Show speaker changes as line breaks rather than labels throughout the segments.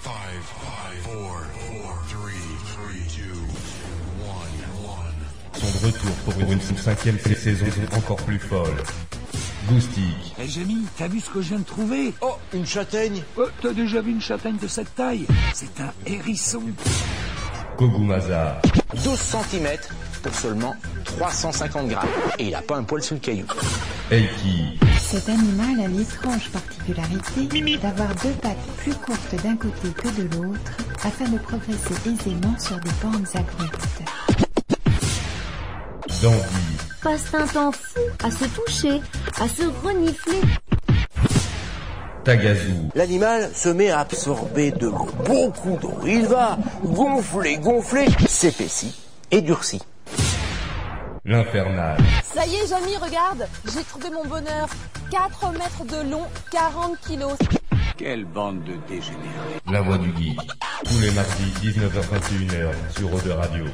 Five, five, four, four, three, three, two, one, one.
sont de retour pour une cinquième saison encore plus folle. Goustique,
Eh Jamy, t'as vu ce que je viens de trouver
Oh, une châtaigne
Oh, T'as déjà vu une châtaigne de cette taille C'est un hérisson
Kogumaza,
12 cm pour seulement 350 grammes. Et il a pas un poil sous le caillou.
Eiki,
Cet animal a l'étrange particularité d'avoir deux pattes plus courtes d'un côté que de l'autre afin de progresser aisément sur des pentes abruptes.
Dandy,
passe un temps fou à se toucher, à se renifler.
Tagazu,
L'animal se met à absorber de l'eau, beaucoup d'eau. Il va gonfler, gonfler, s'épaissit et durcit.
l'Infernal,
Ça y est, Jamy, regarde, j'ai trouvé mon bonheur. 4 mètres de long, 40 kilos.
Quelle bande de dégénérés
La Voix du Geek. Tous les mardis 19h21h sur Eau de Radio.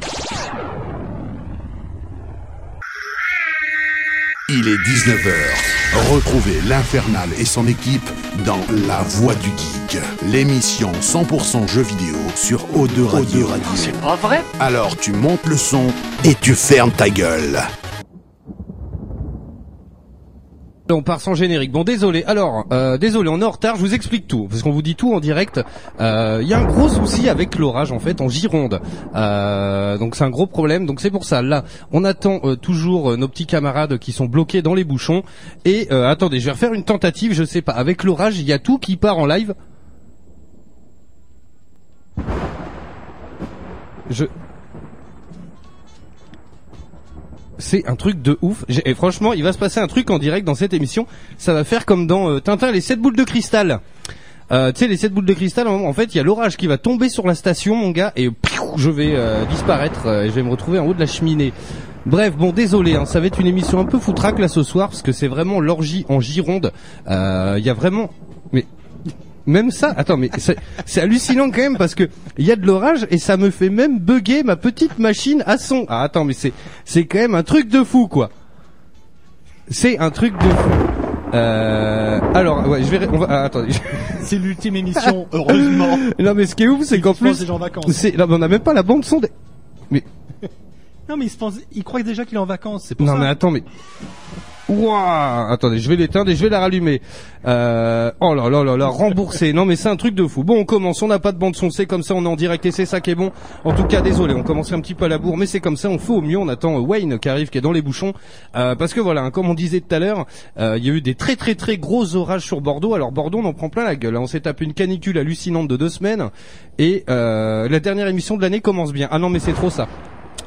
Il est 19h. Retrouvez l'Infernal et son équipe dans La Voix du Geek, l'émission 100% jeux vidéo sur O2 Radio. C'est pas vrai Alors tu montes le son et tu fermes ta gueule.
On part sans générique. Bon, désolé. Alors, euh, désolé, on est en retard. Je vous explique tout parce qu'on vous dit tout en direct. Euh, Il y a un gros souci avec l'orage en fait en Gironde. Euh, donc c'est un gros problème. Donc c'est pour ça. Là, on attend euh, toujours euh, nos petits camarades qui sont bloqués dans les bouchons. Et euh, attendez, je vais refaire une tentative. Je sais pas. Avec l'orage, il y a tout qui part en live. Je, c'est un truc de ouf. J'ai- Et franchement, il va se passer un truc en direct dans cette émission. Ça va faire comme dans euh, Tintin, les sept boules de cristal. Euh, tu sais, les sept boules de cristal, en, en fait, il y a l'orage qui va tomber sur la station, mon gars, et piou, je vais euh, disparaître euh, et je vais me retrouver en haut de la cheminée. Bref, bon, désolé, hein, ça va être une émission un peu foutraque là ce soir, parce que c'est vraiment l'orgie en Gironde. Euh, Il y a vraiment... Mais même ça, attends, mais c'est c'est hallucinant quand même parce que il y a de l'orage et ça me fait même bugger ma petite machine à son. Ah, attends, mais c'est c'est quand même un truc de fou quoi. C'est un truc de fou. Euh, alors, ouais, je vais, ré- on va, ah, attendez.
C'est l'ultime émission, heureusement.
non, mais ce qui est ouf, c'est qu'en
Je pense
plus,
déjà en vacances.
c'est, non, mais on a même pas la bande son. des-
Non, mais il se pense, il croit déjà qu'il est en vacances, c'est pour
Non,
ça.
mais attends, mais. Ouah Attendez, je vais l'éteindre et je vais la rallumer. Euh... Oh là là là là, remboursé. Non mais c'est un truc de fou. Bon, on commence, on n'a pas de bande son, c'est comme ça, on est en direct et c'est ça qui est bon. En tout cas, désolé, on commençait un petit peu à la bourre, mais c'est comme ça, on fait au mieux, on attend euh, Wayne qui arrive, qui est dans les bouchons. Euh, parce que voilà, hein, comme on disait tout à l'heure, euh, il y a eu des très très très gros orages sur Bordeaux. Alors Bordeaux, on en prend plein la gueule. hein. On s'est tapé une canicule hallucinante de deux semaines. Et euh, la dernière émission de l'année commence bien. Ah non mais c'est trop ça.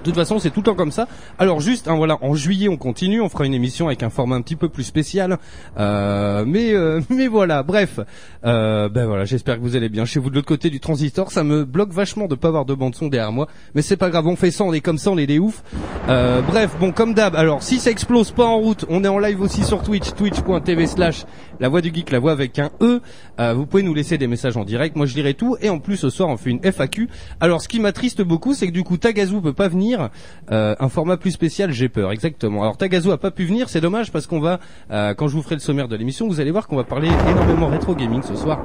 De toute façon, c'est tout le temps comme ça. Alors juste, hein, voilà, en juillet, on continue, on fera une émission avec un format un petit peu plus spécial. Euh, mais euh, mais voilà, bref. Euh, ben voilà, j'espère que vous allez bien chez vous de l'autre côté du transistor. Ça me bloque vachement de pas avoir de bande son derrière moi, mais c'est pas grave, on fait ça, on est comme ça, on est des ouf. Euh, bref, bon comme d'hab. Alors si ça explose pas en route, on est en live aussi sur Twitch, twitch.tv slash la voix du geek, la voix avec un E. Euh, vous pouvez nous laisser des messages en direct, moi je lirai tout. Et en plus ce soir on fait une FAQ. Alors ce qui m'attriste beaucoup c'est que du coup Tagazu peut pas venir. Euh, un format plus spécial j'ai peur, exactement. Alors Tagazu a pas pu venir, c'est dommage parce qu'on va, euh, quand je vous ferai le sommaire de l'émission, vous allez voir qu'on va parler énormément rétro gaming ce soir.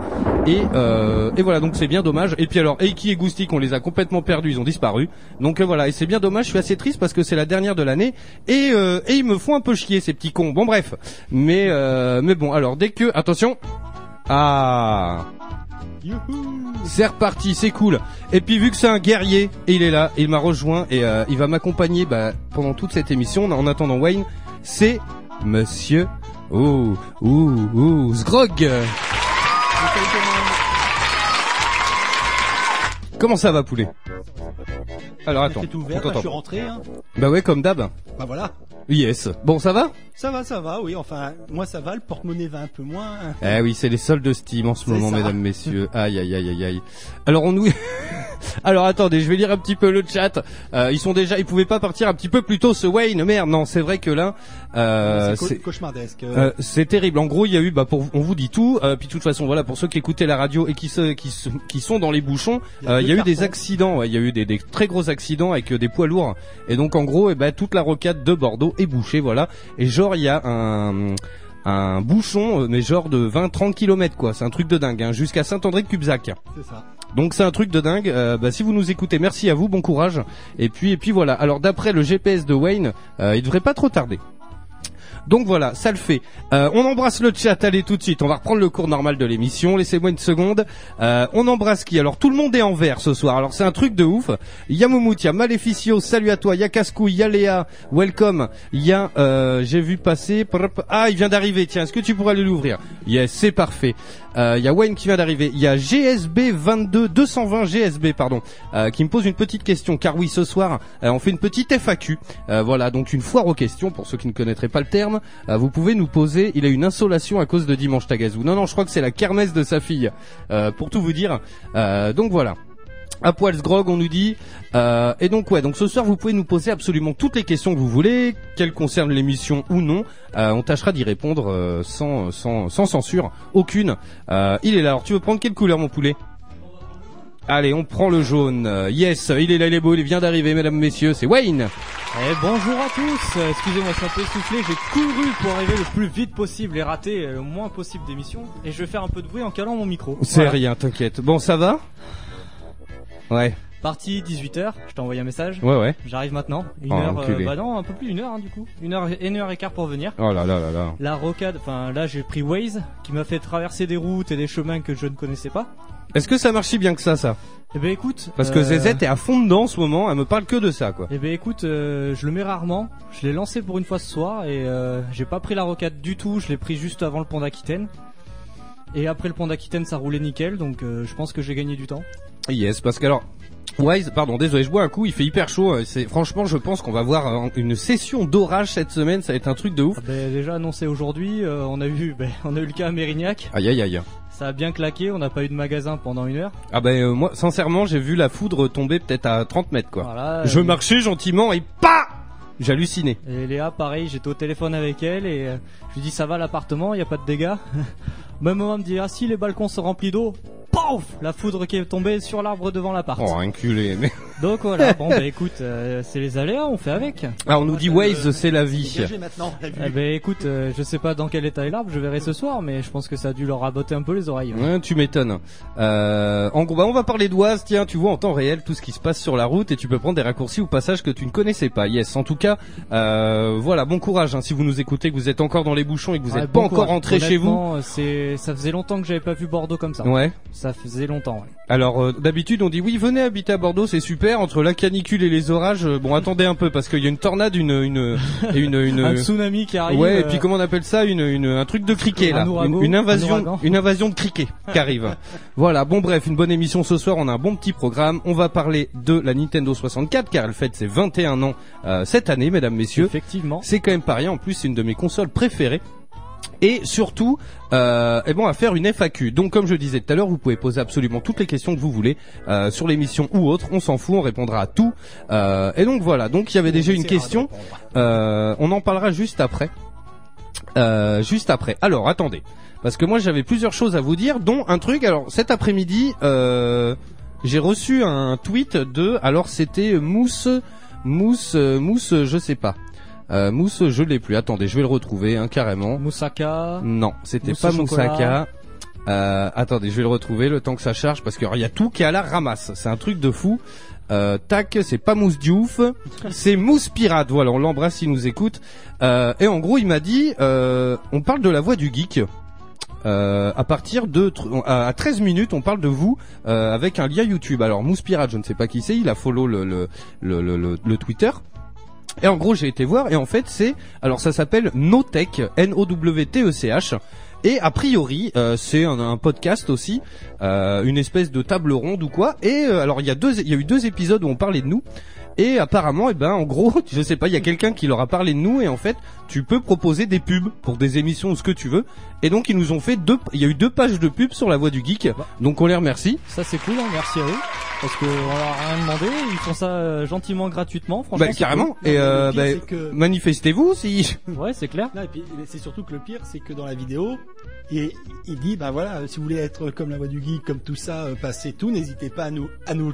Et, euh, et voilà donc c'est bien dommage. Et puis alors Eiki et Goustic on les a complètement perdus, ils ont disparu. Donc euh, voilà et c'est bien dommage, je suis assez triste parce que c'est la dernière de l'année et, euh, et ils me font un peu chier ces petits cons. Bon bref, mais euh, mais bon alors dès que attention. Ah
Youhou.
c'est reparti, c'est cool. Et puis vu que c'est un guerrier, et il est là, il m'a rejoint et euh, il va m'accompagner bah, pendant toute cette émission. En attendant Wayne, c'est Monsieur Ouh Ouh Ouh Sgrog. Comment ça va poulet Alors attends,
C'est ouvert,
on
là, je suis
t'entend.
rentré, hein.
Bah ouais comme d'hab.
Bah voilà.
Yes. Bon ça va
Ça va, ça va, oui, enfin, moi ça va, le porte-monnaie va un peu moins. hein.
Eh oui, c'est les soldes de Steam en ce
C'est
moment,
ça.
mesdames, messieurs. Aïe, aïe, aïe, aïe, aïe. Alors on nous. Alors attendez, je vais lire un petit peu le chat. Euh, ils sont déjà, ils pouvaient pas partir un petit peu plus tôt, ce Wayne. Merde, non, c'est vrai que là, euh,
c'est
c'est-
co- cauchemardesque. euh.
euh, c'est terrible. En gros, il y a eu, bah, pour, on vous dit tout. Euh, puis de toute façon, voilà, pour ceux qui écoutaient la radio et qui se, qui, se- qui sont dans les bouchons,
Il y a
euh, il y a
deux
eu des
cartons.
accidents. ouais, Il y a eu des, des très gros accidents avec euh, des poids lourds. Et donc, en gros, eh ben, toute la rocade de Bordeaux est bouchée, voilà. Et genre, il y a un un bouchon, euh, mais genre de 20-30 km quoi. C'est un truc de dingue, hein, jusqu'à Saint-André-de-Cubzac.
C'est ça.
Donc c'est un truc de dingue. Euh, bah, si vous nous écoutez, merci à vous, bon courage. Et puis et puis voilà. Alors d'après le GPS de Wayne, euh, il devrait pas trop tarder. Donc voilà, ça le fait. Euh, on embrasse le chat, allez tout de suite. On va reprendre le cours normal de l'émission. Laissez-moi une seconde. Euh, on embrasse qui Alors tout le monde est en vert ce soir. Alors c'est un truc de ouf. Il y a Moumout, il y a Maleficio, salut à toi. Il y a Cascou, il y a Léa, welcome. Il y a, euh, j'ai vu passer. prop- Ah, il vient d'arriver. Tiens, est-ce que tu pourrais aller l'ouvrir Yes, c'est parfait. Euh, Il y a Wayne qui vient d'arriver. Il y a GSB 22 220 GSB pardon euh, qui me pose une petite question. Car oui, ce soir, euh, on fait une petite FAQ. Euh, voilà, donc une foire aux questions pour ceux qui ne connaîtraient pas le terme. Euh, vous pouvez nous poser. Il a une insolation à cause de dimanche Tagazou. Non, non, je crois que c'est la kermesse de sa fille. euh, pour tout vous dire. Euh, donc voilà. À poils grog, on nous dit. Euh, et donc ouais, donc ce soir vous pouvez nous poser absolument toutes les questions que vous voulez, qu'elles concernent l'émission ou non. Euh, on tâchera d'y répondre euh, sans, sans, sans censure, aucune. Euh, il est là. Alors tu veux prendre quelle couleur, mon poulet Allez, on prend le jaune. Euh, Yes, il est là, il est beau, il vient d'arriver, mesdames, messieurs, c'est Wayne.
Eh, bonjour à tous. Euh, Excusez-moi, c'est un peu soufflé. J'ai couru pour arriver le plus vite possible et rater euh, le moins possible d'émissions. Et je vais faire un peu de bruit en calant mon micro.
C'est rien, t'inquiète. Bon, ça va Ouais.
Parti 18h, je t'ai envoyé un message.
Ouais, ouais.
J'arrive maintenant. Une
Oh,
heure, euh,
enculé.
bah non, un peu plus une heure hein, du coup. Une heure, une heure et quart pour venir.
Oh là là là là.
La rocade, enfin là j'ai pris Waze qui m'a fait traverser des routes et des chemins que je ne connaissais pas.
Est-ce que ça marche si bien que ça, ça
Eh ben écoute.
Parce que
euh,
Zezette est à fond dedans en ce moment, elle me parle que de ça, quoi.
Eh ben écoute, euh, je le mets rarement. Je l'ai lancé pour une fois ce soir et euh, j'ai pas pris la rocade du tout. Je l'ai pris juste avant le pont d'Aquitaine. Et après le pont d'Aquitaine, ça roulait nickel, donc euh, je pense que j'ai gagné du temps.
Yes, parce qu'alors. Wise, pardon, désolé, je bois un coup, il fait hyper chaud. euh, C'est franchement, je pense qu'on va voir euh, une session d'orage cette semaine, ça va être un truc de ouf.
Ah ben, déjà annoncé aujourd'hui, euh, on a eu, ben, on a eu le cas à Mérignac.
Aïe aïe aïe.
Ça a bien claqué. On n'a pas eu de magasin pendant une heure.
Ah ben euh, moi, sincèrement, j'ai vu la foudre tomber peut-être à 30 mètres quoi.
Voilà,
Ah. je
euh,
marchais gentiment et pas J'hallucinais.
Et Léa, pareil, j'étais au téléphone avec elle et euh, je lui dis ça va l'appartement, il y a pas de dégâts. Au Même moment, elle me dit ah si les balcons sont remplis d'eau. Paf La foudre qui est tombée sur l'arbre devant l'appart.
Oh inculé. Mais...
Donc voilà, bon bah écoute, euh, c'est les aléas, on fait avec.
Ah on nous dit Waze, c'est la vie.
maintenant.
Eh ben écoute, euh, je sais pas dans quel état est l'arbre, je verrai ce soir, mais je pense que ça a dû leur raboter un peu les oreilles.
Ouais, tu m'étonnes. Euh, en gros, bah, on va parler d'Oise. Tiens, tu vois en temps réel tout ce qui se passe sur la route et tu peux prendre des raccourcis ou passages que tu ne connaissais pas. Yes. En tout cas, euh, voilà. Bon courage hein, si vous nous écoutez, que vous êtes encore dans les bouchons et que vous
Ouais,
n'êtes
bon
pas encore
courage.
rentré chez vous.
Honnêtement, euh, C'est, ça faisait longtemps que j'avais pas vu Bordeaux comme ça.
Ouais.
Ça faisait longtemps. ouais.
Alors euh, d'habitude on dit oui venez habiter à Bordeaux c'est super entre la canicule et les orages euh, bon attendez un peu parce qu'il y a une tornade une une et une une
Un tsunami qui arrive.
Euh, ouais et
euh,
puis comment on appelle ça une une un truc de criquet
Un
là
ouragan,
une, une
un
invasion
ouragan.
une invasion de criquet qui arrive voilà bon bref une bonne émission ce soir on a un bon petit programme on va parler de la Nintendo 64 car elle fête ses 21 ans euh, cette année mesdames messieurs
Effectivement.
c'est quand même pas rien. En plus, c'est une de mes consoles préférées. Et surtout, euh, eh ben, on va faire une FAQ. Donc, comme je disais tout à l'heure, vous pouvez poser absolument toutes les questions que vous voulez euh, sur l'émission ou autre. On s'en fout, on répondra à tout. Euh, et donc voilà. Donc, il y avait déjà une question. Euh, on en parlera juste après. Euh, juste après. Alors, attendez, parce que moi, j'avais plusieurs choses à vous dire, dont un truc. Alors, cet après-midi, euh, j'ai reçu un tweet de. Alors, c'était Mousse, Mousse, euh, Mousse, je sais pas. Euh, mousse, je l'ai plus. Attendez, je vais le retrouver hein, carrément.
Moussaka.
Non, c'était
Mousse
pas
au chocolat.
Moussaka. Euh, attendez, je vais le retrouver le temps que ça charge parce qu'il y a tout qui est à la ramasse. C'est un truc de fou. Euh, tac, c'est pas Mousse Diouf, c'est Mousse Pirate. Voilà, on l'embrasse, il nous écoute. Euh, et en gros, il m'a dit, euh, on parle de la voix du geek. Euh, à partir de tr- à à 13 minutes, on parle de vous euh, avec un lien YouTube. Alors Mousse Pirate, je ne sais pas qui c'est, il a follow le le le le, le- le Twitter. Et en gros, j'ai été voir et en fait, c'est alors ça s'appelle Notech, N O W T E C H. Et a priori, euh, c'est un, un podcast aussi, euh, une espèce de table ronde ou quoi. Et euh, alors il y a deux, il y a eu deux épisodes où on parlait de nous. Et apparemment, eh ben, en gros, je sais pas, il y a quelqu'un qui leur a parlé de nous et en fait, tu peux proposer des pubs pour des émissions ou ce que tu veux. Et donc ils nous ont fait deux, il y a eu deux pages de pubs sur la voix du geek.
Bah,
Donc on les remercie.
Ça c'est cool, hein, merci à eux. Parce qu'on leur a rien demandé, ils font ça euh, gentiment, gratuitement, franchement.
Bah,
c'est
carrément.
Non,
Et
mais le
euh,
pire,
bah,
c'est que-
manifestez-vous si.
cool. Ouais, c'est clair.
Non, et puis mais c'est surtout que le pire, c'est que dans la vidéo, il, il dit, bah voilà, euh, si vous voulez être comme la voix du geek, comme tout ça, euh, passez tout, n'hésitez pas à nous, à nous,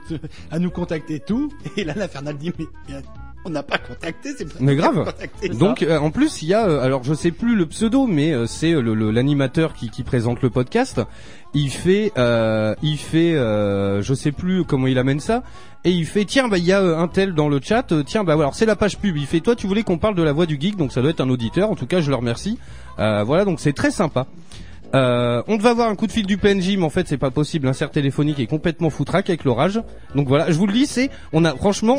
à nous contacter tout. Et là, l'infernal dit, mais, mais on n'a pas contacté, c'est pour ça
Mais
qu'on a
grave.
contacté ça.
Donc euh, en plus il y a, euh, alors je sais plus le pseudo, mais euh, c'est euh, le- le- l'animateur qui, qui présente le podcast. Il fait, euh, il fait, euh, je sais plus comment il amène ça, et il fait tiens bah il y a euh, un tel dans le chat, euh, tiens bah alors c'est la page pub. Il fait toi tu voulais qu'on parle de la voix du geek, donc ça doit être un auditeur. En tout cas je le remercie. Euh, voilà donc c'est très sympa. Euh, on devait avoir un coup de fil du PNJ, mais en fait c'est pas possible. L'insert téléphonique est complètement foutraque avec l'orage. Donc voilà, je vous le dis, c'est on a franchement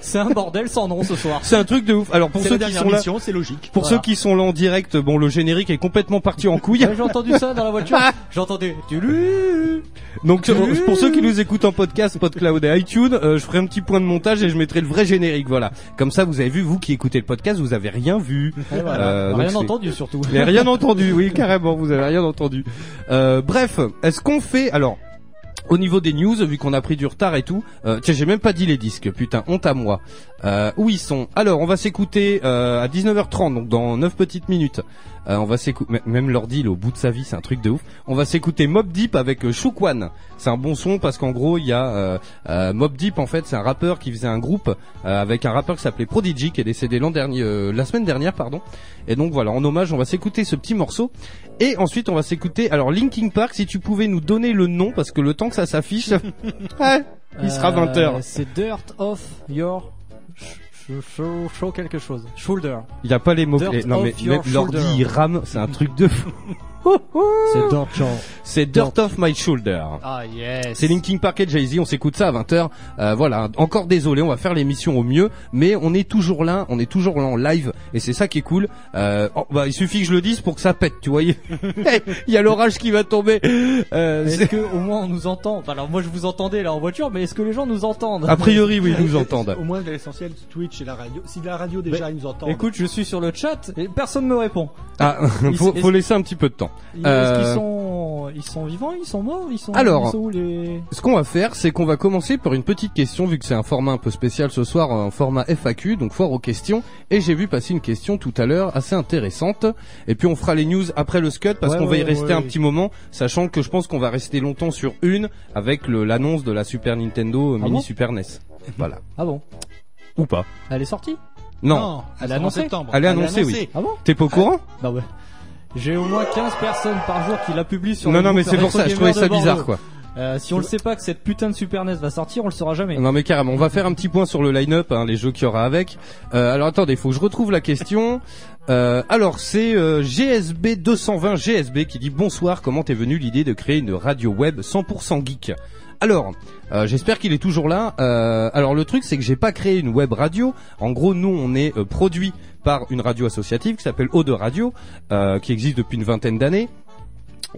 C'est un bordel sans nom ce soir.
c'est un truc de ouf. Alors pour
C'est
ceux
la
qui
dernière
sont là,
mission, c'est logique.
Pour
Voilà.
ceux qui sont là en direct, bon le générique est complètement parti en couille.
Ouais, J'ai entendu ça dans la voiture. J'ai entendu. Tulu.
Donc euh,
Tulu.
pour ceux qui nous écoutent en podcast, PodCloud et iTunes, euh, je ferai un petit point de montage et je mettrai le vrai générique. Voilà. Comme ça, vous avez vu, vous qui écoutez le podcast, vous avez rien vu,
Ouais, voilà.
Euh, donc
Rien
c'est-
entendu, surtout.
Mais rien entendu. Oui, carrément, vous avez rien entendu. Euh, bref, est-ce qu'on fait alors? Au niveau des news, vu qu'on a pris du retard et tout, euh, tiens, j'ai même pas dit les disques, putain, honte à moi. Euh, où ils sont Alors, on va s'écouter euh, à 19h30, donc dans 9 petites minutes. Euh, on va s'écouter, même l'ordi, il est au bout de sa vie, c'est un truc de ouf. On va s'écouter Mob Deep avec euh, Shukwan. C'est un bon son parce qu'en gros, il y a euh, euh, Mob Deep, en fait, c'est un rappeur qui faisait un groupe euh, avec un rappeur qui s'appelait Prodigy, qui est décédé l'an dernier, euh, la semaine dernière, pardon. Et donc voilà, en hommage, on va s'écouter ce petit morceau. Et ensuite, on va s'écouter, alors Linkin Park, si tu pouvais nous donner le nom, parce que le temps que ça s'affiche, ouais, il sera
Euh,
20h.
C'est Dirt Off Your sh- sh- show, show quelque chose. Shoulder.
Il n'y a pas les mots
Dirt
clés. Non,
off
mais
your
même l'ordi
shoulder.
il rame, c'est un truc de fou.
C'est Dirt Show.
C'est Dirt off my shoulder.
Ah yes.
C'est Linkin Park et Jay-Z, on s'écoute ça à 20h. Euh, voilà, encore désolé, on va faire l'émission au mieux, mais on est toujours là, on est toujours là en live, et c'est ça qui est cool. Euh, oh, bah, il suffit que je le dise pour que ça pète, tu vois. Il y a l'orage qui va tomber. Euh,
Est-ce
c'est-
que au moins on nous entend Enfin, Alors moi je vous entendais là en voiture, mais est-ce que les gens nous entendent
A priori, oui, ils nous entendent.
Au moins, l'essentiel, Twitch et la radio. Si la radio, déjà,
Mais-
ils nous entendent.
Écoute, je suis sur le chat et personne me répond.
Ah, faut, faut laisser un petit peu de temps.
Ils- Est-ce
Euh,
qu'ils sont, ils sont vivants, ils sont morts, ils sont.
Alors.
ils sont où les
Ce qu'on va faire, c'est qu'on va commencer par une petite question, vu que c'est un format un peu spécial ce soir, un format FAQ, donc foire aux questions. Et j'ai vu passer une question tout à l'heure assez intéressante. Et puis on fera les news après le scud, parce
Ouais,
qu'on va y
ouais,
rester
ouais,
un
ouais.
petit moment, sachant que je pense qu'on va rester longtemps sur une, avec le- l'annonce de la Super Nintendo euh,
Ah
Mini
bon
Super NES. Voilà.
Ah bon
Ou pas.
Elle est sortie
Non.
Elle est
sort en
annoncée
septembre.
Elle est annoncée, oui.
Ah bon
T'es pas au courant
Bah ouais. J'ai au moins 15 personnes par jour qui la publient sur
Non,
le
non, mais
groupe
c'est pour
Retro
ça, je
Gamer
trouvais ça
de Bordeaux.
bizarre, quoi.
Euh, si on le sait pas que cette putain de Super NES va sortir, on le saura jamais.
Non mais carrément, on va faire un petit point sur le line-up, hein, les jeux qu'il y aura avec. Euh, alors attendez, il faut que je retrouve la question. Euh, alors c'est euh, GSB 220 GSB qui dit bonsoir, comment est venue l'idée de créer une radio web 100% geek alors, euh, j'espère qu'il est toujours là. Euh, alors le truc, c'est que j'ai pas créé une web radio. En gros, nous, on est euh, produit par une radio associative qui s'appelle Eau de Radio, euh, qui existe depuis une vingtaine d'années.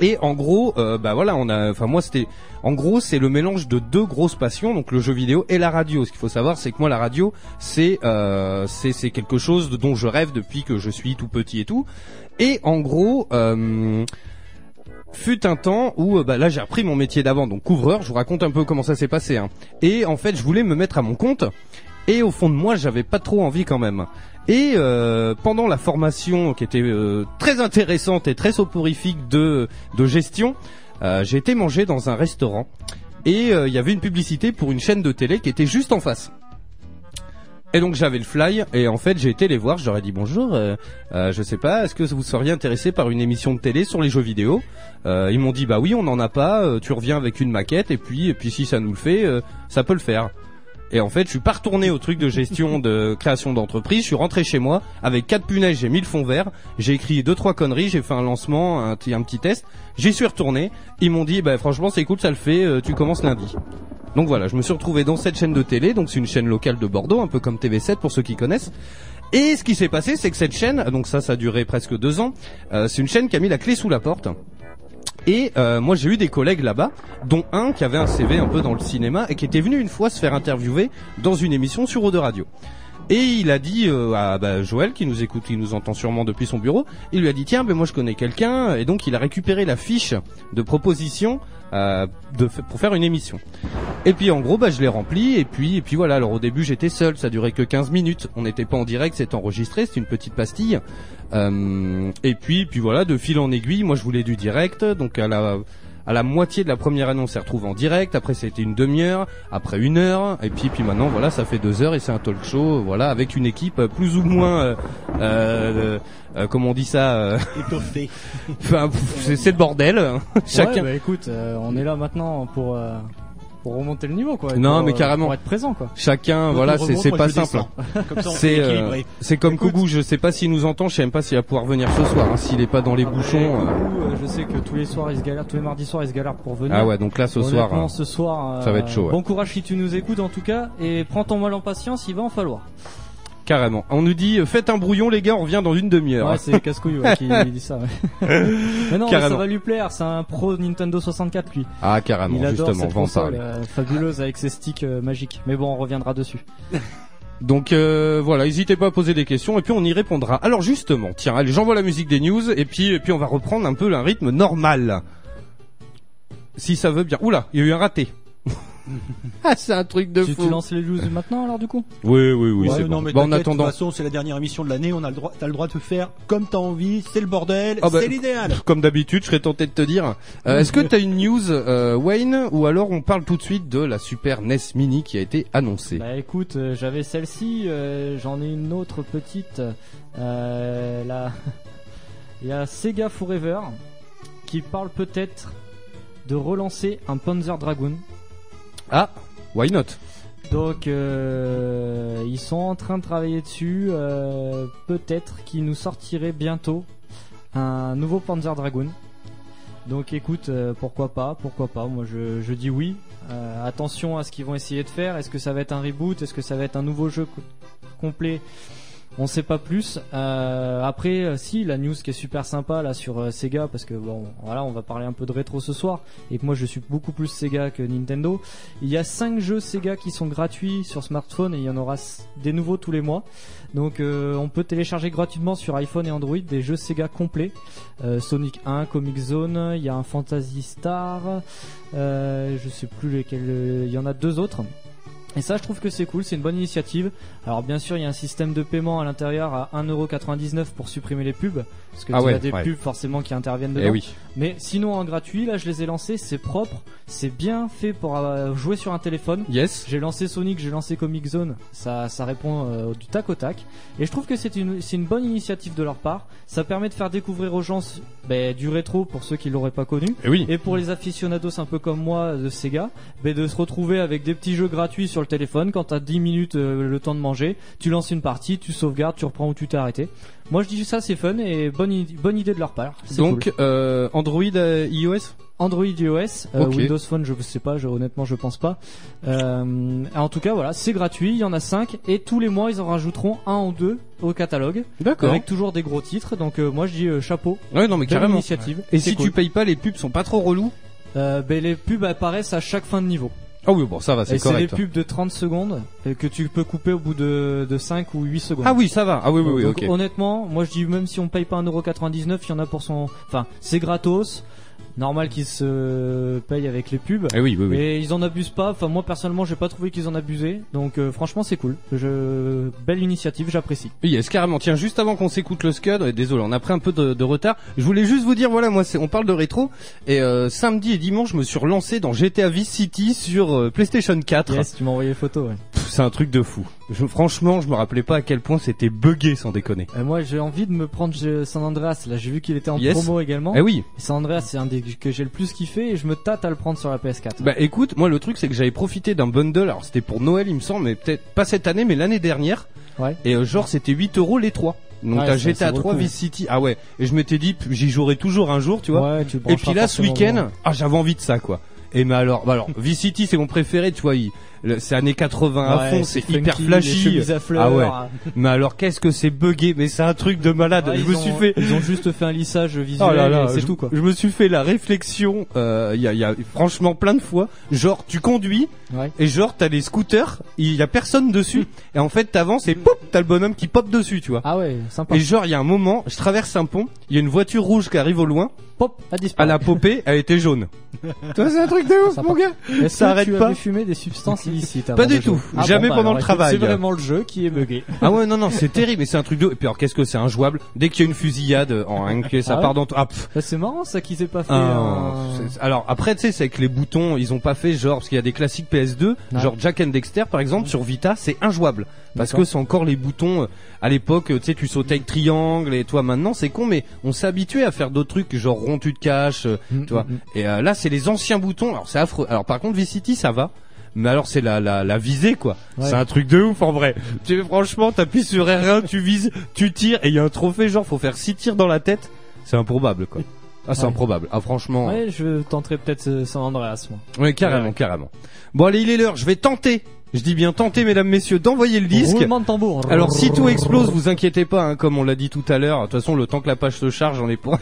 Et en gros, euh, bah voilà, on a, enfin moi c'était, en gros c'est le mélange de deux grosses passions, donc le jeu vidéo et la radio. Ce qu'il faut savoir, c'est que moi la radio, c'est, euh, c'est, c'est quelque chose de- dont je rêve depuis que je suis tout petit et tout. Et en gros, euh, fut un temps où euh, bah, là j'ai repris mon métier d'avant, donc couvreur. Je vous raconte un peu comment ça s'est passé. hein. Et en fait, je voulais me mettre à mon compte. Et au fond de moi, j'avais pas trop envie quand même. Et euh, pendant la formation qui était euh, très intéressante et très soporifique de, de gestion, euh, j'ai été manger dans un restaurant. Et euh, il y avait une publicité pour une chaîne de télé qui était juste en face. Et donc j'avais le fly et en fait j'ai été les voir, je leur ai dit bonjour, euh, euh, je sais pas, est-ce que vous seriez intéressé par une émission de télé sur les jeux vidéo Euh, Ils m'ont dit bah oui on n'en a pas, euh, tu reviens avec une maquette et puis et puis si ça nous le fait, euh, ça peut le faire. Et en fait je suis pas retourné au truc de gestion de création d'entreprise, je suis rentré chez moi avec quatre punaises, j'ai mis le fond vert, j'ai écrit deux trois conneries, j'ai fait un lancement, un, petit- un petit test, j'y suis retourné, ils m'ont dit bah franchement c'est cool, ça le fait, euh, tu commences lundi. Donc voilà, je me suis retrouvé dans cette chaîne de télé, donc c'est une chaîne locale de Bordeaux, un peu comme TV7 pour ceux qui connaissent. Et ce qui s'est passé, c'est que cette chaîne, donc ça, ça a duré presque deux ans, euh, c'est une chaîne qui a mis la clé sous la porte. Et euh, moi j'ai eu des collègues là-bas, dont un qui avait un CV un peu dans le cinéma et qui était venu une fois se faire interviewer dans une émission sur Eau de Radio. Et il a dit euh, à bah, Joël, qui nous écoute, qui nous entend sûrement depuis son bureau, il lui a dit tiens, ben moi je connais quelqu'un, et donc il a récupéré la fiche de proposition euh, de, f- pour faire une émission. Et puis en gros, bah, je l'ai rempli, et puis et puis voilà. Alors au début j'étais seul, ça durait que 15 minutes, on n'était pas en direct, c'est enregistré, c'est une petite pastille. Euh, et puis puis voilà, de fil en aiguille, moi je voulais du direct, donc à la à la moitié de la première annonce, elle retrouve en direct. Après, c'était une demi-heure. Après, une heure. Et puis, puis maintenant, voilà, ça fait deux heures et c'est un talk show, euh, voilà, avec une équipe euh, plus ou moins, euh, euh, euh, comment on dit ça, euh,
Étoffé.
enfin, pff, c'est c'est le bordel. hein. Chacun.
Ouais, bah écoute, euh, on est là maintenant pour euh, pour remonter le niveau quoi. et
Non,
pour,
mais
euh,
carrément.
Pour être présent quoi.
Chacun,
Donc,
voilà,
on
c'est
remonte,
c'est
moi,
pas
je
simple. hein.
descends. Comme ça, on
C'est
est
euh,
équilibré.
c'est comme Kougou, je sais pas s'il nous entend, je sais même pas s'il va pouvoir venir ce soir, hein, s'il est pas dans les bouchons. euh.
Nous, Ah, bah, euh, je sais que tous les soirs ils se galèrent, tous les mardis soirs ils se galèrent pour venir.
Ah ouais, donc là, ce soir,
Honnêtement,
euh,
ce soir, euh,
ça va être chaud, ouais.
Bon courage si tu nous écoutes en tout cas et prends ton mal en patience, il va en falloir.
Carrément. On nous dit euh, faites un brouillon les gars, on revient dans une demi-heure.
Ouais, c'est Cascouille ouais, qui dit ça. ouais. mais non, mais ça
Carrément.
va lui plaire, c'est un pro Nintendo 64 lui.
Ah carrément,
il adore
justement,
cette
on va en
console
parler.
euh, fabuleuse avec ses sticks euh, magiques. Mais bon, on reviendra dessus.
Donc euh, voilà, n'hésitez pas à poser des questions et puis on y répondra. Alors justement, tiens, allez, j'envoie la musique des news et puis et puis on va reprendre un peu un rythme normal. Si ça veut bien. Oula, il y a eu un raté. Ah, c'est un truc de
tu,
fou.
Tu lances les news maintenant alors du coup
Oui, Eh oui, oui,
Ouais,
c'est
non,
bon.
mais
Bon, en
t'inquiète,
attendant.
De toute façon, c'est la dernière émission de l'année. On a le droit, t'as le droit de faire comme t'as envie. C'est le bordel.
Ah bah,
c'est l'idéal.
Comme d'habitude, je serais tenté de te dire. Euh, Est-ce que t'as une news, euh, Wayne, ou alors on parle tout de suite de la Super NES Mini qui a été annoncée
Bah écoute, euh, j'avais celle-ci, euh, j'en ai une autre petite. Euh, la... Il y a Sega Forever qui parle peut-être de relancer un Panzer Dragoon.
Ah, why not
Donc euh, ils sont en train de travailler dessus. euh, Peut-être qu'ils nous sortiraient bientôt un nouveau Panzer Dragoon. Donc écoute, euh, pourquoi pas, pourquoi pas. Moi je, je dis oui. Euh, attention à ce qu'ils vont essayer de faire. Est-ce que ça va être un reboot Est-ce que ça va être un nouveau jeu co- complet on sait pas plus. Euh, après, euh, si la news qui est super sympa là sur euh, Sega, parce que bon, voilà, on va parler un peu de rétro ce soir, et que moi je suis beaucoup plus Sega que Nintendo. Il y a 5 jeux Sega qui sont gratuits sur smartphone et il y en aura s- des nouveaux tous les mois. Donc euh, on peut télécharger gratuitement sur iPhone et Android des jeux Sega complets. Euh, Sonic 1, Comic Zone, il y a un Fantasy Star, euh, je sais plus lesquels, euh, il y en a deux autres. Et ça, je trouve que c'est cool, c'est une bonne initiative. Alors bien sûr, il y a un système de paiement à l'intérieur à 1,99€ pour supprimer les pubs, parce que
Ah
tu
ouais,
as des
ouais.
pubs forcément qui interviennent
Eh
dedans.
oui.
Mais sinon en gratuit, là je les ai lancés, c'est propre, c'est bien fait pour euh, jouer sur un téléphone.
Yes.
J'ai lancé Sonic, j'ai lancé Comic Zone, ça, ça répond euh, du tac au tac. Et je trouve que c'est une, c'est une bonne initiative de leur part. Ça permet de faire découvrir aux gens ben, du rétro pour ceux qui l'auraient pas connu.
Eh oui.
Et pour les aficionados un peu comme moi de Sega, ben, de se retrouver avec des petits jeux gratuits sur le téléphone quand t'as 10 minutes euh, le temps de manger, tu lances une partie, tu sauvegardes, tu reprends où tu t'es arrêté. Moi je dis ça c'est fun et bonne, i- bonne idée de leur part. C'est
Donc
cool.
euh, Android, euh, iOS.
Android iOS, euh,
Ok.
Windows Phone, je sais pas, je, honnêtement, je pense pas. Euh, en tout cas, voilà, c'est gratuit, il y en a 5 et tous les mois, ils en rajouteront un ou deux au catalogue.
D'accord.
Avec toujours des gros titres, donc euh, moi je dis euh, chapeau.
Ouais, non mais
Belle
carrément.
initiative.
Et
C'est
si tu
cool.
payes pas, les pubs sont pas trop relous.
Euh, ben, les pubs apparaissent à chaque fin de niveau.
Ah oui, bon, ça va,
Et
c'est
c'est des
correct.
pubs de 30 secondes euh, que tu peux couper au bout de, de 5 ou 8 secondes.
Ah oui, ça va. Ah oui, oui, oui,
Donc,
ok.
Honnêtement, moi je dis même si on paye pas 1,99€, il y en a pour son. Enfin, c'est gratos. Normal qu'ils se payent avec les pubs.
Eh oui, oui, oui.
Et ils en abusent pas. Enfin, moi personnellement, j'ai pas trouvé qu'ils en abusaient. Donc, euh, franchement, c'est cool. Je... Belle initiative, j'apprécie.
Yes, carrément. Tiens, juste avant qu'on s'écoute le Scud, et désolé, on a pris un peu de, de retard. Je voulais juste vous dire, voilà, moi, c'est, on parle de rétro, et euh, samedi et dimanche, je me suis relancé dans GTA Vice City sur euh, PlayStation 4.
Yes, tu m'as envoyé les photos. Ouais.
Pff, c'est un truc de fou. Je, franchement, je me rappelais pas à quel point c'était buggé, sans déconner.
Euh, moi, j'ai envie de me prendre euh, San Andreas. Là, j'ai vu qu'il était en
Yes.
promo également.
Eh oui.
San Andreas, c'est un des que j'ai le plus kiffé et je me tâte à le prendre sur la PS4.
Bah écoute, moi le truc c'est que j'avais profité d'un bundle, alors c'était pour Noël il me semble, mais peut-être pas cette année, mais l'année dernière.
Ouais.
Et euh, genre c'était 8 euros les trois. Donc
Ouais,
t'as
ça- ça
GTA
vaut le
3
coup.
Vice City. Ah ouais. Et je m'étais dit, p- j'y jouerai toujours un jour, tu vois.
Ouais, tu le
Et
brancheras
puis là ce
forcément
week-end,
devant.
ah j'avais envie de ça quoi. Et mais alors, bah alors, Vice City c'est mon préféré, tu vois. il- le- C'est années 80 à
Ouais,
fond,
c'est
c'est hyper
funky, les
flashy.
chemises à fleurs.
ah ouais. mais alors qu'est-ce que c'est buggé, mais c'est un truc de malade.
Ouais,
je
Ah, ils
me
ont-
suis fait,
Ils ont juste fait un lissage visuel
Oh là là,
et c'est
je-
tout quoi.
Je me suis fait la réflexion, euh, il y, a, il y a franchement plein de fois, genre tu conduis
Ouais.
et genre t'as les scooters, il y a personne dessus et en fait t'avances et pop, t'as le bonhomme qui pop dessus, tu vois.
Ah ouais, sympa.
Et genre il y a un moment, je traverse un pont, il y a une voiture rouge qui arrive au loin,
Pop, a
à
disparu.
la popée, elle était jaune. Ah. Toi c'est un truc de ouf
Sympa.
mon gars,
Est-ce
ça
que
arrête
tu
pas.
avais fumé des substances si, si, t'as
Pas
vraiment
du
le jeu.
tout.
Ah bon,
Jamais
bah,
pendant
alors,
le
écoute,
travail.
C'est vraiment le jeu qui est buggé.
Ah ouais non non c'est terrible mais c'est un truc de et puis alors qu'est-ce que c'est injouable dès qu'il y a une fusillade euh, en un que ça
Ah ouais euh,
part dans tout- ah, pff.
Bah, c'est marrant ça qu'ils aient pas fait. hein.
Ah,
un-
c'est- alors après tu sais c'est avec les boutons ils ont pas fait genre parce qu'il y a des classiques PS2
Ouais.
genre Jack and Dexter par exemple sur Vita c'est injouable parce
D'accord.
que c'est encore les boutons euh, à l'époque euh, tu sais tu sautais avec triangle et toi maintenant c'est con mais on s'est habitué à faire d'autres trucs genre rond tu te caches euh, tu vois
Mm.
et euh, là c'est les anciens boutons alors c'est affreux alors par contre V-City ça va mais alors c'est la, la, la visée quoi.
Ouais.
C'est un truc de ouf en vrai. Tu franchement t'appuies sur R1, tu vises, tu tires et il y a un trophée genre faut faire six tirs dans la tête. C'est improbable quoi. Ah c'est
Ouais.
improbable. Ah franchement. Ouais,
Ouais, je tenterai peut-être euh, San Andreas moi.
carrément carrément. Bon allez il est l'heure, je vais tenter. Je dis bien tenter mesdames messieurs d'envoyer le disque.
Roulement de tambour. hein.
Alors si tout explose, vous inquiétez pas, hein, comme on l'a dit tout à l'heure. De toute façon, le temps que la page se charge, on est pour.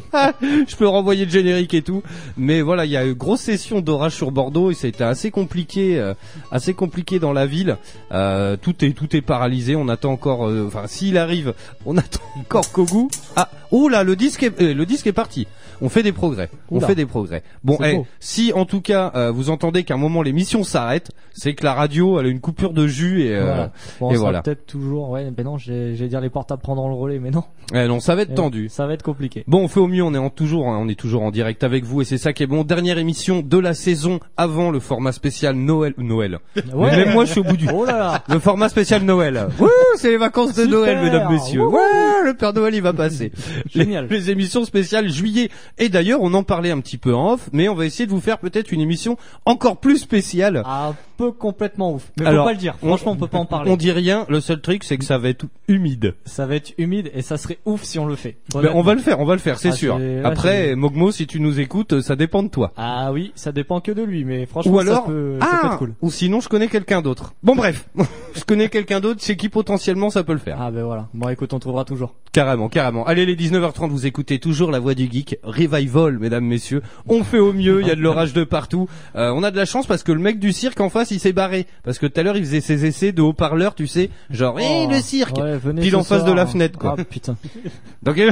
je peux renvoyer le générique et tout. Mais voilà, il y a une grosse session d'orage sur Bordeaux et c'était assez compliqué, euh, assez compliqué dans la ville. Euh, tout est tout est paralysé. On attend encore. euh, Enfin, s'il arrive, on attend encore Kogu. Ah, oh là, le disque est euh, le disque est parti. On fait des progrès.
Oula.
On fait des progrès. Bon,
C'est
eh,
beau.
si en tout cas euh, vous entendez qu'à un moment l'émission s'arrête, c'est que la radio elle a une coupure de jus et, euh,
Voilà. Bon, on
et
sera
voilà.
Peut-être toujours. Ouais, mais non, j'ai j'ai dire les portables prendront le relais, mais non.
Eh non, ça va
Eh
être
non,
tendu.
Ça va être compliqué.
Bon, on fait au mieux, on est en toujours, hein, on est toujours en direct avec vous et c'est ça qui est bon. Dernière émission de la saison avant le format spécial Noël. Noël.
Ouais.
Mais même moi, je suis au bout du.
Oh là là.
Le format spécial Noël. Wouh, c'est les vacances de
Super.
Noël, mesdames, messieurs.
Wouhou.
Ouais, le Père Noël, il va passer. Les-
Génial.
Les, émissions spéciales juillet. Et d'ailleurs, on en parlait un petit peu en off, mais on va essayer de vous faire peut-être une émission encore plus spéciale.
Un peu complètement ouf. Mais
Alors,
faut pas le dire.
on-
Ah, Franchement, on, peut pas en parler.
On dit rien, le seul truc, c'est que ça va être humide.
Ça va être humide et ça serait ouf si on le fait.
Ben, on va le faire, on va le faire, c'est
Ah,
sûr.
c'est- là,
Après,
c'est-
Mogmo, si tu nous écoutes, ça dépend de toi.
Ah oui, ça dépend que de lui, mais franchement,
Ou alors,
ça, peut, ça peut
ah,
être cool.
ou sinon je connais quelqu'un d'autre. Bon bref, je connais quelqu'un d'autre chez qui potentiellement ça peut le faire.
Ah ben voilà. Bon, écoute, on trouvera toujours.
Carrément, carrément. Allez les 19h30, vous écoutez toujours la voix du geek, revival mesdames messieurs. On fait au mieux, il y a de l'orage de partout. Euh, on a de la chance parce que le mec du cirque en face, il s'est barré parce que tout à l'heure il faisait ses essais de haut-parleur, tu sais, genre hé
Oh.
le cirque.
Ouais, venez
Pile
ce
en face
soir.
de la fenêtre, quoi.
Ah putain.
Donc euh,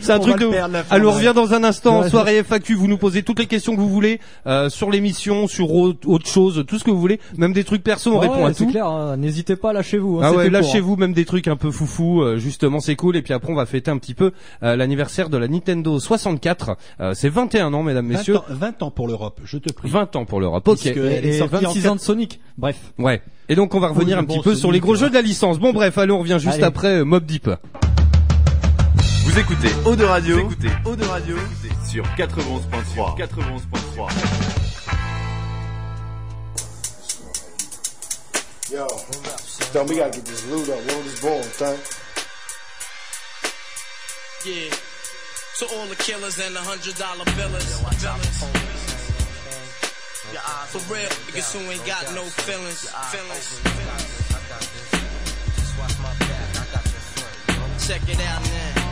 c'est un
On
truc
va le
de ouf.
perdre, la fin.
Alors on revient dans un instant
Ouais.
soirée FAQ, vous nous posez toutes les questions que vous voulez euh, sur l'émission, sur au- autre chose, tout ce que vous voulez, même des trucs perso, on
Ouais,
répond à
c'est
tout.
clair, hein, n'hésitez pas, lâchez-vous. hein,
Ah
c'était
ouais,
court, hein.
lâchez-vous même des trucs un peu foufou, euh, justement c'est cool et puis après on va fêter un petit peu euh, l'anniversaire de la Nintendo 64. Euh, c'est 21 ans mesdames messieurs,
20 ans, 20 ans pour l'europe, je te prie.
20 ans pour l'Europe. OK.
Puisque- Elle est
Et, et
sortie en
26
quatre-
ans de Sonic. Bref.
Ouais. Et donc on va revenir
Oui,
un petit
bon,
peu
ce
sur les
mythe,
gros
là.
jeux de la licence. Bon bref, allez, on revient juste
Allez.
après euh, Mob Deep.
Vous écoutez
Eau de radio.
Vous écoutez Eau de Radio sur 91.3. 91.3.
Yo, dumb, we gotta get this loot up. Where was born, son?
Yeah. So all the killers and the hundred dollar billers. For real, niggas who ain't got no feelings. Feelings. Check it out now.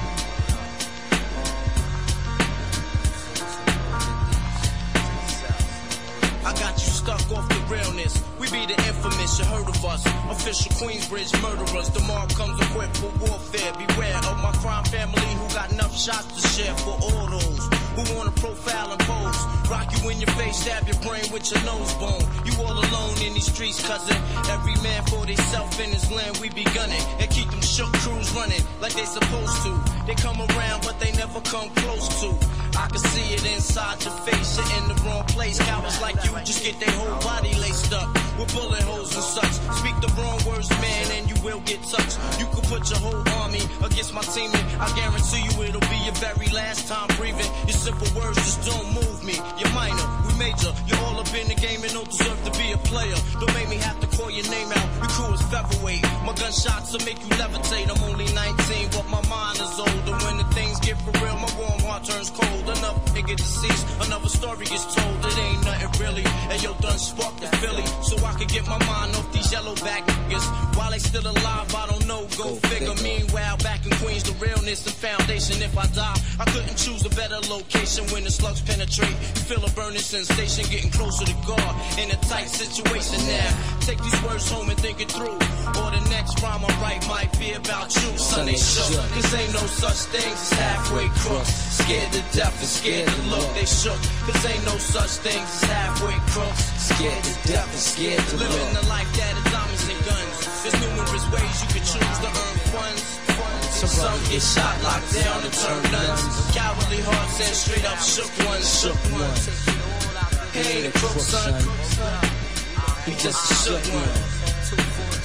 I got you stuck off the realness. We be the infamous, you heard of us. Official Queensbridge murderers. Tomorrow comes equipped with warfare. Beware of my crime family who got enough shots to share for all those who wanna profile and pose. Rock you in your face, stab your brain with your nose bone. You all alone in these streets, cousin. Every man for himself in his land, we be gunning. And keep them shook crews running like they supposed to. They come around, but they never come close to. I can see it inside your face, you're in the wrong place. Cowards like you just get their whole body laced up with bullet holes and such. Speak the wrong words, man, and you will get touched. You could put your whole army against my teammate. I guarantee you it'll be your very last time breathing. Your simple words just don't move me. You're minor, we major. You're all up in the game and don't deserve to be a player. Don't make me have to call your name out. Your crew is featherweight. My gunshots will make you levitate. I'm only 19, but my mind is older. When the things get for real, my warm heart turns cold. Another nigga deceased, another story is told. It ain't nothing really. And yo, done sparked the Philly, so I could get my mind off these yellow back niggas. While they still alive, I don't know. Go, figure. Meanwhile, back in Queens, the realness and foundation. If I die, I couldn't choose a better location when the slugs penetrate. You feel a burning sensation getting closer to God in a tight situation now. Take these words home and think it through. Or the next rhyme I write might be about you. Sunday show. Cause ain't no such things as halfway crooks. Scared to death and scared to look. They shook, cause ain't no such thing as halfway crooks. Scared to death and scared to look. Living the life that is diamonds and guns. There's numerous ways you can choose to earn funds. So some get shot, locked down, and turn nuns. Cowardly hearts and straight up shook ones. Shook ones. He ain't a crook, son. He just a shook one.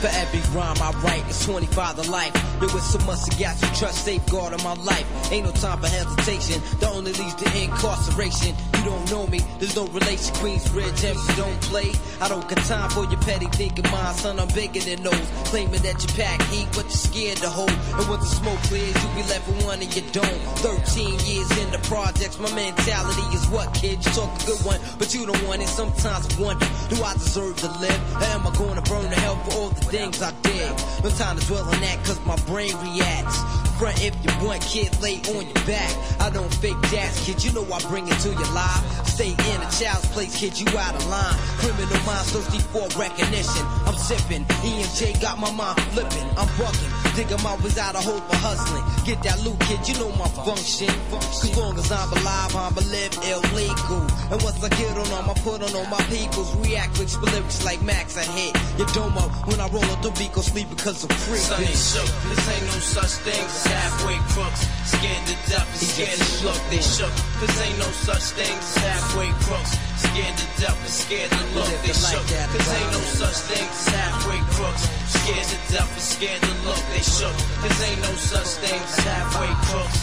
For every rhyme I write, it's 25 to life. There was so much I got you trust, safeguard in my life. Ain't no time for hesitation. That only leads to incarceration. You don't know me, there's no relation. Queensbridge, MC don't play. I don't got time for your petty thinking, mind, son. I'm bigger than those. Claiming that you pack heat, but you're scared to hold. And once the smoke clears, you be left with one in your dome. 13 years in the projects, my mentality is what, kid? You talk a good one, but you don't want it. Sometimes I wonder, do I deserve to live? Or am I going to burn to hell for all the things I did? No time to dwell on that, cause my brain reacts. Front if you want, kid, lay on your back. I don't fake jazz, kid, you know I bring it to your life. Stay in a child's place, kid, you out of line. Criminal minds thirsty for recognition. I'm sipping, EMJ got my mind flipping. I'm bucking, digging my was out of hope for hustling. Get that loot, kid, you know my function. Cause long as I'm alive, I'ma live illegal. And once I get on 'em, I put on all my peoples. React with lyrics like Max, I hit your dome up when I roll up the beat, go sleep because I'm free.
Son, they shook. This ain't no such thing as halfway crooks. Scared to death and scared to look. They shook. This ain't no such thing as halfway crooks. Scared to death and scared to look. They shook. Cause ain't no such thing as halfway crooks. Scared to death and scared to look. They shook. Cause ain't no such thing as halfway crooks.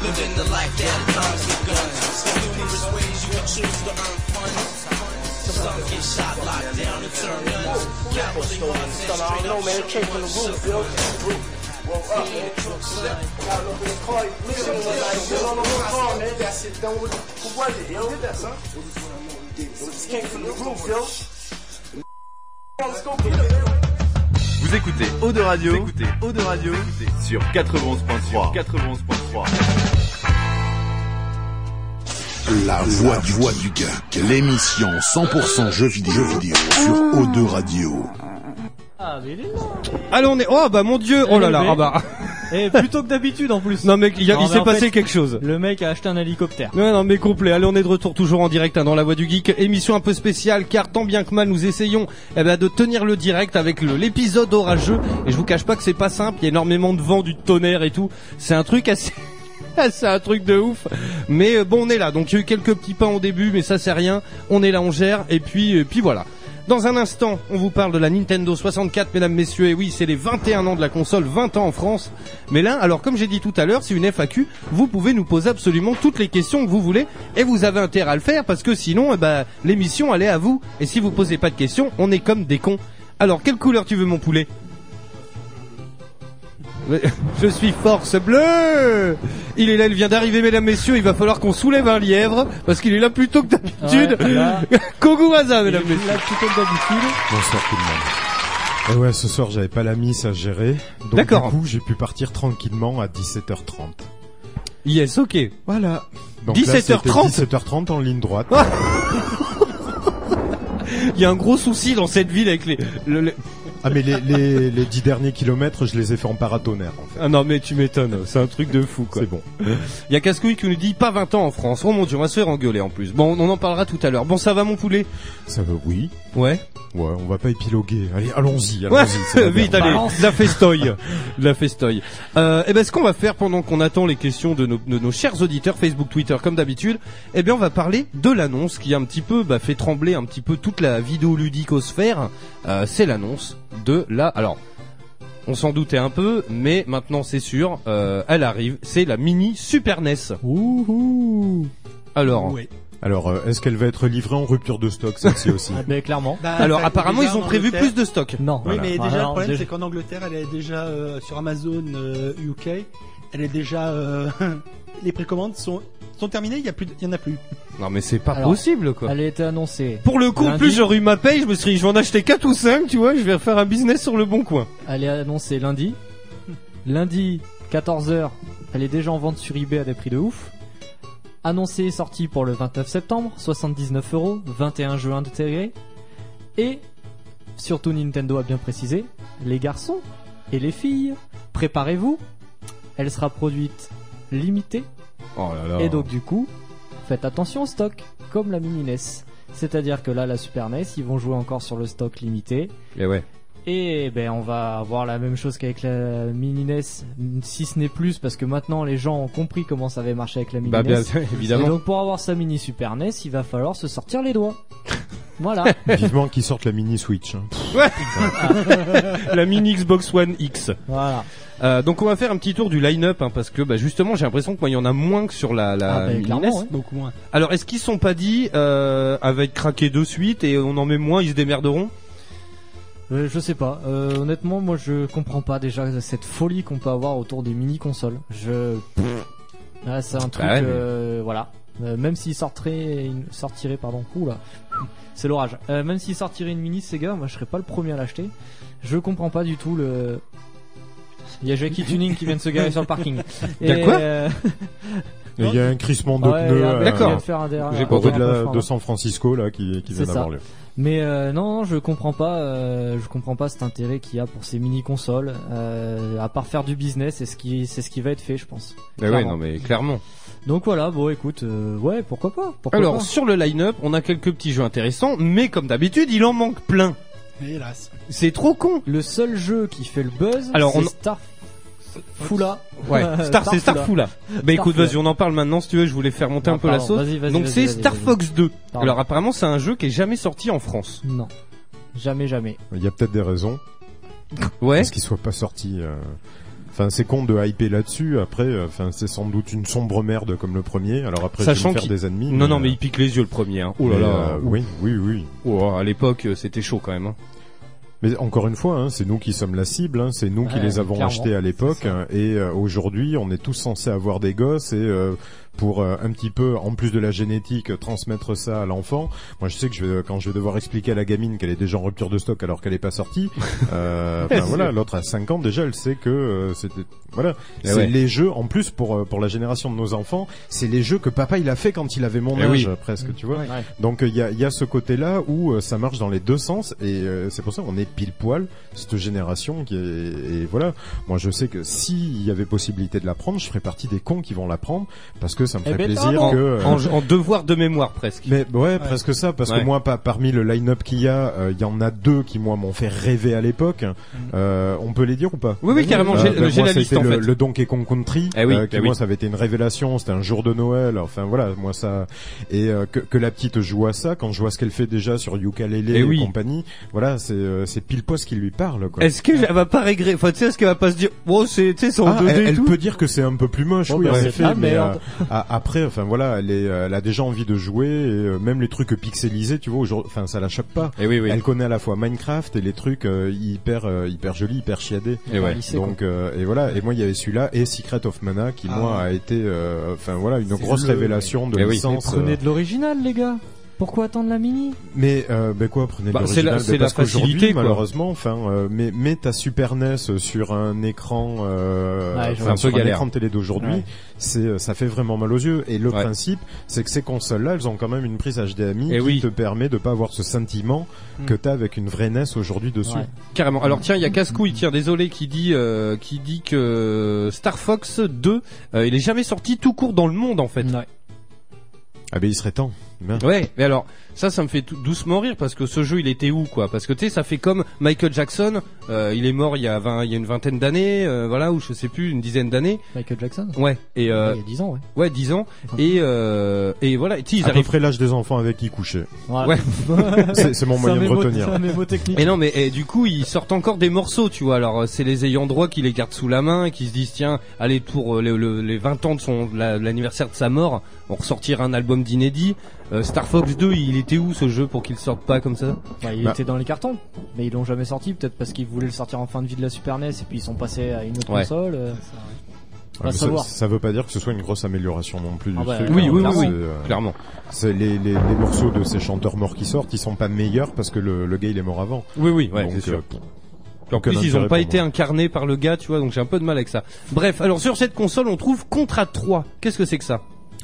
Living the life that comes with guns. There's numerous ways you can choose to earn funds. Some get shot, locked down, and turn nuns. Cowardly ones and
I don't
straight
know,
up
man. It came from the roof, Bill. Roof. Roll up. Got it up in his car. Listen, like, shit on the whole car, man. That shit done with Who was it, yo? Did that, son? It was when I know he did. It just came from the roof, yo. Let's go get it, man.
Vous écoutez Eau de Radio, vous écoutez Eau de Radio, vous écoutez sur 91.3, 91.3.
La voix du, voix du geek. L'émission 100% jeux vidéo, jeux vidéo sur O2 Radio.
Ah,
Allez, on est. Oh bah mon dieu Oh là là Ah bah
Et Eh, plutôt que d'habitude en plus.
Non, mais il y a- il
Non, mais
s'est
en
passé
fait,
quelque chose.
Le mec a acheté un hélicoptère.
Non, non, mais complet. Allez, on est de retour toujours en direct hein, dans la voix du geek. Émission un peu spéciale, car tant bien que mal, nous essayons eh ben, de tenir le direct avec le- l'épisode orageux. Et je vous cache pas que c'est pas simple. Il y a énormément de vent, du tonnerre et tout. C'est un truc assez. Ah, c'est un truc de ouf. Mais euh, bon, on est là. Donc il y a eu quelques petits pains au début, mais ça c'est rien. On est là, on gère. Et puis, et puis voilà. Dans un instant, on vous parle de la Nintendo 64, mesdames, messieurs. Et oui, c'est les 21 ans de la console, 20 ans en France. Mais là, alors comme j'ai dit tout à l'heure, c'est une FAQ. Vous pouvez nous poser absolument toutes les questions que vous voulez. Et vous avez intérêt à le faire parce que sinon, eh ben, l'émission, elle est à vous. Et si vous posez pas de questions, on est comme des cons. Alors, quelle couleur tu veux, mon poulet mais- Je suis force bleue Il est là, il vient d'arriver, mesdames, messieurs, il va falloir qu'on soulève un lièvre, parce qu'il est là plus tôt que d'habitude.
Ouais, là.
Koguwaza, mesdames,
Il est
messieurs. d'habitude.
Bonsoir tout le monde. Et Eh ouais, ce soir j'avais pas la miss à gérer. Donc
D'accord.
Du coup, j'ai pu partir tranquillement à 17h30.
Yes, ok.
Voilà. Donc là,
17h30.
c'était 17h30 en ligne droite.
Il y a un gros souci dans cette ville avec les. le- le-
Ah mais les, les, les 10 derniers kilomètres, je les ai fait en paratonnerre en fait.
Ah non, mais tu m'étonnes, c'est un truc de fou quoi.
C'est bon.
Il y a Cascouille qui nous dit pas 20 ans en France. Oh mon dieu, on va se faire engueuler en plus. Bon, on en parlera tout à l'heure. Bon, ça va mon poulet
Ça va, oui.
Ouais.
Ouais, on va pas épiloguer. Allez, allons-y, allons-y.
Ouais,
c'est la
vite,
dernière.
allez, de la festoye, de la festoye. Euh, et ben, ce qu'on va faire pendant qu'on attend les questions de nos, de nos chers auditeurs Facebook, Twitter, comme d'habitude, eh bien, on va parler de l'annonce qui a un petit peu bah, fait trembler un petit peu toute la vidéo ludicosphère. Euh, c'est l'annonce de la. Alors, on s'en doutait un peu, mais maintenant c'est sûr, euh, elle arrive. C'est la mini Super NES. Alors.
Alors, euh, est-ce qu'elle va être livrée en rupture de stock celle-ci aussi
Ah ben clairement.
Bah, Alors,
Bah,
apparemment, ils ont prévu
Angleterre.
plus de stock.
Non.
Oui,
Voilà.
mais déjà,
Ah,
le
non,
problème,
déjà-
c'est qu'en Angleterre, elle est déjà euh, sur Amazon euh, UK. Elle est déjà. euh, les précommandes sont, sont terminées, il n'y en a plus.
Non, mais c'est pas
Alors,
possible quoi.
Elle a été annoncée.
Pour le coup, en
lundi.
plus j'aurais eu ma paye, je me serais dit, je vais en acheter 4 ou 5, tu vois, je vais refaire un business sur le bon coin.
Elle est annoncée lundi. Lundi, 14h, elle est déjà en vente sur eBay à des prix de ouf. Annoncée et sortie pour le 29 septembre, 79 euros, 21 jeux intégrés. Et, surtout Nintendo a bien précisé, les garçons Et les filles, préparez-vous. Elle sera produite limitée.
Oh là là.
Et donc du coup, faites attention au stock, comme la mini NES. C'est-à-dire que là, la Super NES, ils vont jouer encore sur le stock limité.
Eh
Et ouais.
Et ben on va avoir la même chose qu'avec la mini NES, si ce n'est plus, parce que maintenant les gens ont compris comment ça avait marché avec la mini
Bah, bien
NES.
évidemment.
Et donc pour avoir sa mini Super NES, il va falloir se sortir les doigts. Voilà.
Vivement qu'ils sortent la mini Switch. hein.
la mini Xbox One X.
Voilà.
Euh, donc on va faire un petit tour du line-up hein, parce que bah, justement j'ai l'impression que moi il y en a moins que sur la, la
Ah, bah,
mini
clairement,
NES.
ouais.
Beaucoup moins.
Alors est-ce qu'ils sont pas dit euh, avec craquer de suite et on en met moins ils se démerderont
Euh, je sais pas. Euh, honnêtement, moi je comprends pas déjà cette folie qu'on peut avoir autour des mini consoles. Je Ah, c'est
Bah
un truc
ouais, mais-
euh, voilà. Euh, même s'il sortirait une... sortirait pardon, ouh là. C'est l'orage. Euh, même s'il sortirait une mini Sega, moi je serais pas le premier à l'acheter. Je comprends pas du tout le il y a Jackie Tuning qui vient de se garer sur le parking.
Y a quoi
euh,
Et Il y a un crissement de
Ouais, ah, il y
pneus.
a un
euh,
mec qui vient de faire un déra-
J'ai
un hein.
pas de,
dérapage,
la-
pardon.
de San Francisco là qui, qui vient
C'est ça.
d'avoir lieu.
Mais euh, non, non, je comprends pas, euh, je comprends pas cet intérêt qu'il y a pour ces mini consoles. euh, à part faire du business, c'est ce qui, c'est ce qui va être fait, je pense.
Bah ouais,
Clairement.
non mais clairement.
Donc voilà, bon, écoute, euh, ouais, pourquoi pas. Pourquoi
Alors
pas.
sur le line-up on a quelques petits jeux intéressants mais comme d'habitude il en manque plein.
Hélas.
C'est trop con.
Le seul jeu qui fait le buzz,
Alors,
c'est
on-
Star Fula.
Ouais,
Euh,
Star, c'est Starfoula. Bah écoute,
Starfoula.
vas-y, on en parle maintenant si tu veux, je voulais faire monter
Ah,
un peu
pardon,
la sauce.
vas-y, vas-y,
Donc
vas-y,
c'est
vas-y,
Star
vas-y.
Fox 2.
Pardon.
Alors apparemment, c'est un jeu qui est jamais sorti en France.
Non, jamais, jamais.
Il y a peut-être des raisons.
Ouais.
Parce qu'il soit pas sorti. euh, Enfin, c'est con de hyper là-dessus. Après, euh, enfin, c'est sans doute une sombre merde comme le premier. Alors après,
Sachant
je vais me
qu'il-
faire des ennemis.
Non, non, mais il pique les yeux le premier. Hein. Oh là
Mais,
là.
euh, oui, oui, oui.
Oh, à l'époque, euh, c'était chaud quand même. hein.
Mais encore une fois, hein, c'est nous qui sommes la cible, hein, c'est nous qui
Ouais,
les avons
clairement,
achetés à l'époque, hein, et euh, aujourd'hui, on est tous censés avoir des gosses, et euh, pour euh, un petit peu, en plus de la génétique, euh, transmettre ça à l'enfant. Moi, je sais que je vais, quand je vais devoir expliquer à la gamine qu'elle est déjà en rupture de stock alors qu'elle n'est pas sortie, euh, enfin, voilà, l'autre à 5 ans déjà, elle sait que euh, c'était, voilà,
Eh
c'est
ouais.
les jeux. En plus, pour euh, pour la génération de nos enfants, c'est les jeux que papa il a fait quand il avait mon
Eh
âge,
oui.
euh, presque, tu vois. Donc il y, a, y a ce côté-là où euh, ça marche dans les deux sens et euh, c'est pour ça qu'on est pile poil cette génération qui est et voilà. Moi je sais que s'il y avait possibilité de la prendre, je ferais partie des cons qui vont la prendre parce que ça me
Eh
ferait
ben,
plaisir
pardon.
que euh,
En- en devoir de mémoire presque.
mais ouais, presque ça, parce
Ouais.
que moi, pas parmi le line-up qu'il y a, euh, il y en a deux qui moi m'ont fait rêver à l'époque.
Mm.
Euh, on peut les dire ou pas Euh, ben,
Oui, oui, carrément, j'ai- j'ai
moi,
la
ça a
liste,
été
en
le,
fait.
le Donkey Kong Country,
Eh oui,
euh, qui
eh
moi
oui.
ça avait été une révélation. C'était un jour de Noël. Enfin voilà, moi ça et euh, que, que la petite joue à ça quand je vois ce qu'elle fait déjà sur ukulélé
Eh
et
oui.
compagnie. Voilà, c'est euh, c'est pile poste qui lui parle. quoi.
Est-ce qu'elle va pas régrer Enfin, tu sais, est-ce qu'elle va pas se dire, oh, c'est, tu sais, c'est en
Ah,
2D
elle,
et
elle
tout
peut dire que c'est un peu plus moche,
Bon,
oui,
bah,
en
c'est
effet,
de la
mais
merde.
euh, a- après, enfin voilà, elle, est, euh, elle a déjà envie de jouer, et, euh, même les trucs pixelisés, tu vois, aujourd'hui, enfin ça la chope pas.
Et Eh oui, oui.
Elle connaît à la fois Minecraft et les trucs euh, hyper euh, hyper jolis, hyper chiadés.
Et Eh ouais.
Donc euh, et voilà, et moi il y avait celui-là et Secret of Mana qui
Ah
moi
ouais.
a été, euh, enfin voilà, une
C'est
grosse
le-
révélation de
Eh oui.
licence.
Mais prenez
euh,
de l'original, les gars. Pourquoi attendre la mini
mais euh, ben quoi, prenez
Bah,
de
c'est la-
l'original,
c'est
ben
la
parce qu'aujourd'hui,
facilité, quoi.
malheureusement. Enfin, euh, mais mais ta Super NES sur un écran, euh,
Ouais, je
enfin,
vois.
sur
Un peu galère.
écran de télé d'aujourd'hui,
Ouais.
c'est euh, ça fait vraiment mal aux yeux. Et le principe, c'est que ces consoles-là, elles ont quand même une prise HDMI
Eh
qui
oui.
te permet de pas avoir ce sentiment
Mm.
que t'as avec une vraie NES aujourd'hui dessus.
Ouais. Carrément. Alors tiens, il y a Cascouille, tiens, désolé, qui dit euh, qui dit que Star Fox 2, euh, il est jamais sorti tout court dans le monde en fait.
Ah ben il serait temps. Merde.
Ouais, mais alors ça, ça me fait tout doucement rire parce que ce jeu, il était où quoi Parce que tu sais, ça fait comme Michael Jackson, euh, il est mort il y a 20, il y a une vingtaine d'années, euh, voilà, ou je sais plus, une dizaine d'années.
Michael Jackson.
Ouais. Et euh,
Il y a 10 ans, ouais.
ouais, 10 ans. Et euh, et voilà, tu sais, ils
à peu
arrivent
près l'âge des enfants avec qui coucher.
Ouais.
c'est c'est mon moyen de retenir.
Et non, mais eh, du coup, ils sortent encore des morceaux, tu vois. Alors, euh, c'est les ayants droit qui les gardent sous la main, et qui se disent tiens, allez pour euh, le- le- les 20 ans de son la- l'anniversaire de sa mort, on ressortira un album d'inédit. Euh, Star Fox 2, il était où ce jeu pour qu'il sorte pas comme ça
Bah, il était dans les cartons, mais ils l'ont jamais sorti, peut-être parce qu'ils voulaient le sortir en fin de vie de la Super NES et puis ils sont passés à une autre
Ouais.
console. euh,
Ah,
va
mais ça,
savoir.
ça veut pas dire que ce soit une grosse amélioration non plus du
Ah bah,
truc.
oui,
hein,
oui,
parce
oui,
que,
oui.
Clairement.
C'est les, les, les morceaux de ces chanteurs morts qui sortent, ils sont pas meilleurs parce que le, le gars il est mort avant.
Oui, oui, ouais,
Donc,
c'est sûr.
euh,
En
aucun
plus, ils ont
intérêt
pas
pour
été incarnés par le gars, tu vois, donc j'ai un peu de mal avec ça. Bref, alors sur cette console, on trouve Contra 3. Qu'est-ce que c'est que ça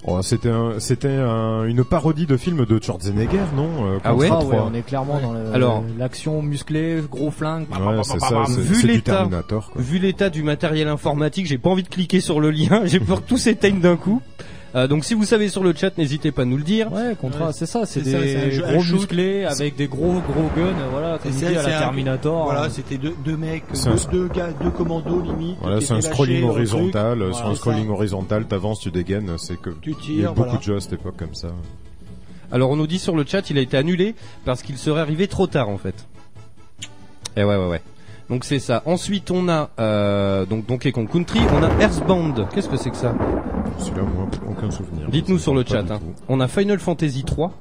Oh, c'était un- c'était un- une parodie de film de Schwarzenegger, non euh,
Ah ouais,
Contra trois.
on est clairement dans le-
Alors.
l'action musclée, gros flingue.
Ouais, c'est ça, c'est-
vu
c'est du
l'état,
Terminator,
vu l'état du matériel informatique, j'ai pas envie de cliquer sur le lien. J'ai peur que tout s'éteigne d'un coup. Euh, donc si vous savez sur le chat, n'hésitez pas à nous le dire.
Ouais, Contra, c'est ça, c'est
ça,
des
c'est un jeu- un
gros
shoot.
musclés avec des gros gros guns, voilà, comme dit
C'est-
à
c'est
la
un-
Terminator.
Voilà,
euh,
c'était deux, deux mecs,
C'est
deux,
un-
deux gars, deux commandos limite.
Voilà,
qui
c'est un
étaient lâchés
scrolling
dans le truc.
horizontal.
Voilà,
sur un
c'est
scrolling horizontal, t'avances, tu dégaines. C'est que
Tu tires,
il y a eu beaucoup
voilà.
de jeux à cette époque comme ça.
Alors on nous dit sur le chat, il a été annulé parce qu'il serait arrivé trop tard en fait. Et ouais ouais ouais. Donc c'est ça. Ensuite on a euh, donc Donkey Kong Country, on a Earthbound. Qu'est-ce que c'est que ça
Celui-là, moi, aucun souvenir.
Dites-nous sur le
Pas
chat.
du
hein.
tout.
On a Final Fantasy 3.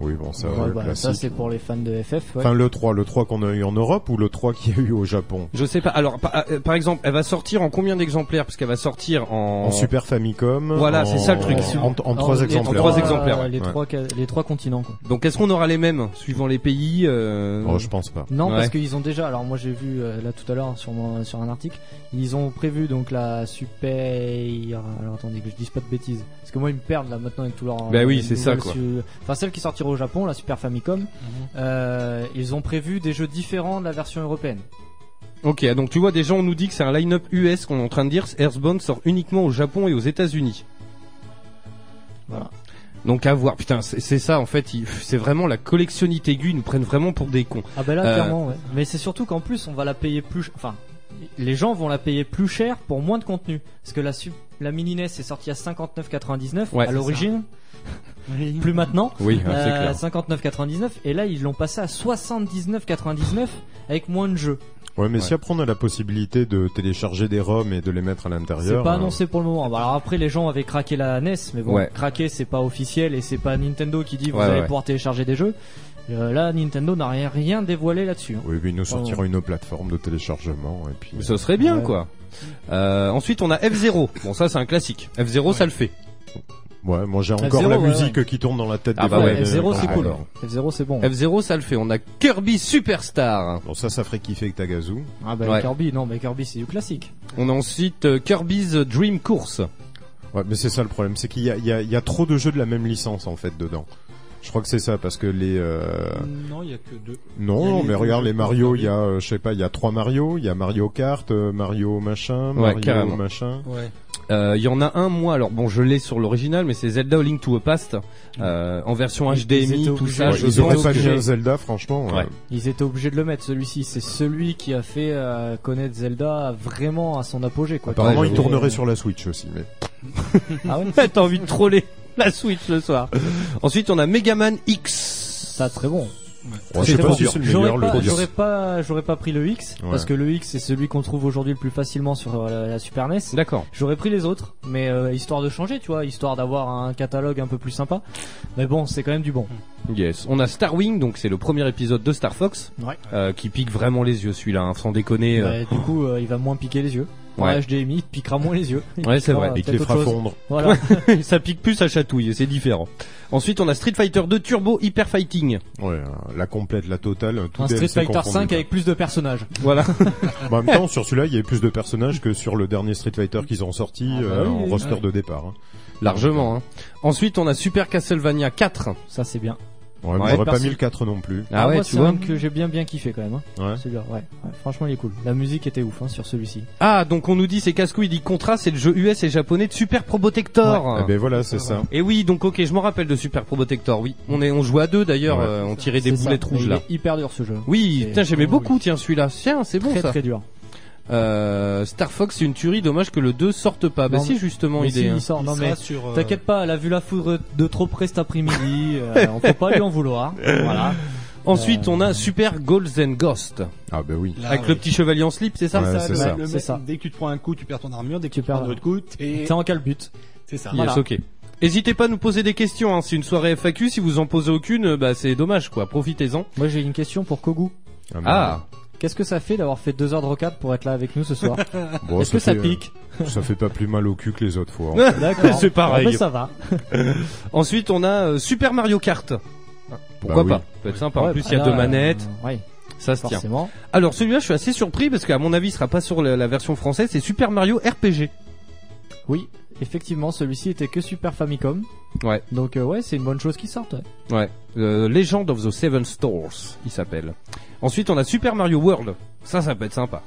Oui, bon, ça,
ouais,
le
bah,
classique.
ça c'est pour les fans de FF. ouais.
Enfin, le 3, le 3 qu'on a eu en Europe ou le 3 qu'il y a eu au Japon
Je sais pas. Alors par, euh, par exemple, elle va sortir en combien d'exemplaires Parce qu'elle va sortir en,
En Super Famicom.
Voilà, c'est
en-
ça le truc.
En, en trois
Ah, les
exemplaires.
trois, euh,
trois exemplaires, ouais.
les, trois, ca- les trois continents. quoi.
Donc est-ce qu'on aura les mêmes suivant les pays euh...
Oh, je pense pas.
Non, parce
Ouais.
qu'ils ont déjà. Alors moi j'ai vu euh, là tout à l'heure sur mon- sur un article, ils ont prévu donc la super. Alors attendez que je dise pas de bêtises, parce que moi ils me perdent là maintenant avec tout leur.
Bah oui,
les
c'est ça,
nouvelles
quoi.
su- Enfin celle qui sortira au Japon, la Super Famicom. euh, ils ont prévu des jeux différents de la version européenne.
Ok, donc tu vois déjà on nous dit que c'est un line-up US qu'on est en train de dire. Earthbound sort uniquement au Japon et aux États-Unis.
Voilà.
Donc à voir. Putain, c'est c'est ça en fait. il- C'est vraiment la collectionnite aiguë. Ils nous prennent vraiment pour des cons.
Ah bah là
Euh,
clairement ouais. Mais c'est surtout qu'en plus on va la payer plus ch- enfin les gens vont la payer plus cher pour moins de contenu parce que la sup- la mini NES est sortie à 59.99
Ouais.
à l'origine. plus maintenant.
Oui,
Euh,
c'est clair.
59.99 et là ils l'ont passé à 79.99 avec moins de jeux.
Ouais, mais si après on a la possibilité de télécharger des ROM et de les mettre à l'intérieur.
C'est pas
euh,
annoncé pour le moment. Bah, Alors après les gens avaient craqué la NES mais bon
Ouais.
craquer c'est pas officiel et c'est pas Nintendo qui dit vous
Ouais,
allez
ouais.
pouvoir télécharger des jeux. Euh, là Nintendo n'a rien rien dévoilé là-dessus. hein.
Oui, mais ils nous
Pardon.
sortiront une autre plateforme de téléchargement et puis.
Ce serait bien
Ouais.
quoi. Euh, ensuite on a F0. Bon ça c'est un classique. F0 ça le fait.
Ouais, moi j'ai
F0,
encore la
ouais,
musique
ouais.
qui tourne dans la tête.
Ah
des
bah
fois,
ouais,
mais-
F0,
Ah,
c'est cool.
alors.
F0 c'est bon.
F0 ça le fait. On a Kirby Superstar.
Bon ça ça ferait kiffer Tagazu.
Ah bah
Ouais.
Kirby non mais Kirby c'est du classique.
On a ensuite euh, Kirby's Dream Course.
Ouais, mais c'est ça le problème, c'est qu'il y a, il y a- il y a trop de jeux de la même licence en fait dedans. Je crois que c'est ça parce que les euh,
Non, il y a que deux.
non,
Il y a
mais
deux
regarde
jeux.
les Mario, il y a euh, je sais pas, il y a trois Mario, il y a Mario Kart, euh, Mario machin,
Ouais,
Mario
carrément.
machin.
Ouais.
Euh, Il y en a un moi alors bon je l'ai sur l'original mais c'est Zelda A Link to a Past euh, en version
Ils
HDMI
étaient
tout
obligés.
ça
Ouais,
je
ils auraient
pense
pas
que-
mis un
Zelda franchement
Ouais.
Ils étaient obligés de le mettre celui-ci. C'est celui qui a fait euh, connaître Zelda vraiment à son apogée. Quoi. euh,
Apparemment,
Ouais,
il
j'avoue.
tournerait sur la Switch aussi, mais
Ah ouais
T'as envie de troller la Switch le soir. Ensuite, on a Megaman X.
Ça, très bon.
Ouais, je sais
Très
pas
bon.
si c'est le
J'aurais
meilleur, le
pas,
produit.
j'aurais pas, j'aurais pas pris le X
Ouais.
parce que le X c'est celui qu'on trouve aujourd'hui le plus facilement sur euh, la, la Super NES.
D'accord.
J'aurais pris les autres, mais euh, histoire de changer, tu vois, histoire d'avoir un catalogue un peu plus sympa. Mais bon, c'est quand même du bon.
Yes. On a Starwing, donc c'est le premier épisode de Star Fox,
Ouais.
euh, qui pique vraiment les yeux celui-là, hein, sans déconner. euh.
Bah, du coup, euh, il va moins piquer les yeux. Pour
Ouais.
la HDMI, il te piquera moins les yeux. Il
Ouais, c'est
piquera,
vrai.
euh, peut-être autre chose. Voilà.
Ouais, ça pique plus, ça chatouille, c'est différent. Ensuite, on a Street Fighter 2 Turbo Hyper Fighting.
Ouais, euh, la complète, la totale, tout
un Street
DLC
Fighter
confondu.
5 avec plus de personnages.
Voilà.
Bah, en même temps, sur celui-là, il y avait plus de personnages que sur le dernier Street Fighter qu'ils ont sorti
Ah bah
euh,
oui,
en
oui,
roster
oui.
de départ. hein.
Largement. hein. Ensuite, on a Super Castlevania 4.
Ça, c'est bien.
Ouais, mais
Ouais.
j'aurais pas
Parce-
mis le 4 non plus.
Ah ouais,
moi,
tu
c'est
vois.
un que j'ai bien bien kiffé quand même. hein.
Ouais.
Celui-là, ouais. Ouais, Franchement, il est cool. La musique était ouf hein, sur celui-ci.
Ah, donc on nous dit c'est casse-couille, il dit Contra, c'est le jeu US et japonais de Super Probotector.
Eh ben voilà, c'est ça.
Et oui, donc ok, je m'en rappelle de Super Probotector. Oui, on est, on jouait à deux d'ailleurs.
Ouais.
euh, on tirait des
C'est ça.
boulettes
Mais
rouges
il
là.
est hyper dur ce jeu.
Oui,
C'est
putain, j'aimais
vraiment
beaucoup. Tiens, celui-là, tiens, c'est bon
très,
ça.
Très dur.
Euh, Star Fox, c'est une tuerie. Dommage que le 2 sorte pas. bah
Non,
si,
mais-
justement,
mais
il
si,
est. hein.
sort. Non
Il
mais
sera sur, euh,
t'inquiète pas, elle a vu la foudre de trop près cet après-midi. euh, on peut pas lui en vouloir. Voilà.
Ensuite, on a Super Golden Ghost.
Ah bah oui.
Là,
Avec
oui.
le petit chevalier en slip, c'est ça
le- le- Dès que tu te prends un coup, tu perds ton armure. Dès que tu, perds un autre coup, t'es
T'es en calbute.
C'est ça.
Yes, ok. Hésitez pas à nous poser des questions. hein. C'est une soirée FAQ. Si vous en posez aucune, euh, bah c'est dommage quoi. Profitez-en.
Moi, j'ai une question pour Kogu.
Ah,
Ah.
Qu'est-ce que ça fait d'avoir fait deux heures de rocade pour être là avec nous ce soir
Oh,
Bon,
Est-ce que ça
fait, euh,
pique
Ça fait pas plus mal au cul que les autres fois. hein.
D'accord.
C'est pareil.
Ah, ben, ça va.
Ensuite, on a euh, Super Mario Kart. Pourquoi
oui.
pas Ça peut être sympa. en
Ouais,
plus,
bah
il y a
là,
deux
euh,
manettes.
ouais.
Ça se tient.
Forcément.
Alors celui-là, je suis assez surpris parce qu'à mon avis, il sera pas sur la, la version française. C'est Super Mario RPG.
Oui, Effectivement, celui-ci était que Super Famicom.
Ouais.
Donc euh, ouais, c'est une bonne chose qu'il sorte. ouais.
Ouais. Euh, Legend of the Seven Stores, il s'appelle. Ensuite, on a Super Mario World. Ça, ça peut être sympa.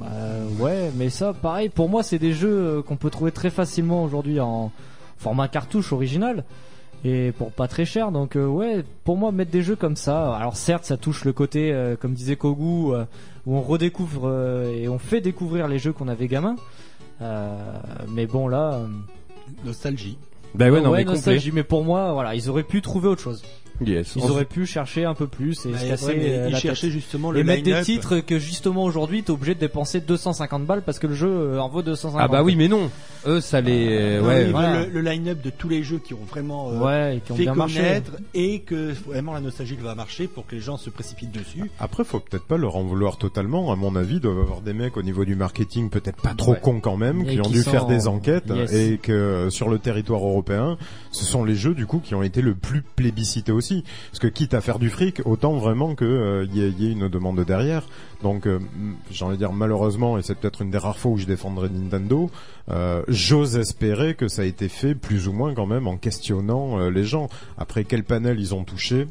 Bah, ouais, mais ça, pareil, pour moi, c'est des jeux euh, qu'on peut trouver très facilement aujourd'hui en format cartouche original et pour pas très cher. Donc euh, ouais, pour moi, mettre des jeux comme ça, alors certes, ça touche le côté, euh, comme disait Kogu, euh, où on redécouvre euh, et on fait découvrir les jeux qu'on avait gamin. Euh, mais bon là, euh,
nostalgie.
Bah ouais, non, mais complet.
nostalgie. Mais pour moi, voilà, ils auraient pu trouver autre chose.
Yes.
Ils auraient pu chercher un peu plus et
Bah,
se
ouais,
casser
mais
euh,
ils
la
cherchaient
tête.
justement
et
le
mettre des
line-up.
titres que justement aujourd'hui t'es obligé de dépenser 250 balles parce que le jeu euh, en vaut 250.
Ah bah oui, mais non. Eux, ça les.
Ah,
ouais.
oui, voilà.
Le, le line-up de tous les jeux qui ont vraiment euh,
Ouais, et qui ont
fait
bien marché.
connaître et que vraiment la nostalgie va marcher pour que les gens se précipitent dessus.
Après, faut peut-être pas leur en vouloir totalement. À mon avis, doivent avoir des mecs au niveau du marketing peut-être pas trop
Ouais.
cons quand même,
Et
qui ont
qui
dû
sont-
faire des enquêtes
Yes.
et que euh, sur le territoire européen, ce sont les jeux du coup qui ont été le plus plébiscités aussi. Parce que quitte à faire du fric, autant vraiment que euh, y, ait- y ait une demande derrière. Donc, euh, m- j'ai envie de dire malheureusement, et c'est peut-être une des rares fois où je défendrai Nintendo, euh, j'ose espérer que ça a été fait plus ou moins quand même en questionnant euh, les gens. Après, quel panel ils ont touché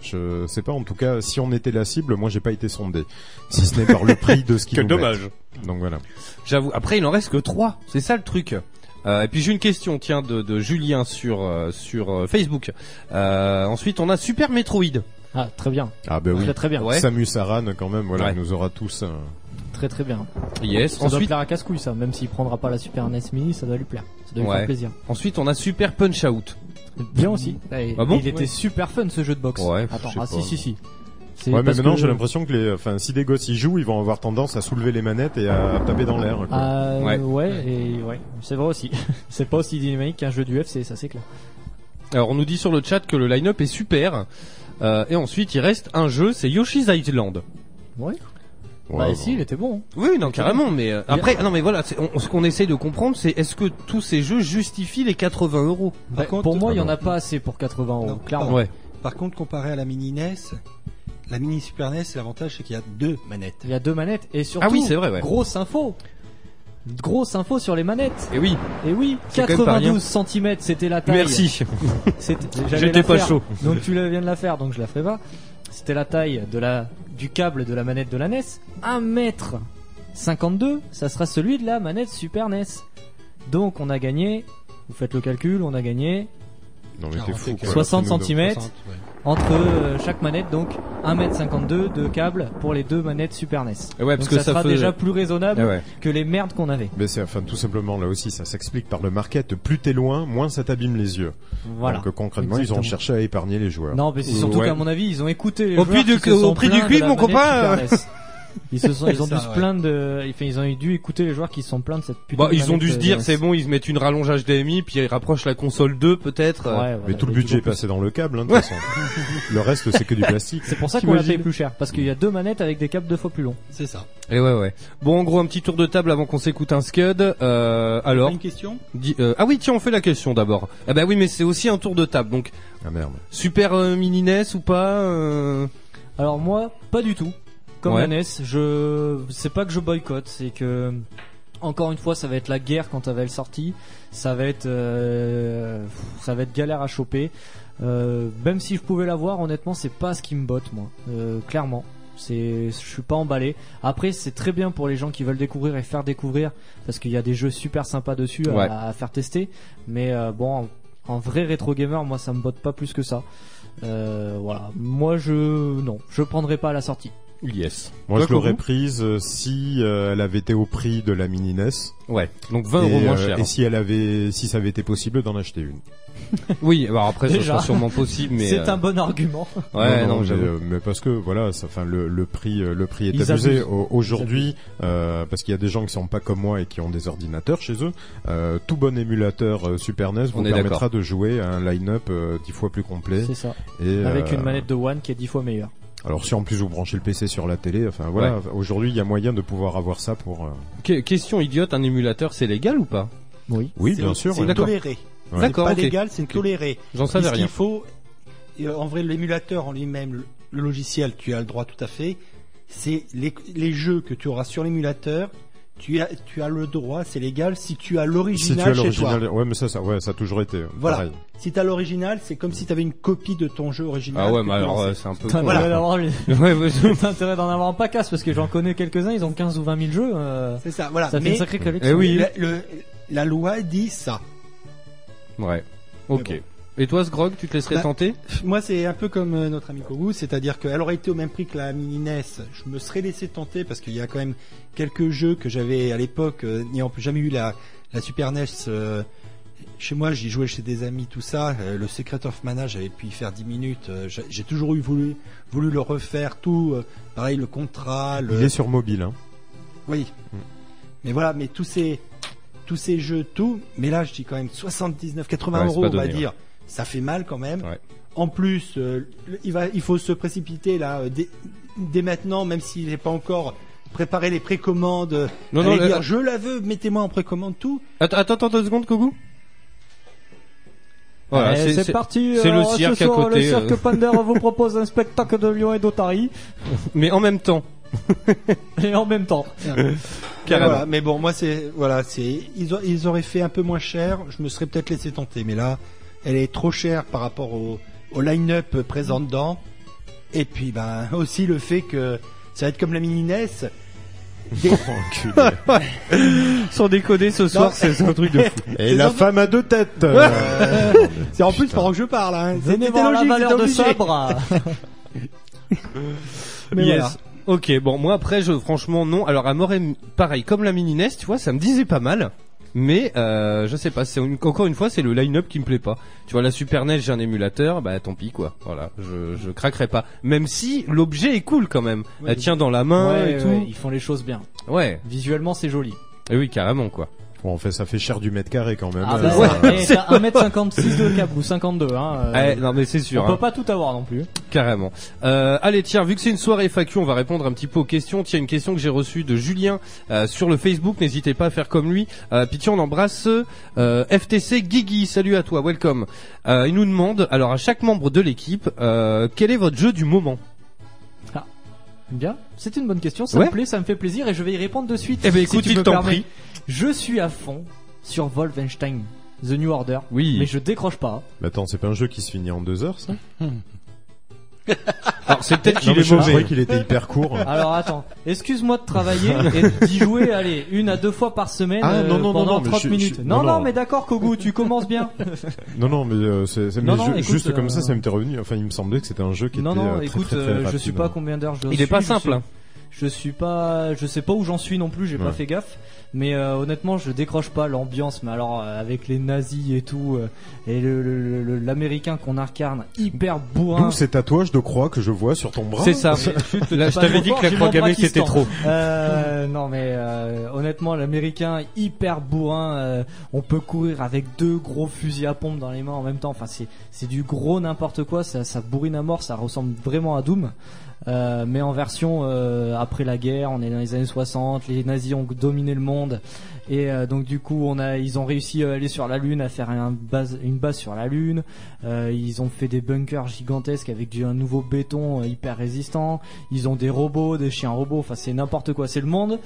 je sais pas, en tout cas, si on était la cible, moi j'ai pas été sondé. Si ce n'est par le prix de ce qui
Quel
nous bête.
dommage.
Donc voilà.
J'avoue. Après, il en reste que trois. C'est ça le truc. Euh, et puis j'ai une question, tiens, de, de Julien sur euh, sur euh, Facebook. Euh, ensuite, on a Super Metroid.
Ah, très bien.
Ah ben oui.
Très, très bien.
Samus Aran quand même, voilà, il nous aura tous hein. un...
Très très bien.
Yes.
Ça doit
Ensuite-
plaire à casse-couille ça, même s'il prendra pas la Super NES Mini, ça doit lui plaire. Ça doit lui faire plaisir.
Ensuite, on a Super Punch Out.
Bien aussi. Et-
Ah bon
et il était super fun ce jeu de boxe.
Ouais,
Attends,
je sais
ah
pas.
si si si. C'est
Ouais, mais
parce
maintenant
que-
j'ai l'impression que les, enfin, si des gosses y jouent, ils vont avoir tendance à soulever les manettes et à taper dans l'air. quoi.
Ah, ouais. et ouais, c'est vrai aussi. c'est pas aussi dynamique qu'un jeu du FC, ça c'est clair.
Alors on nous dit sur le chat que le line-up est super. Euh, et ensuite il reste un jeu, c'est Yoshi's Island.
Ouais.
Ouais,
bah
bon.
si, il était bon.
Oui, non,
Ok.
carrément. Mais euh,
Il y a-
après, non, mais voilà, c'est- on- on- ce qu'on essaye de comprendre, c'est est-ce que tous ces jeux justifient les 80 euros
Bah, pour moi, il y en a pas assez pour 80 euros, clairement.
Ouais.
Par contre, comparé à la mini NES, la mini Super NES, l'avantage c'est qu'il y a deux manettes.
Il y a deux manettes et surtout
Ah oui, c'est vrai, ouais.
grosse info. Grosse info sur les manettes.
Et oui.
Et oui,
C'est quand même pas rien.
92 cm, c'était la taille.
Merci.
C'était- j'allais
J'étais
la
pas
faire.
chaud.
Donc tu la- viens de la faire, donc je la ferai pas. C'était la taille de la du câble de la manette de la NES. 1 mètre 52, ça sera celui de la manette Super NES. Donc on a gagné, vous faites le calcul, on a gagné
Non, mais t'es fou, quoi.
60
Nintendo.
cm
60, ouais.
entre euh, chaque manette, donc 1m52 de câble pour les deux manettes Super NES.
Et ouais, parce
donc
que
ça,
ça
sera
fait-
déjà plus raisonnable
Eh
Et ouais.
que les merdes qu'on avait.
Mais c'est enfin tout simplement là aussi, ça s'explique par le market. Plus t'es loin, moins ça t'abîme les yeux.
Voilà.
Donc concrètement, ils ont
Exactement.
cherché à épargner les joueurs.
Non, mais c'est surtout
Ouais.
qu'à mon avis, ils ont écouté les
Au
joueurs
prix du-
qui se
au
sont
prix du
plaints de
cuit,
la
mon
manette
copain,
Super NES. Ils se sont, ils ont
C'est
dû
ça,
se
ouais.
plaindre de, enfin, ils ont dû écouter les joueurs qui se sont plaints de cette putain
Bah,
de
ils ont dû
manette,
se
euh,
dire,
NES.
c'est bon, ils se mettent une rallonge HDMI, puis ils rapprochent la console 2 peut-être.
Ouais, voilà,
mais tout le
mais
budget est
toujours plus.
passé dans le câble, hein, de toute façon. le reste, c'est que du plastique.
C'est pour ça qu'on la paye plus cher, parce qu'il y a deux manettes avec des câbles deux fois plus longs.
C'est ça.
Et Eh ouais, ouais. Bon, en gros, un petit tour de table avant qu'on s'écoute un scud. Euh, alors.
Une question
Dis- euh, ah oui, tiens, on fait la question d'abord. Ah bah oui, mais c'est aussi un tour de table, donc.
Ah merde.
Super euh, mini NES ou pas euh,
Alors moi, pas du tout. Comme la
Ouais.
NES, je c'est pas que je boycotte, c'est que encore une fois, ça va être la guerre quand elle va être sortie. Ça va être euh, ça va être galère à choper. Euh, même si je pouvais l'avoir, honnêtement, c'est pas ce qui me botte moi, Euh, clairement. C'est, je suis pas emballé. Après, c'est très bien pour les gens qui veulent découvrir et faire découvrir, parce qu'il y a des jeux super sympas dessus à-
Ouais.
à, faire tester. Mais euh, bon, en, en vrai rétro gamer, moi, ça me botte pas plus que ça. Euh, voilà. Moi, je non, je prendrai pas à la sortie.
Yes.
Moi,
Toi,
je l'aurais
Kourou
prise euh, si euh, elle avait été au prix de la mini NES.
Ouais. Donc 20
Et,
euros moins
euh,
cher.
Et si elle avait, si ça avait été possible d'en acheter une.
Oui, alors après, ce
Déjà.
sera sûrement possible, mais.
c'est
euh,
un bon argument.
Ouais, non,
mais,
j'avoue.
euh, mais parce que voilà, ça, enfin le, le prix, euh, le prix est
Ils
abusé
abusent.
Au- aujourd'hui euh, parce qu'il y a des gens qui sont pas comme moi et qui ont des ordinateurs chez eux. Euh, tout bon émulateur euh, Super NES vous
On est
permettra
d'accord.
de jouer à un line-up euh, dix fois plus complet.
C'est ça.
Et,
Avec
euh,
une manette de One qui est dix fois meilleure.
Alors si en plus vous branchez le PC sur la télé, enfin voilà,
Ouais.
aujourd'hui il y a moyen de pouvoir avoir ça pour. euh,
que- question idiote, un émulateur, c'est légal ou pas
Oui.
Oui, bien sûr.
C'est
ouais.
toléré. C'est
D'accord.
pas
ok.
légal, c'est toléré.
J'en savais
Puisqu'il
rien.
faut, euh, en vrai, l'émulateur en lui-même, le- le logiciel, tu as le droit tout à fait. C'est les, les jeux que tu auras sur l'émulateur tu as, tu as le droit, c'est légal,
Si
si tu as
tu as
l'original chez toi.
l'original, ouais, mais ça, ça, ouais, ça a toujours été.
Voilà.
Pareil.
Si t'as l'original, c'est comme si t'avais une copie de ton jeu original.
Ah ouais,
que
mais
tu
alors,
lançais.
euh, c'est un peu
T'as
Voilà.
intérêt d'en avoir, les-
Ouais, ouais,
T'as intérêt d'en avoir un pacasse parce que j'en connais quelques-uns, ils ont 15 ou 20 000 jeux. euh,
C'est ça, voilà.
Ça fait
Mais-
une sacrée collection.
La, le- la loi dit ça.
Ouais. Ok. Et toi, ce grog, tu te laisserais
Bah,
tenter
Moi, c'est un peu comme euh, notre ami Kogu, c'est-à-dire qu'elle aurait été au même prix que la mini NES. Je me serais laissé tenter parce qu'il y a quand même quelques jeux que j'avais à l'époque, euh, n'ayant plus jamais eu la, la Super NES. euh, chez moi, j'y jouais chez des amis, tout ça. Euh, le Secret of Mana, j'avais pu y faire 10 minutes. Euh, j'ai- J'ai toujours eu voulu, voulu le refaire, tout. euh, pareil, le contrat. Le...
Il est sur mobile. Hein. Mm.
Oui. Mais voilà, mais tous ces, tous ces jeux, tout. Mais là, je dis quand même 79, 80
Ouais, c'est
euros,
pas
on va
donné,
dire.
ouais.
Ça fait mal quand même. En plus, euh, le- il, va, il faut se précipiter là, euh, dès, dès maintenant, même s'il n'est pas encore préparé les précommandes. Non,
Non, non, euh,
non,
là-
dire, je la veux, mettez-moi en précommande tout.
Attends, attends, attends deux secondes, Kogu.
Euh,
Eh, c'est, parti.
C'est le
alors, ce
cirque à
soir,
côté.
Le cirque
euh.
Ponder vous propose un spectacle de Lyon et d'Otari.
Mais en même temps.
et en même temps.
Mais voilà, mais bon, moi c'est voilà, c'est ils, a- ils auraient fait un peu moins cher. Je me serais peut-être laissé tenter, mais là, elle est trop chère par rapport au, au line-up présent dedans. Et puis ben aussi le fait que ça va être comme la mini NES. Des...
Oh, Sans déconner, ce soir, c'est c'est un truc de fou.
Et la femme à deux têtes.
euh, c'est en plus pendant que je parle. Hein.
Venez
C'était
voir la
logique,
valeur
c'était
de
obligé.
sabre.
Mais
yes.
voilà.
Ok, bon, moi après, je, franchement, non. Alors, à Morem, pareil, comme la mini NES, tu vois, ça me disait pas mal. Mais euh, je sais pas, c'est une- encore une fois, c'est le line-up qui me plaît pas. Tu vois, la Super NES, j'ai un émulateur, bah tant pis quoi. Voilà, je, je craquerai pas. Même si l'objet est cool quand même.
Ouais,
Elle tient dans la main
Ouais,
et
ouais,
tout.
ouais, ils font les choses bien.
Ouais.
Visuellement, c'est joli.
Et oui, carrément quoi.
Bon, en fait, ça fait cher du mètre carré quand même.
Ah
Euh,
bah,
ouais.
ouais, t'as 1m56 de cap ou 52 hein. euh,
Eh, non mais c'est sûr.
On peut
hein.
pas tout avoir non plus.
Carrément. Euh, allez, tiens, vu que c'est une soirée FAQ, on va répondre un petit peu aux questions. Tiens, une question que j'ai reçue de Julien euh, sur le Facebook. N'hésitez pas à faire comme lui. Euh, pitié, on embrasse euh, FTC Guigui. Salut à toi, welcome. Euh, il nous demande, alors à chaque membre de l'équipe, euh, quel est votre jeu du moment
Ah. Bien, c'est une bonne question, ça
Ouais.
me plaît, ça me fait plaisir et je vais y répondre de suite.
Eh ben, écoute,
si tu
il
me
t'en
permets.
prie.
Je suis à fond sur Wolfenstein The New Order.
Oui.
Mais je décroche pas.
Mais attends, c'est pas un jeu qui se finit en deux heures, ça
Alors c'est peut-être
Non,
qu'il
mais
est
je
mauvais.
croyais qu'il était hyper court.
Alors attends, excuse-moi de travailler et d'y jouer allez, une à deux fois par semaine
Ah, non, non,
euh,
non,
pendant
non, mais
30
je- je-
minutes. non,
non,
non,
non.
mais d'accord Kogu, tu commences bien.
Non, non, mais euh, c'est c'est-
Non,
mais
non,
ju-
écoute,
juste comme
euh,
ça, ça m'était revenu. Enfin, il me semblait que c'était un jeu qui
non
était. euh,
non,
très,
écoute,
très, hein. très
euh, je
rapide.
sais pas combien d'heures je dois
Il est pas
je
simple,
suis-
hein.
Je suis pas je sais pas où j'en suis non plus, j'ai pas
Ouais.
fait gaffe, mais euh, honnêtement, je décroche pas l'ambiance mais alors euh, avec les nazis et tout euh, et le- le- le- l'américain qu'on incarne hyper bourrin.
D'où ces tatouages de croix que je vois sur ton bras.
C'est ça. Là, je
Pas
t'avais
trop
dit
fort,
que la
j'ai
croix
mon
gammée c'était
Pakistan.
trop.
Euh, non mais euh, honnêtement l'américain est hyper bourrin, euh, on peut courir avec deux gros fusils à pompe dans les mains en même temps. Enfin c'est c'est du gros n'importe quoi, ça, ça bourrine à mort, ça ressemble vraiment à Doom. Euh, mais en version euh, après la guerre, on est dans les années 60, les nazis ont dominé le monde et euh, donc du coup on a ils ont réussi euh, à aller sur la lune, à faire un base, une base sur la lune. Euh, ils ont fait des bunkers gigantesques avec du un nouveau béton euh, hyper résistant. Ils ont des robots, des chiens robots. Enfin c'est n'importe quoi. C'est le monde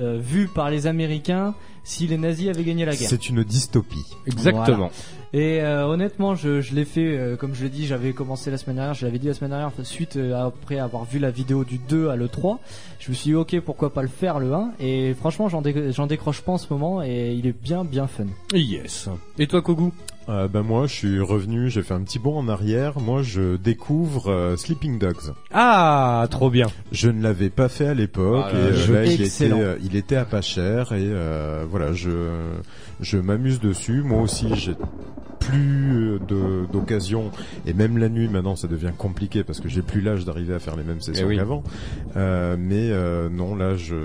euh, vu par les Américains si les nazis avaient gagné la guerre.
C'est une dystopie.
Exactement.
Voilà. Et euh, honnêtement, je, je l'ai fait, euh, comme je l'ai dit, j'avais commencé la semaine dernière, je l'avais dit la semaine dernière, suite euh, après avoir vu la vidéo du 2 à le 3, je me suis dit ok, pourquoi pas le faire le 1, et franchement, j'en dé- j'en décroche pas en ce moment, et il est bien, bien fun.
Yes. Et toi, Kogu
Euh, ben moi, je suis revenu, j'ai fait un petit bond en arrière. Moi, je découvre euh, Sleeping Dogs.
Ah, trop bien.
Je ne l'avais pas fait à l'époque.
Ah
et
là là, jeu
euh, là, il était,
excellent.
euh, il était à pas cher et euh, voilà, je je m'amuse dessus. Moi aussi, j'ai plus euh, de- d'occasion et même la nuit maintenant ça devient compliqué parce que j'ai plus l'âge d'arriver à faire les mêmes sessions
Eh oui.
qu'avant Euh, mais euh, non là je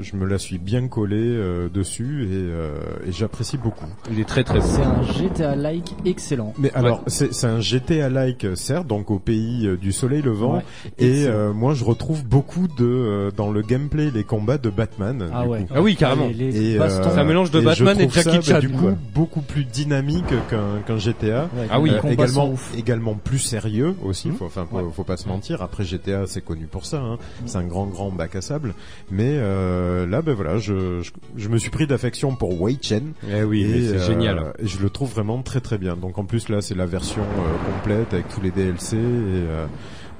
je me la suis bien collée euh, dessus et, euh, et j'apprécie beaucoup
Il est très très bon.
C'est un GTA GTA-like excellent.
Mais alors, c'est c'est un GTA-like, certes, donc au pays euh, du soleil levant.
Ouais.
Et euh, moi, je retrouve beaucoup de euh, dans le gameplay les combats de Batman.
Ah
euh, du
ouais.
coup. euh,
Ah oui, carrément. Les- les bastons. C'est un mélange de
et je
Batman et
trouve ça,
Jackie
bah,
Chan,
Du coup,
quoi.
beaucoup plus dynamique qu'un qu'un GTA.
Ouais, Ah oui, les combats
Euh, également
sont
également plus sérieux aussi.
Mmh.
Faut, enfin, faut, faut pas se mentir. Après GTA, c'est connu pour ça. hein. C'est un grand grand bac à sable. Mais euh, là, ben voilà, je, je je me suis pris d'affection pour Wei Chen.
Eh oui, mais
euh,
c'est génial.
Et je le trouve vraiment très très bien. Donc en plus là, c'est la version euh, complète avec tous les DLC. Et, euh,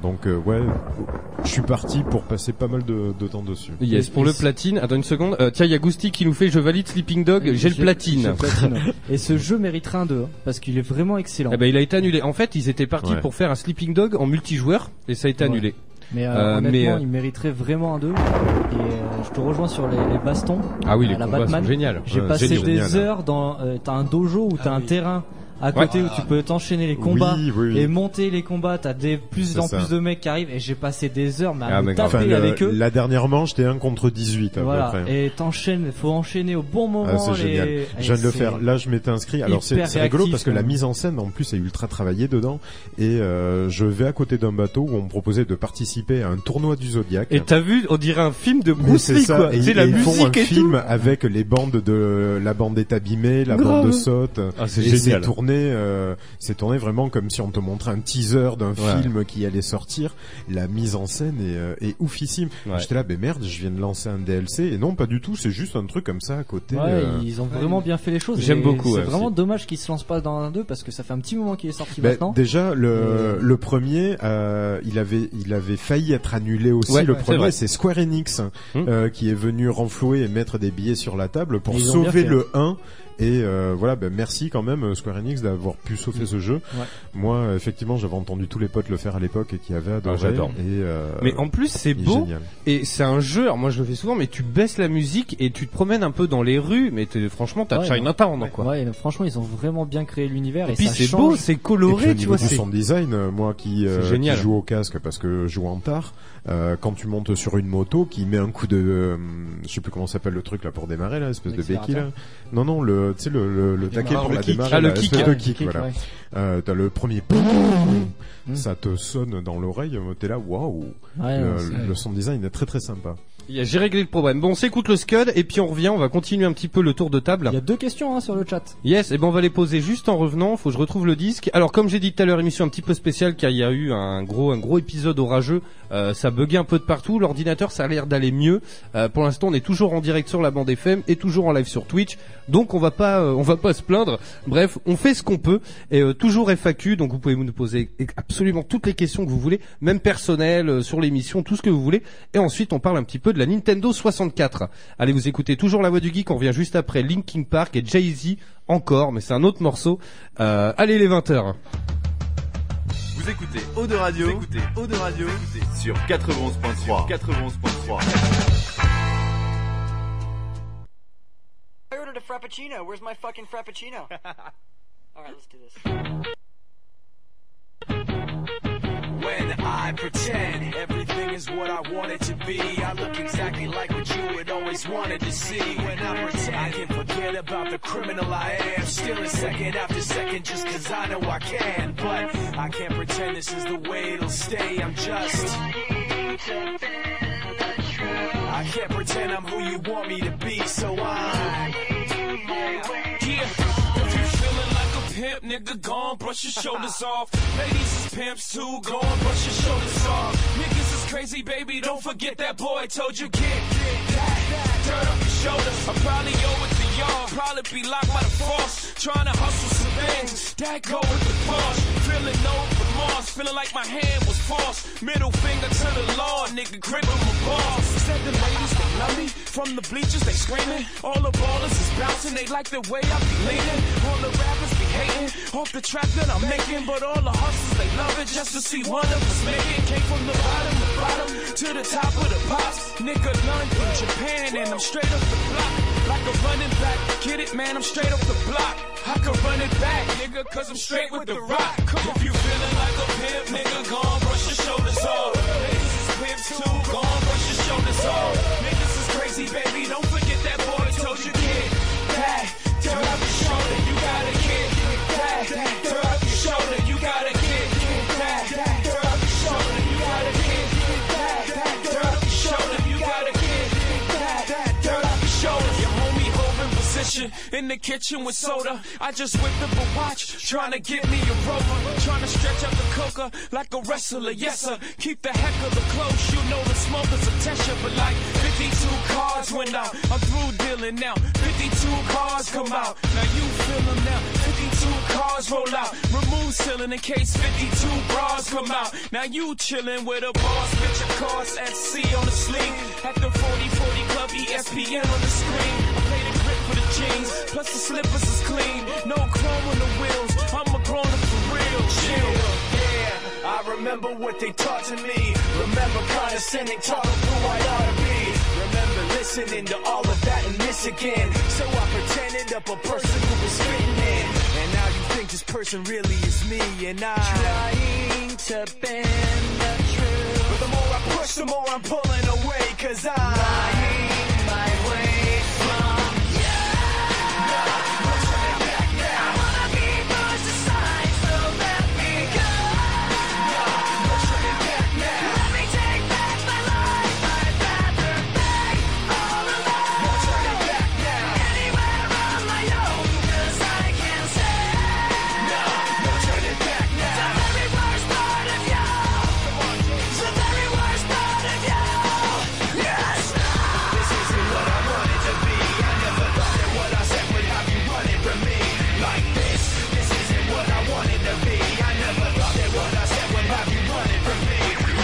donc euh, ouais, je suis parti pour passer pas mal de, de temps dessus.
Yes, pour le platine. Attends une seconde. Euh, tiens, il y a Gusti qui nous fait je valide Sleeping Dog, j'ai le
j'ai
platine.
le platine. Et ce jeu mériterait un 2 parce qu'il est vraiment excellent.
Eh ben, il a été annulé. En fait, ils étaient partis
Ouais.
pour faire un Sleeping Dog en multijoueur et ça a été
Ouais.
annulé.
Mais euh,
Euh,
honnêtement,
euh,
il mériterait vraiment un 2 Et euh, je te rejoins sur les, les bastons.
Ah oui, les
à la
combats sont
Batman.
géniaux.
J'ai
Ouais,
passé
génial.
des
Génial.
heures dans. euh, t'as un dojo où
Ah
t'as un terrain à
Ouais.
côté où tu peux t'enchaîner les
Oui,
combats
oui, oui.
et monter les combats. T'as des plus
C'est
en
ça.
plus de mecs qui arrivent et j'ai passé des heures mais à
Ah,
me
mais
taper
enfin, le-
avec eux.
La dernière manche, t'es 1 contre 18 à
Voilà.
peu près.
Et t'enchaînes. Faut enchaîner au bon moment.
Ah, c'est
les-
génial.
et
Je viens de le
c'est-
faire. Là, je m'étais inscrit. Alors, c'est
hyper
c'est rigolo
réactif,
parce que
quand
la
même.
mise en scène, en plus, est ultra travaillée dedans. Et euh, je vais à côté d'un bateau où on me proposait de participer à un tournoi du
hein.
Zodiac.
Et t'as vu, on dirait un film de
hein. Mais
Bruce
c'est
Lee
ça.
quoi.
Et,
C'est
et
la
ils font un
musique et
film
tout.
avec les bandes de la bande est abîmée, la
Grave.
bande de saute.
Ah, c'est
Et
génial.
C'est tourné, euh, c'est tourné vraiment comme si on te montrait un teaser d'un
Ouais.
film qui allait sortir. La mise en scène est, euh, est oufissime. J'étais là, ben merde, je viens de lancer un DLC. Et non, pas du tout. C'est juste un truc comme ça à côté.
Ouais,
euh.
ils ont vraiment bien fait les choses.
J'aime
et
beaucoup,
C'est
ouais,
vraiment dommage qu'ils se lancent pas dans un 2 parce que ça fait un petit moment qu'il est sorti
Ben,
maintenant.
déjà le le premier euh, il avait il avait failli être annulé aussi
Ouais,
le
ouais, c'est
premier
vrai.
c'est Square Enix
Hum.
euh, qui est venu renflouer et mettre des billets sur la table pour
Ils ont bien
sauver
fait.
le 1 et euh, voilà ben merci quand même euh, Square Enix d'avoir pu sauver ce jeu
Ouais.
moi euh, effectivement j'avais entendu tous les potes le faire à l'époque et qui avaient adoré
Ah, j'adore.
et euh,
Mais en plus c'est
il est
beau
génial.
et c'est un jeu. Alors moi je le fais souvent, mais tu baisses la musique et tu te promènes un peu dans les rues. Mais t'es- franchement t'as
Ouais,
Chinatown quoi.
Ouais, et franchement, ils ont vraiment bien créé l'univers et,
Et puis
ça
c'est
change.
beau, c'est coloré,
Et puis, au niveau du sound design, euh, moi qui, euh,
C'est génial.
qui joue au casque parce que je joue en tard, euh, quand tu montes sur une moto qui met un coup de, euh, je sais plus comment s'appelle le truc là pour démarrer là, espèce de béquille là. Non non, le tu sais le le, le taquet
démarre-
pour
le
la
kick.
démarrer,
Ah, le
là,
kick,
espèce
ouais.
de kick,
Kick,
voilà.
ouais. Mmh.
Euh, T'as le premier, Mmh. ça te sonne dans l'oreille, euh, t'es là, waouh.
Ah,
Ouais,
Le-
ouais, c'est-
Euh, le sound design est très très sympa.
Il y a- J'ai réglé le problème. Bon, on s'écoute le Scud et puis on revient. On va continuer un petit peu le tour de table.
Il y a deux questions hein, sur le chat.
Yes, et ben on va les poser juste en revenant. Faut que je retrouve le disque. Alors comme j'ai dit tout à l'heure, émission un petit peu spéciale car il y a eu un gros un gros épisode orageux. Euh, ça buguait un peu de partout. L'ordinateur, ça a l'air d'aller mieux. Euh, pour l'instant, on est toujours en direct sur la bande FM et toujours en live sur Twitch. Donc on va pas euh, on va pas se plaindre. Bref, on fait ce qu'on peut et euh, toujours FAQ. Donc vous pouvez nous poser e-, absolument toutes les questions que vous voulez, même personnelles euh, sur l'émission, tout ce que vous voulez. Et ensuite, on parle un petit peu de la Nintendo 64. Allez, vous écoutez toujours la voix du geek. On revient juste après Linkin Park et Jay Z encore, mais c'est un autre morceau. Euh, allez les 20 h
Vous écoutez Eau de Radio, vous écoutez Eau de Radio vous écoutez sur 91.3, 91.3.
I ordered a frappuccino. Where's my fucking frappuccino? All right, let's do this.
When I pretend everything is what I want it to be, I look exactly like what you had always wanted to see. When I pretend I can forget about the criminal I am, stealing second after second just 'cause I know I can. But I can't pretend this is the way it'll stay, I'm just. I can't pretend I'm who you want me to be, so I. Yeah, if you're feeling like a pimp, nigga, go on, brush your shoulders off. Ladies is pimps too, go on, brush your shoulders off. Niggas is crazy, baby, don't forget that boy told you get, get that. Dirt up your shoulders, I probably owe it to y'all. Probably be locked by the force, trying to hustle some things that go with the boss. Feeling no remorse, feeling like my hand was forced. Middle finger to the law, nigga, grip on my balls. Said the ladies they love me, from the bleachers they screaming. All the ballers is bouncing, they like the way I be leaning. All the rappers be hating, off the track that I'm making. But all the hustlers they love it just to see one of us make it. Came from the bottom, the bottom, to the top of the pops. Nigga, London, Japan, and I'm straight up the block. Like a running back, get it, man, I'm straight up the block. I can run it back, nigga, cause I'm straight with the rock. Come on. If you feeling like a pimp, nigga, go on, brush your shoulders off. Ladies is pimps too, go on, brush your shoulders off. Niggas is crazy, baby, don't forget that boy told you, kid. That, turn up your shoulder, you gotta get that. kitchen, in the kitchen with soda. I just whipped up a watch, trying to get me a rover. Trying to stretch out the coca like a wrestler, yes sir. Keep the heck of the close, you know the smokers a tension. But like 52 cards went out, I'm through dealing now. 52 cards come out, now you feel 'em now. 52 cards roll out, remove ceiling in case 52 bras come out. Now you chillin' with a boss, picture cards SC on the sleeve. At the 4040 club,
E
ESPN on the screen. I play the grip for the jeans, plus the slippers is clean. No chrome on the wheels, I'm a grown up for real. Chill.
Yeah, I remember what they taught to me. Remember condescending, taught them who I ought to be. Remember listening to all of that and this again. So I pretended up a person who was fitting in. And now you think this person really is me and I. Trying to bend the truth. But the more I push, the more I'm pulling away. Cause I'm lying my way from you. I wanna be pushed aside, so let me go. Let me take back my life. I'd rather be all alone. Anywhere on my own, 'cause I can't stay. It's the very worst part of you. It's the very worst part of you. Yes, this isn't what I wanted to be. I never thought that what I said would have you running from me like this. This isn't what I wanted to be. I never thought that what I said would have you running from me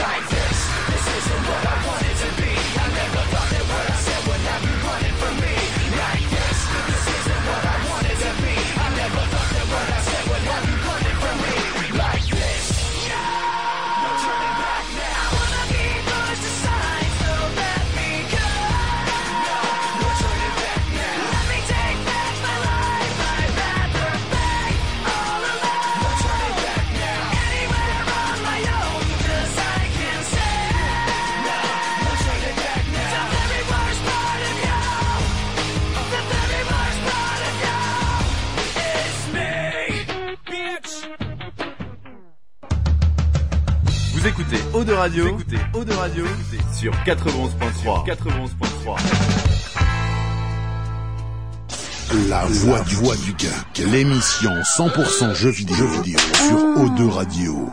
like this. This isn't what I wanted to be. I never thought that what I said would have you running from me like this. This isn't what I wanted to be. I never thought that what I said would have you running from me like this. No turning back now. I wanna be pushed aside, so let me go. No turning back now. Let me take back my life. I'd rather be all alone. No turning back now. Anywhere on my own, 'cause I can't stay. No, no turning back now. The very worst part of you. The very worst part of you is me, bitch.
Vous écoutez Eau de Radio, vous écoutez Eau de Radio sur 91.3. 91.3.
La voix du, voix du geek. L'émission 100% jeux vidéo, jeux vidéo sur O2 Radio.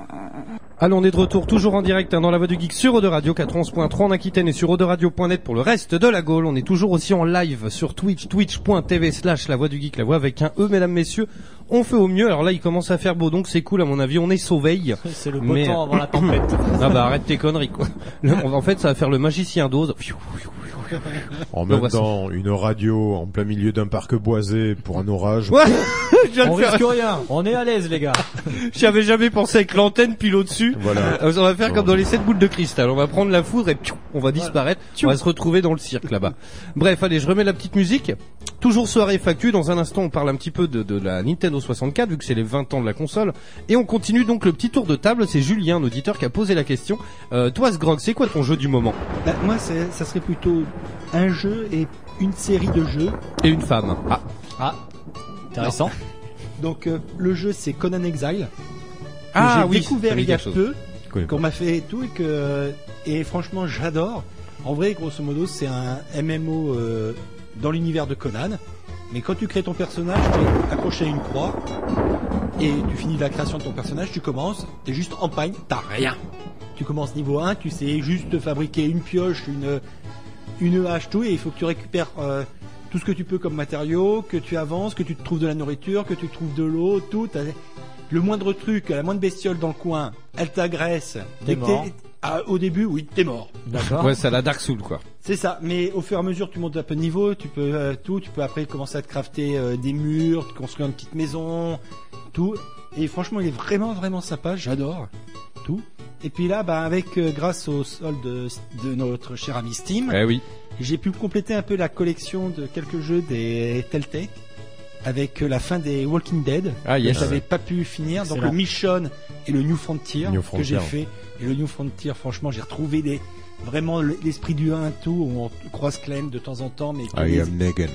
Allons, on est de retour toujours en direct hein, dans la voix du geek sur Ode Radio 411.3 en Aquitaine et sur Radio.net pour le reste de la Gaule. On est toujours aussi en live sur Twitch, twitch.tv slash la voix du geek, la voix avec un E, mesdames, messieurs. On fait au mieux. Alors là, il commence à faire beau, donc c'est cool à mon avis. On est sauveille.
C'est le beau temps avant la tempête.
ah bah arrête tes conneries quoi. Le- en fait, ça va faire le magicien d'Oz. Pfiou.
En
Bah,
même
voici.
temps, une radio en plein milieu d'un parc boisé pour un orage.
on risque rien, on est à l'aise les gars.
J'avais jamais pensé avec l'antenne puis l'au-dessus.
Voilà.
Euh, on va faire comme dans les 7 boules de cristal. On va prendre la foudre et piou, on va disparaître. On va se retrouver dans le cirque là-bas. Bref, allez, je remets la petite musique. Toujours soirée factu. Dans un instant, on parle un petit peu de, de la Nintendo 64 vu que c'est les 20 ans de la console. Et on continue donc le petit tour de table. C'est Julien, un auditeur, qui a posé la question. Euh, toi, Sgrog, c'est quoi ton jeu du moment
Bah, moi, c'est- ça serait plutôt un jeu et une série de jeux.
Et une femme. Ah.
Ah, intéressant.
Donc, euh, le jeu, c'est Conan Exile. que
Ah,
j'ai
oui, ça
découvert
me dit
il y a
quelque chose.
peu,
Je connais
qu'on m'a fait et tout, et, que, et franchement, j'adore. En vrai, grosso modo, c'est un MMO euh, dans l'univers de Conan. Mais quand tu crées ton personnage, tu es accroché à une croix, et tu finis la création de ton personnage, tu commences, t'es juste en pagne, t'as rien. Tu commences niveau 1, tu sais juste fabriquer une pioche, une, une hache, tout, et il faut que tu récupères euh, tout ce que tu peux comme matériaux, que tu avances, que tu te trouves de la nourriture, que tu trouves de l'eau, tout. T'as- Le moindre truc, la moindre bestiole dans le coin, elle t'agresse. Dès
T'es
que
mort.
Ah, au début, oui, t'es mort.
Ah.
D'accord.
Ouais, c'est à la Dark Soul quoi.
C'est ça, mais au fur et à mesure tu montes un peu de niveau, tu peux euh, tout, tu peux après commencer à te crafter euh, des murs, te construire une petite maison, tout. Et franchement, il est vraiment vraiment sympa, j'adore tout. Et puis là, bah avec euh, grâce au solde de, de notre cher ami Steam,
Eh oui.
j'ai pu compléter un peu la collection de quelques jeux des Telltale avec euh, la fin des Walking Dead
Ah, yes.
que j'avais pas pu finir. Donc
Excellent.
le Mission et le New Frontier
New
que
Frontier,
j'ai
ouais.
fait. Et le New Frontier, franchement, j'ai retrouvé des vraiment l'esprit du 1 tout où on croise Clem de temps en temps, mais
I am Negan.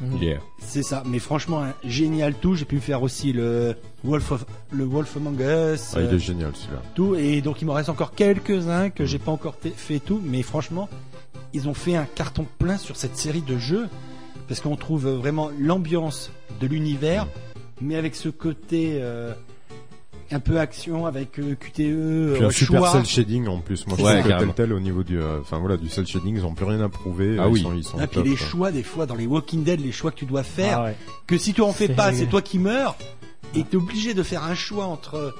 Mhm.
Yeah.
c'est ça. Mais franchement, un génial tout. J'ai pu faire aussi le Wolf of, le Wolf Among Us.
Ah, il
euh,
est génial celui-là.
tout et donc il m'en reste encore quelques-uns que j'ai pas encore t- fait tout mais franchement ils ont fait un carton plein sur cette série de jeux parce qu'on trouve vraiment l'ambiance de l'univers, mais avec ce côté euh, un peu action, avec euh, QTE,
Puis
euh,
un super
choix.
cel shading en plus. Moi, je
Ouais,
trouve que
carrément.
Telltale, au niveau du, euh, enfin voilà, du cel shading, ils ont plus rien à prouver.
Ah
ils
oui.
sont, ils sont
Ah, puis
top,
les
quoi.
choix des fois dans les Walking Dead, les choix que tu dois faire,
Ah ouais.
que si tu en fais
C'est
pas,
vrai.
c'est toi qui meurs, et t'es obligé de faire un choix entre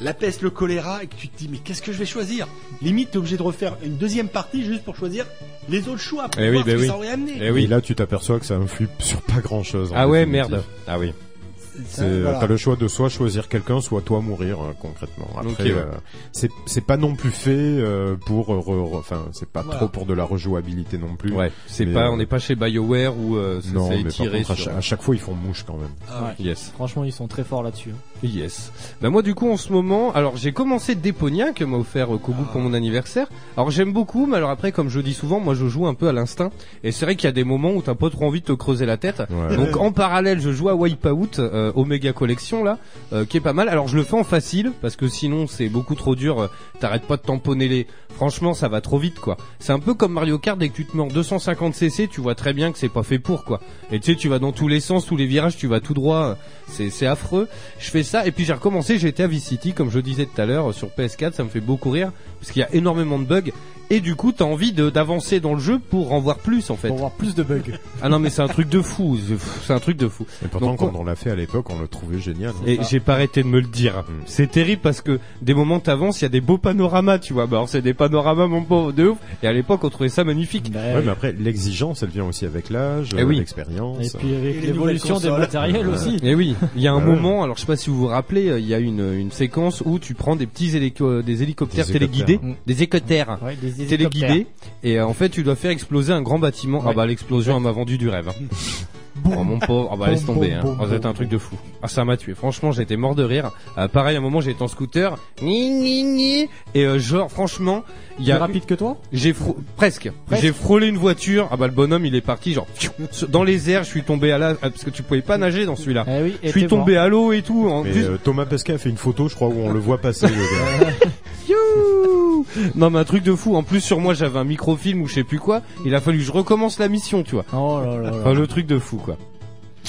la peste, le choléra, et que tu te dis mais qu'est-ce que je vais choisir Limite, t'es obligé de refaire une deuxième partie juste pour choisir les autres choix pour
Eh oui,
voir ce
bah
que
oui.
ça aurait amené.
Et là, tu t'aperçois que ça influe sur pas grand chose.
Ah ouais, merde.
Ah oui.
Ça,
C'est,
Ah,
euh,
voilà.
T'as le choix de soit choisir quelqu'un, soit toi mourir euh, concrètement. Après,
Ok.
euh, c'est c'est pas non plus fait euh, pour, re- re- enfin, c'est pas
Voilà.
trop pour de la rejouabilité non plus.
Ouais, c'est
Mais,
pas,
euh,
on n'est pas chez BioWare où euh, ça
non,
s'est
mais par
étiré
contre, à,
sur-
cha- à chaque fois ils font mouche quand même.
Ah
Yes.
Franchement, ils sont très forts là-dessus. hein.
Yes. Bah moi du coup en ce moment, alors j'ai commencé Déponia que m'a offert euh, Kogu pour mon anniversaire. Alors j'aime beaucoup, mais alors après comme je dis souvent, moi je joue un peu à l'instinct. Et c'est vrai qu'il y a des moments où t'as pas trop envie de te creuser la tête. Donc en parallèle, je joue à Wipeout euh, Omega Collection là, euh, qui est pas mal. Alors je le fais en facile parce que sinon c'est beaucoup trop dur. euh, T'arrêtes pas de tamponner les. Franchement, ça va trop vite quoi. C'est un peu comme Mario Kart dès que tu te mets en 250 cc, tu vois très bien que c'est pas fait pour quoi. Et tu sais, tu vas dans tous les sens, tous les virages, tu vas tout droit. euh, C'est c'est affreux. Je fais ça et puis j'ai recommencé. J'étais à Vice City comme je disais tout à l'heure euh, sur PS4. Ça me fait beaucoup rire parce qu'il y a énormément de bugs. Et du coup, t'as envie de- d'avancer dans le jeu pour en voir plus en fait. Pour voir
plus de bugs.
Ah non, mais c'est un truc de fou. c'est- C'est un truc de fou.
Et pourtant,
Donc,
quand on l'a fait à l'époque, on le trouvait génial.
et j'ai pas arrêté de me le dire.
Mm.
C'est terrible parce que des moments t'avances, il y a des beaux panoramas, tu vois. Bah, alors c'est des panoramas, mon pauvre, de ouf. Et à l'époque, on trouvait ça
Bah
magnifique.
Ouais, mais après, l'exigence, elle vient aussi avec l'âge,
Eh oui.
l'expérience.
Et puis avec Et les l'évolution nouvelles des consoles. matériels
Ouais.
aussi.
Et Eh oui, il y a
Ah
un
Ouais.
moment, alors je sais pas si vous vous rappelez, euh, il y a une, une séquence où tu prends des petits hélico- euh, des hélicoptères
Des hélicoptères.
téléguidés,
Mm.
des hélicoptères
Ouais, des hélicoptères.
téléguidés, et euh, en fait tu dois faire exploser un grand bâtiment. Ah
Ouais.
bah l'explosion elle m'a vendu du rêve. hein. Oh mon pauvre, ah bah
Boum,
laisse tomber,
boum,
hein.
boum,
Ah, c'est
boum,
un truc de fou. Ah ça m'a tué, franchement j'étais mort de rire. Euh, pareil, à un moment j'étais en scooter, Ni, ni, ni. et euh, genre franchement, il y a...
Plus rapide que toi
J'ai frô- presque. J'ai frôlé une voiture. Ah bah le bonhomme il est parti genre pfiou, dans les airs. Je suis tombé à la ah, parce que tu pouvais pas nager dans celui-là.
Eh et
je suis
t'es
tombé
mort.
à l'eau et tout. En
Mais,
plus-
euh, Thomas Pesquet a fait une photo, je crois, où on le voit passer. le gars.
Youhou non mais un truc de fou. En plus sur moi j'avais un microfilm ou je sais plus quoi. Il a fallu que je recommence la mission, tu vois.
Oh là là là.
Enfin, le truc de fou quoi.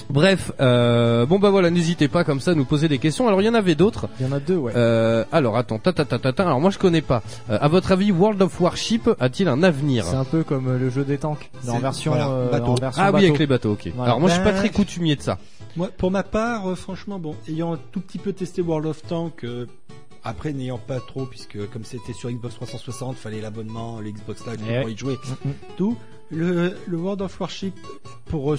Bref, euh, bon bah voilà, n'hésitez pas comme ça à nous poser des questions. Alors il y en avait d'autres.
Il y en a deux, ouais.
Euh, alors attends, ta ta ta ta ta. Alors moi je connais pas. Euh, à votre avis, World of Warship a-t-il un avenir
C'est un peu comme euh, le jeu des tanks, mais en
C'est-
version,
voilà,
euh,
bateau.
en version
Ah oui,
bateau.
avec les bateaux, ok.
Voilà.
Alors moi, je suis pas
Ben,
très coutumier de ça.
Moi, pour ma part, euh, franchement, bon, ayant un tout petit peu testé World of Tank, euh, après n'ayant pas trop, puisque comme c'était sur Xbox 360, fallait l'abonnement, l'Xbox Live
Eh
pour
ouais.
y jouer,
Mm,
Mhm.
tout. Le, le World of Warship, pour euh,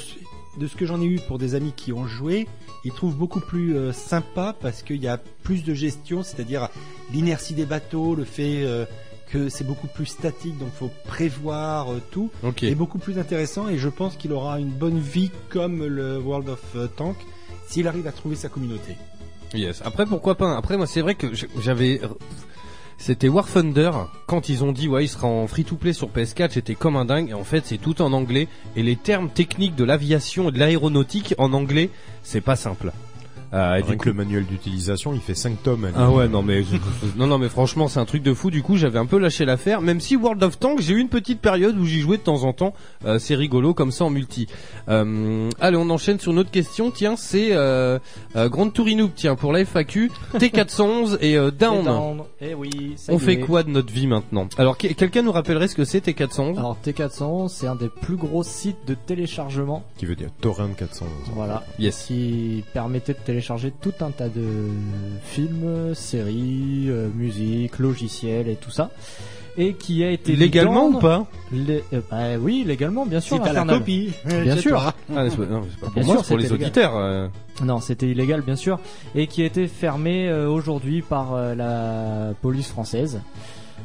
de ce que j'en ai eu pour des amis qui ont joué, ils trouvent beaucoup plus euh, sympa parce qu'il y a plus de gestion, c'est-à-dire l'inertie des bateaux, le fait euh, que c'est beaucoup plus statique, donc faut prévoir euh, tout
Ok.
est beaucoup plus intéressant et je pense qu'il aura une bonne vie comme le World of euh, Tank s'il arrive à trouver sa communauté.
Yes. Après, pourquoi pas hein. Après, moi, c'est vrai que j- j'avais. C'était War Thunder quand ils ont dit ouais il sera en free to play sur PS4 j'étais comme un dingue et en fait c'est tout en anglais et les termes techniques de l'aviation et de l'aéronautique en anglais c'est pas simple. Euh, et
Rien que le manuel d'utilisation, il fait 5 tomes. hein,
Ah ouais non mais non non mais franchement c'est un truc de fou du coup j'avais un peu lâché l'affaire même si World of Tanks j'ai eu une petite période où j'y jouais de temps en temps Euh, c'est rigolo comme ça en multi Euh, allez on enchaîne sur une autre question tiens c'est euh, euh, Grande Tourinoub tiens pour la FAQ T411 et euh,
Et
Down
down. Eh oui, ça
on
y
fait
est.
quoi de notre vie maintenant alors que- quelqu'un nous rappellerait ce que c'est T411
Alors T411, c'est un des plus gros sites de téléchargement.
Qui veut dire Torrent 400.
Voilà.
Yes.
Qui permettait de télécharger tout un tas de films, séries, euh, musique, logiciels et tout ça. Et qui a été mis
Légalement
dans-
ou pas
Lé- euh, bah oui, légalement, bien sûr.
Si t'as la
Infernal.
copie,
bien
c'est
sûr.
toi. Ah, c'est pas- non, c'est pas pour
Bien
moi,
sûr,
c'est pour les
c'était légal.
auditeurs, euh.
Non, c'était illégal, bien sûr, et qui a été fermé euh, aujourd'hui par euh, la police française.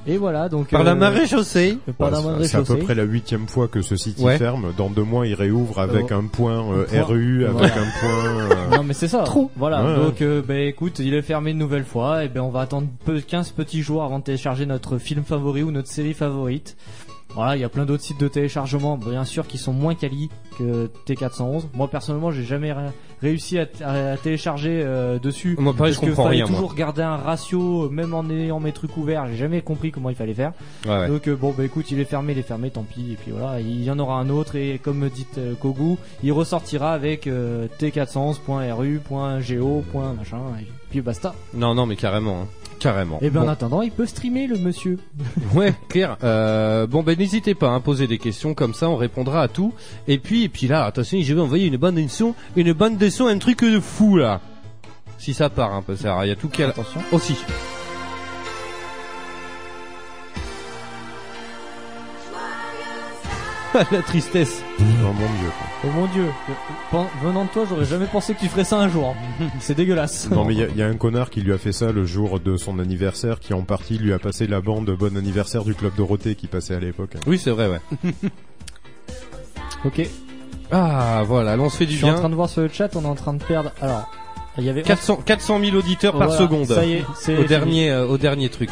Et voilà, donc euh,
Par la marée chaussée.
Par
Ouais,
la
c'est-
marée
C'est à peu
chaussée.
près la huitième fois que ce site y
Ouais.
ferme. Dans deux mois, il réouvre avec
Euh,
un point euh,
un point.
RU, avec
Voilà.
un point. euh,
Non mais c'est ça. Voilà.
Ouais,
Donc euh, bah, écoute, il est fermé une nouvelle fois. Et ben on va attendre peu- 15 petits jours avant de télécharger notre film favori ou notre série favorite. Voilà, il y a plein d'autres sites de téléchargement, bien sûr, qui sont moins quali que T411. Moi, personnellement, j'ai jamais ré- réussi à, t- à télécharger euh, dessus.
Moi, pareil,
parce
je
que
comprends
fallait
rien, moi.
toujours garder un ratio, euh, même en ayant mes trucs ouverts. J'ai jamais compris comment il fallait faire.
Ouais, ouais.
Donc, euh, bon, bah écoute, il est fermé, il est fermé, tant pis. Et puis voilà, il y en aura un autre. Et comme me dit euh, Kogu, il ressortira avec euh, T411.ru.go. Machin, et puis basta.
Non, non, mais carrément, hein. carrément.
Et bien en
Bon.
attendant, il peut streamer le monsieur.
Ouais, clair. Euh, bon ben n'hésitez pas à poser des questions comme ça, on répondra à tout. Et puis et puis là, attention, je vais envoyer une bande de son, une bande de son, un truc de fou là. Si ça part un peu, ça, il y a tout qui a...
attention
aussi. La tristesse. Oh mon dieu.
Oh mon dieu, Pen- venant de toi, j'aurais jamais pensé que tu ferais ça un jour. C'est dégueulasse.
Non mais il y a- il y, a un connard qui lui a fait ça le jour de son anniversaire, qui en partie lui a passé la bande Bon anniversaire du club Dorothée qui passait à l'époque.
Oui c'est vrai ouais.
ok.
Ah voilà, là, on se fait
Je
du
suis en train
bien.
de voir sur le chat, on est en train de perdre. Alors, il y avait
400 400 000 auditeurs par
Voilà,
seconde.
ça y est, c'est
au
fini.
dernier euh, au dernier truc.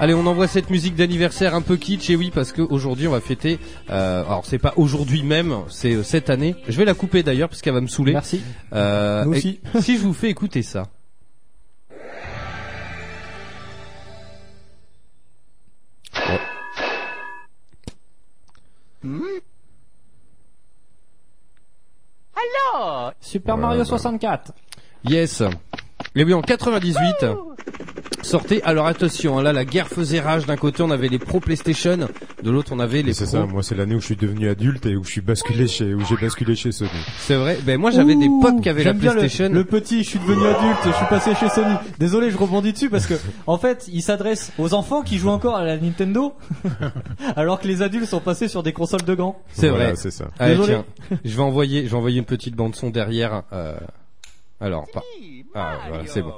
Allez, on envoie cette musique d'anniversaire un peu kitsch et oui parce que aujourd'hui on va fêter. euh, alors c'est pas aujourd'hui même, c'est euh, cette année. Je vais la couper d'ailleurs parce qu'elle va me saouler.
Merci.
Euh,
Nous
et-
aussi.
si je vous fais écouter ça.
Alors Super
Ouais,
Mario
bah.
64.
Yes. Et oui, en 98, sortait, alors attention, hein, là, la guerre faisait rage. D'un côté, on avait les pro PlayStation. De l'autre, on avait les
C'est
pro.
ça, moi c'est l'année où je suis devenu adulte et où je suis basculé chez, où j'ai basculé chez Sony.
C'est vrai. Ben, moi, j'avais des
Ouh,
potes qui avaient la
j'aime bien le-
PlayStation.
Le, petit, je suis devenu adulte, je suis passé chez Sony. Désolé, je rebondis dessus parce que en fait, il s'adresse aux enfants qui jouent encore à la Nintendo, alors que les adultes sont passés sur des consoles de gants.
C'est
Voilà,
vrai.
c'est ça.
Allez,
Désolé.
tiens. Je vais envoyer, je vais envoyer une petite bande son derrière. euh, Alors, pas. Ah, voilà, c'est bon.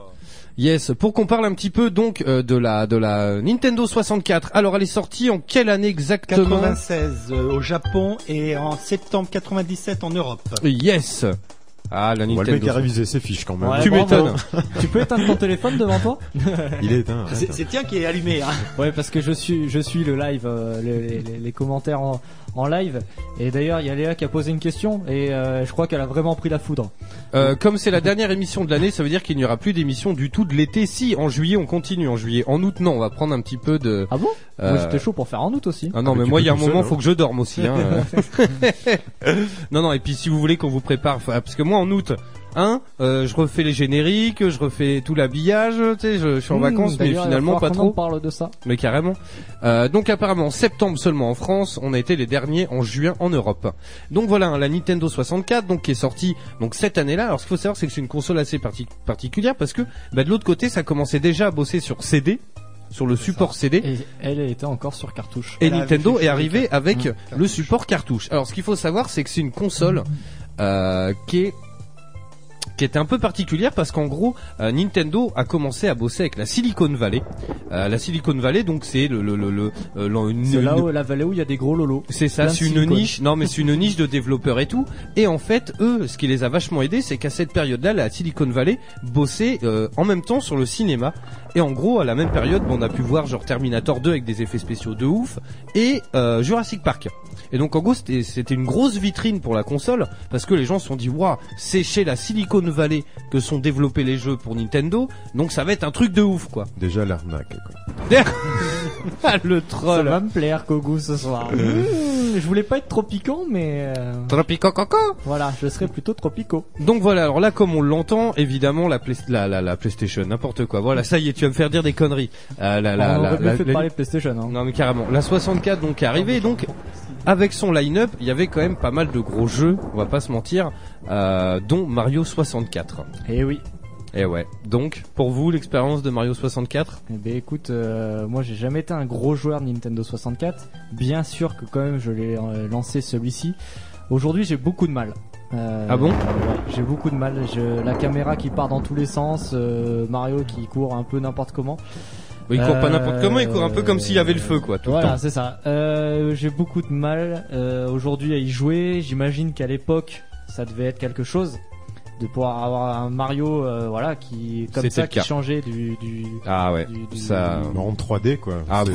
Yes, pour qu'on parle un petit peu donc euh, de la de la Nintendo 64. Alors, elle est sortie en quelle année exactement
96 euh, au Japon et en septembre 97 en Europe.
Yes. Ah, la
le mec
Nintendo.
a révisé ses fiches quand même.
tu m'étonnes.
tu peux éteindre ton téléphone devant toi
Il est hein. éteint.
C'est c'est le tien qui est allumé. Hein.
Ouais, parce que je suis, je suis le live, euh, le- les, les- les commentaires en, en live. Et d'ailleurs, il y a Léa qui a posé une question et euh, je crois qu'elle a vraiment pris la foudre.
Euh, comme c'est la dernière émission de l'année, ça veut dire qu'il n'y aura plus d'émission du tout de l'été. Si, en juillet, on continue. En juillet, en août, non, on va prendre un petit peu de.
Ah bon
Euh,
Moi, j'étais chaud pour faire en août aussi.
Ah non, mais, moi, il y a un moment, faut que je dorme aussi. Hein. Euh, non, non. Et puis, si vous voulez qu'on vous prépare, fa- parce que moi, en août, hein, euh, je refais les génériques, je refais tout l'habillage. Tu sais, je, je suis en
Mmh,
vacances, mais
d'ailleurs, il va
finalement,
falloir
pas
qu'on
trop.
en parle de ça.
Mais carrément. Euh, donc apparemment en septembre seulement en France, on a été les derniers en juin en Europe. Donc voilà hein, la Nintendo 64 donc qui est sortie donc cette année-là. Alors ce qu'il faut savoir c'est que c'est une console assez parti- particulière parce que bah, de l'autre côté ça commençait déjà à bosser sur CD, sur le support CD.
Et elle, elle était encore sur cartouche.
Et
Elle avait
Nintendo
fait
est
le
arrivé
truc.
avec
Mmh.
le support cartouche. Alors ce qu'il faut savoir, c'est que c'est une
Mm.
console euh, qui est qui est un peu particulière parce qu'en gros euh, Nintendo a commencé à bosser avec la Silicon Valley. Euh, la Silicon Valley donc c'est le le le, le- euh, l'en- une-
C'est là
une-
où la vallée où il y a des gros lolos.
c'est ça,
Plein de
c'est une
silicone.
niche. Non, mais c'est une niche de développeurs et tout. Et en fait, eux, ce qui les a vachement aidés, c'est qu'à cette période-là, la Silicon Valley bossait euh, en même temps sur le cinéma. Et en gros, à la même période, on a pu voir genre Terminator 2 avec des effets spéciaux de ouf et euh, Jurassic Park. Et donc, en gros, c'était c'était une grosse vitrine pour la console parce que les gens se sont dit, waouh, c'est chez la Silicon Valley que sont développés les jeux pour Nintendo. Donc, ça va être un truc de ouf, quoi.
Déjà l'arnaque. quoi.
Ah, le troll.
Ça va me plaire, Kogu, ce soir. Mmh, je voulais pas être trop piquant, mais euh,
Tropico Coco.
voilà, je serais plutôt tropico.
Donc voilà, alors là comme on l'entend, évidemment la, Play- la, la, la PlayStation, n'importe quoi. Voilà, ça y est, tu vas me faire dire des conneries. Euh, la, la,
On
la,
aurait
la-
mieux fait de
la-
parler PlayStation. Hein.
Non mais carrément. La 64 donc est arrivée, et donc avec son line-up, il y avait quand même pas mal de gros jeux, on va pas se mentir, euh, dont Mario 64.
Eh oui.
Et ouais. Donc pour vous l'expérience de Mario 64
Eh ben écoute, euh, moi j'ai jamais été un gros joueur de Nintendo 64. Bien sûr que quand même je l'ai euh, lancé celui-ci. Aujourd'hui j'ai beaucoup de mal. Euh,
Ah bon
ouais, J'ai beaucoup de mal. Je, la caméra qui part dans tous les sens, euh, Mario qui court un peu n'importe comment.
Oui, Bah, il court pas n'importe
Euh,
comment, il court un peu comme s'il y avait le feu, quoi, tout le
voilà,
temps.
c'est ça. Euh, j'ai beaucoup de mal euh, aujourd'hui à y jouer. J'imagine qu'à l'époque, ça devait être quelque chose. de pouvoir avoir un Mario euh, voilà qui comme
C'était
ça
le
qui
cas. euh,
changeait du, du
Ah ouais,
ça-
Bah, en 3D quoi.
Ah,
C'était-
mais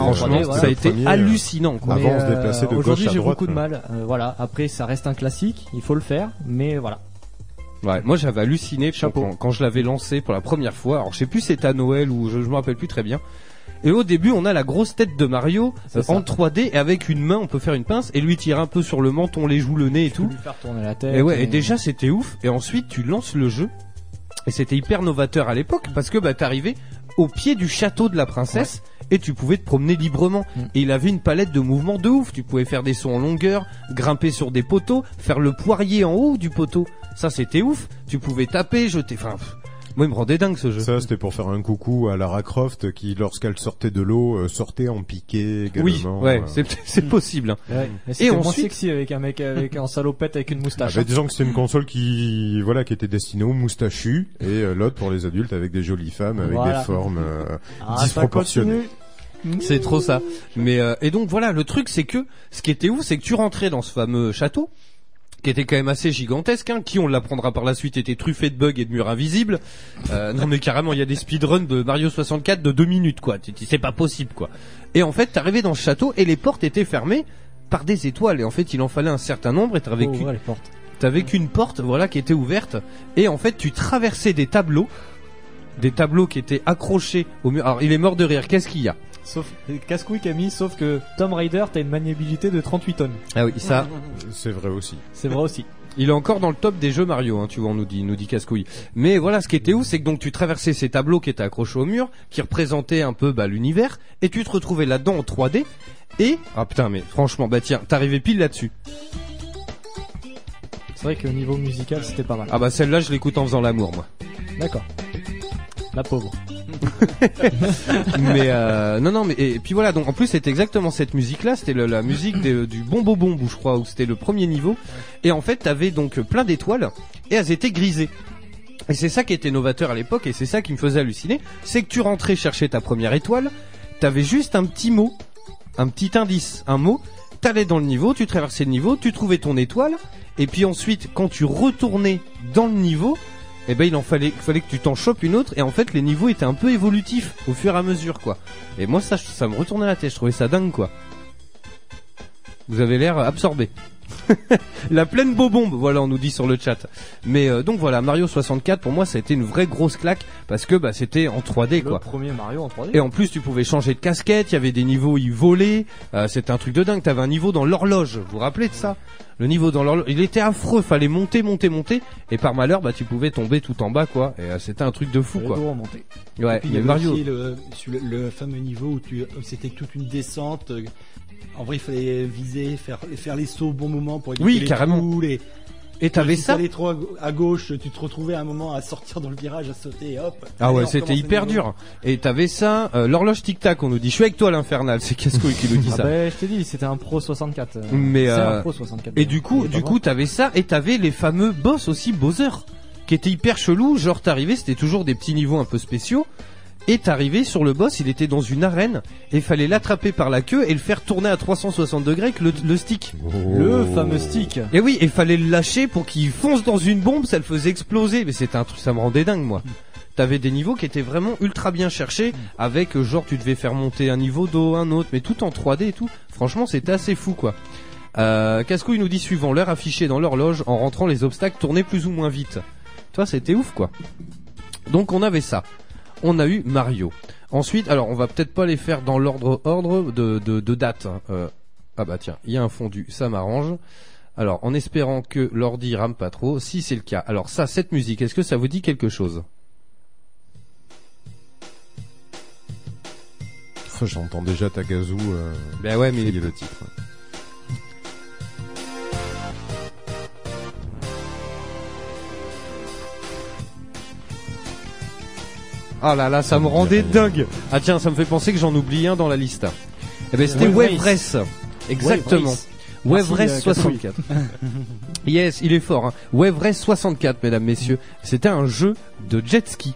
c'était
franchement, ça a
le
été
premier, euh,
hallucinant, quoi.
Avant, on
Mais,
se déplaçait
euh,
de gauche
aujourd'hui
à
j'ai
droite.
beaucoup de mal euh, voilà après ça reste un classique il faut le faire mais voilà
Ouais, moi j'avais halluciné quand- Quand, quand je l'avais lancé pour la première fois. Alors je sais plus si c'était à Noël ou je, je me rappelle plus très bien. Et au début, on a la grosse tête de Mario
C'est
euh,
ça.
en 3D et avec une main, on peut faire une pince et lui tirer un peu sur le menton, les joues, le nez et tout.
lui faire tourner la tête
Et ouais, et
et-
déjà c'était ouf. Et ensuite, tu lances le jeu et c'était hyper novateur à l'époque parce que bah t'arrivais au pied du château de la princesse. Et tu pouvais te promener librement. Et il avait une palette de mouvements de ouf. Tu pouvais faire des sauts en longueur, grimper sur des poteaux, faire le poirier en haut du poteau. Ça, c'était ouf. Tu pouvais taper, jeter. Enfin, pff, moi, il me rendait dingue ce jeu.
Ça, c'était pour faire un coucou à Lara Croft qui, lorsqu'elle sortait de l'eau, euh, sortait en piqué
Oui,
également.
ouais,
euh.
c'est c'est possible. hein.
Ouais, mais
Et
c'était moins
ensuite,
sexy avec un mec avec un salopette avec une
Ah
moustache hein.
bah, disons que c'est une console qui voilà qui était destinée aux moustachus et euh, l'autre pour les adultes avec des jolies femmes avec
Voilà.
des formes euh,
Ah, ça
disproportionnées.
C'est trop ça. Mais euh, et donc voilà, le truc c'est que ce qui était ouf, c'est que tu rentrais dans ce fameux château qui était quand même assez gigantesque, hein, qui on l'apprendra par la suite était truffé de bugs et de murs invisibles. Euh, non mais carrément, il y a des speedruns de Mario 64 de deux minutes quoi. Tu te dis, C'est pas possible quoi. Et en fait, t'arrivais dans ce château et les portes étaient fermées par des étoiles. Et en fait, il en fallait un certain nombre et t'avais
Oh,
qu'une-
ouais, les portes.
t'avais qu'une porte, voilà, qui était ouverte. Et en fait, tu traversais des tableaux, des tableaux qui étaient accrochés au mur. Alors, il est mort de rire. Qu'est-ce qu'il y a
sauf casse-couille Camille sauf que Tom Raider t'as une maniabilité de 38 tonnes
Ah oui, ça.
C'est vrai aussi.
C'est vrai aussi.
Il est encore dans le top des jeux Mario, hein, tu vois, on nous dit, nous dit casse-couille. Mais voilà, ce qui était ouf, c'est que donc tu traversais ces tableaux qui étaient accrochés au mur, qui représentaient un peu bah, l'univers, et tu te retrouvais là-dedans en 3D, et... Ah putain, mais franchement, bah tiens, t'arrivais pile là-dessus.
c'est vrai qu'au niveau musical c'était pas mal
Ah bah celle-là, je l'écoute en faisant l'amour, moi.
d'accord la pauvre
mais euh, non non mais et puis voilà donc en plus c'était exactement cette musique là c'était le- la musique des- du bombo bombe je crois où c'était le premier niveau et en fait t'avais donc plein d'étoiles et elles étaient grisées et c'est ça qui était novateur à l'époque et c'est ça qui me faisait halluciner c'est que tu rentrais chercher ta première étoile t'avais juste un petit mot un petit indice un mot t'allais dans le niveau tu traversais le niveau tu trouvais ton étoile et puis ensuite quand tu retournais dans le niveau eh ben il en fallait, fallait que tu t'en chopes une autre et en fait les niveaux étaient un peu évolutifs au fur et à mesure quoi. Et moi ça, ça me retournait la tête, je trouvais ça dingue quoi. Vous avez l'air absorbé. la pleine bobombe, voilà, on nous dit sur le chat. Mais euh, donc voilà, Mario 64 pour moi ça a été une vraie grosse claque parce que bah c'était en 3D
le
quoi.
premier Mario en 3D
Et en plus, tu pouvais changer de casquette. Il y avait des niveaux, où ils volaient. Euh, c'était un truc de dingue. T'avais un niveau dans l'horloge. Vous vous rappelez de ça Le niveau dans l'horloge, il était affreux. Fallait monter, monter, monter. Et par malheur, bah, tu pouvais tomber tout en bas, quoi. Et euh, c'était un truc de fou, quoi. Ouais.
Et puis,
mais
il y avait
Mario.
aussi le, sur le, le fameux niveau où, tu- où c'était toute une descente. euh, En vrai, il fallait viser, faire, faire les sauts au bon moment pour éviter
Oui,
les
carrément.
trous, les-
Et t'avais
si
ça
t'allais trop à gau- à gauche, tu te retrouvais à un moment à sortir dans le virage, à sauter, et hop.
Ah
allez,
ouais,
on
c'était
recommence le
hyper
niveau.
dur. Et t'avais ça, euh, l'horloge tic tac. On nous dit, je suis avec toi, l'infernal. C'est Casco qui nous dit
ah
ça.
ben,
bah, je t'ai dit c'était un pro 64 euh,
Mais
c'est
euh,
un pro 64
et du
Il
coup,
est
du
pas
coup, t'avais ça et t'avais les fameux boss aussi Bowser, qui étaient hyper chelous. Genre t'arrivais, c'était toujours des petits niveaux un peu spéciaux. Et t'arrivais sur le boss, il était dans une arène et fallait l'attraper par la queue et le faire tourner à 360 degrés avec le, le stick.
Le
oh.
fameux stick.
Et oui, et fallait le lâcher pour qu'il fonce dans une bombe, ça le faisait exploser. Mais c'était un truc, ça me rendait dingue moi. T'avais des niveaux qui étaient vraiment ultra bien cherchés, avec euh, genre tu devais faire monter un niveau d'eau, un autre, mais tout en 3D et tout. Franchement, c'était assez fou quoi. Euh, Casco, il nous dit suivant l'heure affichée dans l'horloge, en rentrant les obstacles tournaient plus ou moins vite. Toi, c'était ouf quoi. Donc on avait ça. On a eu Mario. Ensuite, alors on va peut-être pas les faire dans l'ordre ordre de, de, de date. hein. Euh, ah bah tiens, il y a un fondu, ça m'arrange. Alors en espérant que l'ordi rame pas trop, si c'est le cas. Alors ça, cette musique, est-ce que ça vous dit quelque chose
Pff, J'entends déjà Tagazu. Euh,
Ben ouais, mais
crier le titre.
Ah là là, ça me rendait dingue. Ah tiens, ça me fait penser que j'en oublie un dans la liste. Eh ben c'était
Wave
Wave
Race.
Race. Exactement.
Wave Race.
Wave
Merci,
Race
euh, Catherine.
64. Yes, il est fort. Hein. Wave Race 64, mesdames, messieurs. C'était un jeu de jet ski.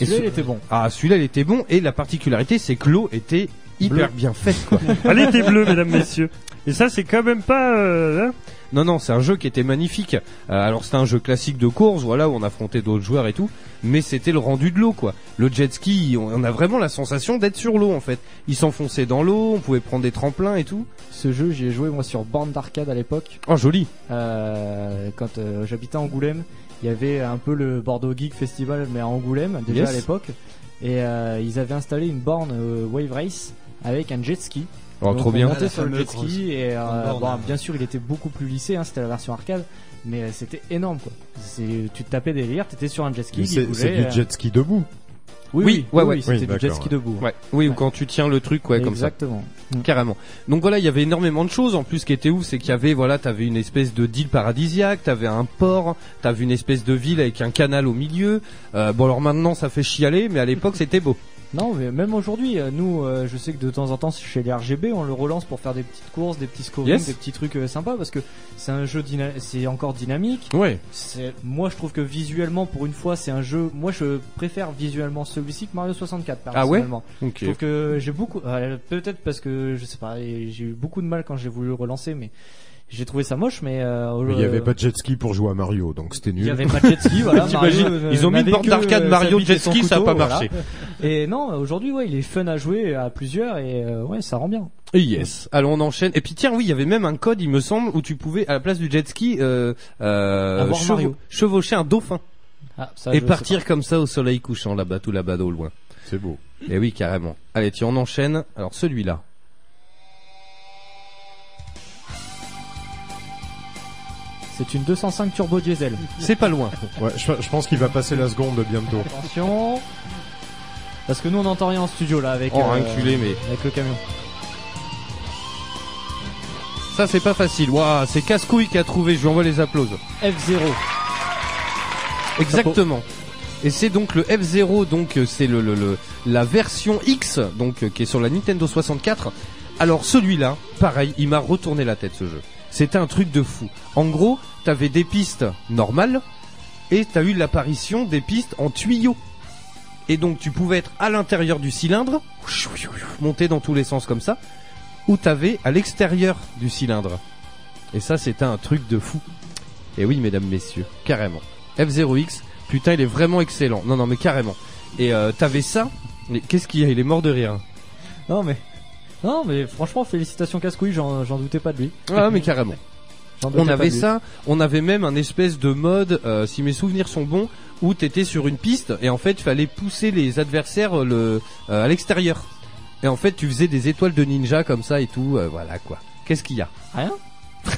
Et
Celui-là,
ce-
il était bon.
Ah, celui-là, il était bon. Et la particularité, c'est que l'eau était hyper
Bleu.
bien faite, quoi.
Elle était bleue, mesdames, messieurs. Et ça, c'est quand même pas. euh, hein.
Non, non, c'est un jeu qui était magnifique. Euh, alors c'était un jeu classique de course, voilà, où on affrontait d'autres joueurs et tout, mais c'était le rendu de l'eau, quoi. Le jet ski, on on a vraiment la sensation d'être sur l'eau, en fait. Il s'enfonçait dans l'eau, on pouvait prendre des tremplins et tout.
Ce jeu, j'y ai joué moi sur borne d'arcade à l'époque.
Oh, joli.
Euh, quand euh, j'habitais à Angoulême, il y avait un peu le Bordeaux Geek Festival, mais à Angoulême déjà
Yes.
à l'époque. Et euh, ils avaient installé une borne euh, Wave Race avec un jet ski.
Oh,
Donc,
trop
on
bien.
montait
Ah, la
sur le
fameuse
jet ski et euh,
grande borne,
bon,
hein.
bien sûr il était beaucoup plus lissé, hein, c'était la version arcade, mais euh, c'était énorme quoi. C'est- Tu te tapais des rires, t'étais sur un jet ski.
Mais
qui
c'est-
roulait,
c'est du
euh,
jet ski debout.
Oui, oui,
ouais,
oui,
ouais.
oui, c'était du jet ski debout.
Ouais. Oui, ou quand tu tiens le truc, ouais, comme ça.
Exactement.
Carrément. Donc voilà, il y avait énormément de choses. En plus, ce qui était ouf, c'est qu'il y avait, voilà, t'avais une espèce de deal paradisiaque, t'avais un port, t'avais une espèce de ville avec un canal au milieu. Euh, bon, alors maintenant, ça fait chialer, mais à l'époque, c'était beau.
Non, mais même aujourd'hui, euh, nous, euh, je sais que de temps en temps, chez les RGB, on le relance pour faire des petites courses, des petits scorings,
Yes.
des petits trucs euh, sympas, parce que c'est un jeu dyna- c'est encore dynamique.
Ouais.
C'est- Moi, je trouve que visuellement, pour une fois, c'est un jeu. Moi, je préfère visuellement celui-ci que Mario 64,
Ah ouais
personnellement.
Ok.
Je trouve que j'ai beaucoup, euh, peut-être parce que je sais pas, j'ai eu beaucoup de mal quand j'ai voulu le relancer, mais j'ai trouvé ça moche. Mais euh,
Mais il n'y
euh,
avait pas de jet ski pour jouer à Mario, donc c'était nul.
il y avait pas de jet ski, voilà.
T'imagines,
Mario, euh,
ils ont mis une
n'avait
borne
que,
d'arcade
euh,
Mario
sa bite
jet
et son
ski, ça a
couteau,
pas marché.
Et non, aujourd'hui, ouais, il est fun à jouer à plusieurs et euh, ouais, ça rend bien.
Et Yes. Alors on enchaîne. Et puis tiens, oui, il y avait même un code, il me semble, où tu pouvais, à la place du jet ski, euh, euh,
Avoir
chevau-
Mario.
chevaucher un dauphin
Ah, ça,
et
je
partir comme ça au soleil couchant, là-bas, tout là-bas, au loin.
C'est beau.
Et oui, carrément. Allez, tiens, on enchaîne. Alors celui-là.
C'est une 205 turbo diesel.
C'est pas loin.
Ouais, je, je pense qu'il va passer la seconde bientôt.
Attention. Parce que nous, on n'entend rien en studio là avec. euh,
Oh, enculé, mais-
Avec le camion.
Ça, c'est pas facile. Waouh, c'est Casse-Couille qui a trouvé. Je lui envoie les applauses.
F0.
Exactement. Et c'est donc le F0, donc euh, c'est le, le- le- la version X, donc euh, qui est sur la Nintendo 64. Alors celui-là, pareil, il m'a retourné la tête ce jeu. C'était un truc de fou. En gros, t'avais des pistes normales et t'as eu l'apparition des pistes en tuyaux. Et donc tu pouvais être à l'intérieur du cylindre, monter dans tous les sens comme ça, ou t'avais à l'extérieur du cylindre. Et ça, c'était un truc de fou. Et oui, mesdames, messieurs, carrément. F0X, putain, il est vraiment excellent. Non, non, mais carrément. Et euh, t'avais ça. Mais qu'est-ce qu'il y a Il est mort de rire.
Non mais. Non mais franchement, félicitations Cascouille, j'en j'en doutais pas de lui.
Ah, mais carrément.
J'en doutais
On
pas de
avait
lui.
ça, on avait même un espèce de mode, euh, si mes souvenirs sont bons, où t'étais sur une piste et en fait fallait pousser les adversaires euh, le, euh, à l'extérieur. Et en fait tu faisais des étoiles de ninja comme ça et tout, euh, voilà quoi. Qu'est-ce qu'il y a
Rien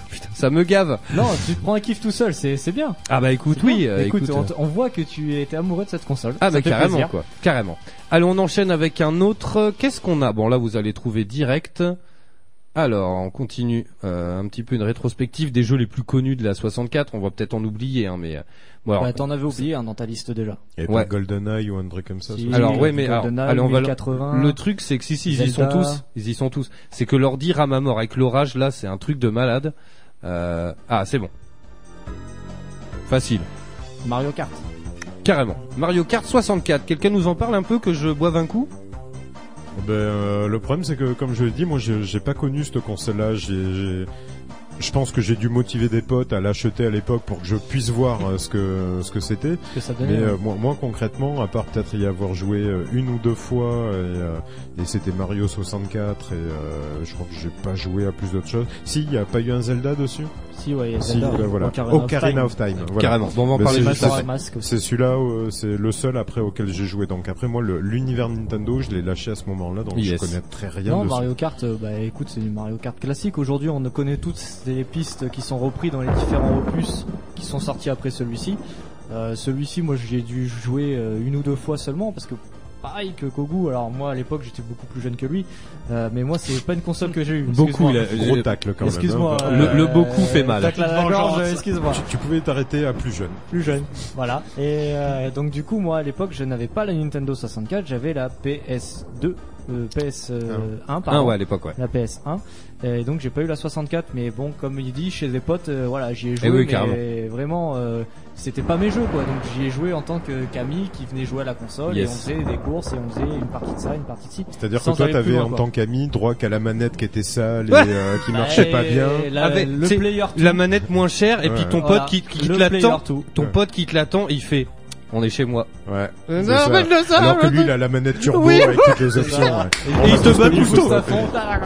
Putain, ça me gave.
Non, tu te prends un kiff tout seul, c'est c'est bien.
Ah bah écoute,
C'est
oui,
bien.
euh,
écoute,
écoute,
on,
euh,
t- on voit que tu étais amoureux de cette console.
Ah
Ça
bah
fait
carrément
plaisir.
quoi, carrément. Allez, on enchaîne avec un autre. Qu'est-ce qu'on a Bon là, vous allez trouver direct. Alors, on continue euh, un petit peu une rétrospective des jeux les plus connus de la 64. On va peut-être en oublier, hein, mais euh, bon, alors,
Bah, t'en avais oublié hein, dans ta liste déjà.
Et pas
Ouais.
GoldenEye ou un truc comme ça.
Si.
ça-
alors ouais, mais alors,
GoldenEye,
allez, on va le-
1080,
le truc, c'est que si si, ils y sont
Bah, Zelda.
tous, ils y sont tous. C'est que l'ordi rame à mort avec l'orage là, c'est un truc de malade. Euh, Ah, c'est bon. Facile.
Mario Kart.
Carrément. Mario Kart 64. Quelqu'un nous en parle un peu que je boive un coup
Ben, euh, le problème, c'est que, comme je l'ai dit, moi, j'ai j'ai pas connu cette console-là. J'ai- j'ai- Je pense que j'ai dû motiver des potes à l'acheter à l'époque pour que je puisse voir euh, ce que ce que c'était.
Que ça donnait,
Mais euh,
ouais.
moi, moi, concrètement, à part peut-être y avoir joué euh, une ou deux fois, euh, et, euh, et c'était Mario 64, et euh, je crois que j'ai pas joué à plus d'autres choses. Si, il y a pas eu un Zelda dessus
hein. Si, ouais, il y a
Si,
Zelda,
ben, voilà.
Ocarina of
Ocarina of
Time.
Time. voilà.
Carrément. Bah, Bon, on va en
Mais
parler
c'est-
Majora's
c'est-
Mask aussi.
C'est celui-là, euh, c'est le seul après auquel j'ai joué. Donc après, moi, le- l'univers Nintendo, je l'ai lâché à ce moment-là, donc
Yes.
je connais très rien
non,
de ça.
Mario Kart, euh, bah écoute, c'est du Mario Kart classique. Aujourd'hui, on connaît toutes les pistes qui sont reprises dans les différents opus qui sont sortis après celui-ci. Euh, celui-ci, moi, j'ai dû jouer euh, une ou deux fois seulement parce que pareil que Kogu. Alors moi, à l'époque, j'étais beaucoup plus jeune que lui, Euh, mais moi, c'est pas une console que j'ai eue.
Beaucoup,
Excuse-moi.
il a- Gros tacle, quand même,
Excuse-moi.
hein. Le- le beaucoup fait mal.
tacle à la
Petite vengeance.
gorge, excuse-moi.
Tu- tu pouvais t'arrêter à plus jeune.
Plus jeune. Voilà. Et euh, donc du coup, moi à l'époque, je n'avais pas la Nintendo 64, j'avais la PS2 euh, PS1
Ah.
Un.
pardon.
Un, Ah, ouais, à l'époque, ouais.
La PS1. Euh, Et donc j'ai pas eu la 64 mais bon comme il dit chez des potes euh, voilà, j'y
Eh
ai joué
oui,
mais
carrément.
vraiment euh, c'était pas mes jeux quoi. Donc j'y ai joué en tant que Camille qui venait jouer à la console
Yes.
et on faisait des courses et on faisait une partie de ça, une partie de ci.
C'est-à-dire que
Sans
toi,
aller plus
t'avais
loin,
en
quoi.
tant qu'ami droit qu'à la manette qui était sale et
Ouais.
euh, qui
Bah,
marchait pas
et
bien.
Ah,
la- Avec- le
t'sais,
player two.
la manette moins chère et
Ouais.
puis ton
Voilà.
pote qui, qui
Le
te
player
l'attend,
two.
ton
Ouais.
pote qui te l'attend, il fait on est chez moi.
Ouais.
Euh,
C'est
non,
ça.
mais je le sais,
Alors que
je
lui,
le-
il a la manette turbo
Oui.
avec toutes les
C'est
options.
ça.
Ah,
ouais.
Et
Oh,
il
bah,
te
parce
bat
que
tout
lui,
le
faut
temps.
se la faire.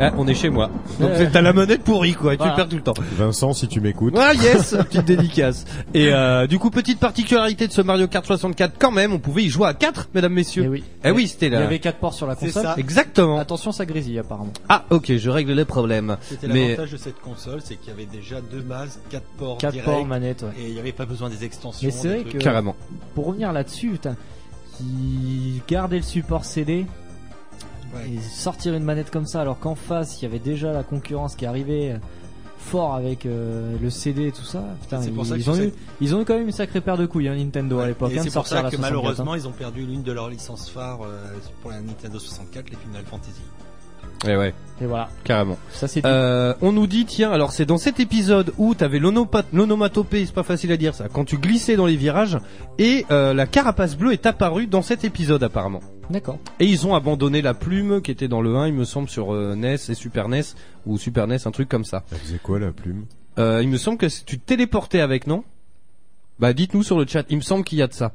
Ah, on est chez moi. Donc
Ouais.
c'est- t'as la manette pourrie quoi, tu
Voilà.
le perds tout le temps.
Vincent, si tu m'écoutes.
Ah yes, petite dédicace. Et euh, du coup, petite particularité de ce Mario Kart 64 quand même, on pouvait y jouer à 4 mesdames messieurs. Eh oui, c'était là.
Il y avait quatre ports sur la
C'est
console.
ça. Exactement.
Attention ça grésille apparemment.
Ah ok, je règle les problèmes.
C'était
Mais
l'avantage de cette console, c'est qu'il y avait déjà deux bases, quatre ports
Quatre
directs,
ports manettes, ouais.
et il n'y avait pas besoin des extensions.
Mais c'est
des
vrai que
trucs.
pour revenir là-dessus, putain, qui gardait le support CD et sortir une manette comme ça, alors qu'en face il y avait déjà la concurrence qui arrivait euh, fort avec euh, le CD et tout ça. Putain,
C'est
ils,
pour ça que
ils ont
c'est-
eu, ils ont eu quand même une sacrée paire de couilles hein, Nintendo à l'époque.
Et
hein, de
c'est pour
sortir
ça
la
que
64, hein.
malheureusement, ils ont perdu l'une de leurs licences phares euh, pour la Nintendo 64, les Final Fantasy.
Eh ouais.
Et voilà.
Carrément.
Ça c'est.
Euh, on nous dit tiens alors c'est dans cet épisode où t'avais l'onopa- l'onomatopée c'est pas facile à dire ça quand tu glissais dans les virages et euh, la carapace bleue est apparue dans cet épisode apparemment.
D'accord.
Et ils ont abandonné la plume qui était dans le 1 il me semble sur euh, NES et Super NES ou Super NES un truc comme ça.
Elle faisait quoi la plume
Euh, il me semble que tu te téléportais avec non Bah dites-nous sur le chat il me semble qu'il y a de ça.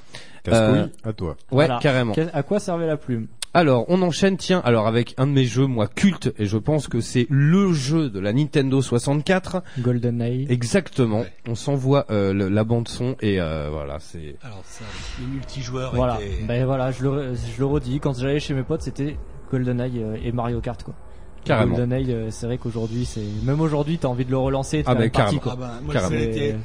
Euh,
Casse-couille, à toi.
Ouais
Voilà.
carrément.
Quel- À quoi servait la plume
Alors, on enchaîne, tiens, alors avec un de mes jeux, moi, culte, et je pense que c'est le jeu de la Nintendo 64.
GoldenEye.
Exactement. On s'envoie euh, le- la bande son et euh, voilà, c'est...
Ah,
Alors ça, le multijoueur
Voilà.
était...
Ben voilà, je le, je le redis. Quand j'allais chez mes potes, c'était GoldenEye euh, et Mario Kart quoi.
Carrément.
GoldenEye, euh, c'est vrai qu'aujourd'hui, c'est même aujourd'hui, t'as envie de le relancer. Et de
Ah
faire
ben,
une partie,
carrément.
quoi.
Ah ben, moi,
Carrément.
ça a été-
Et-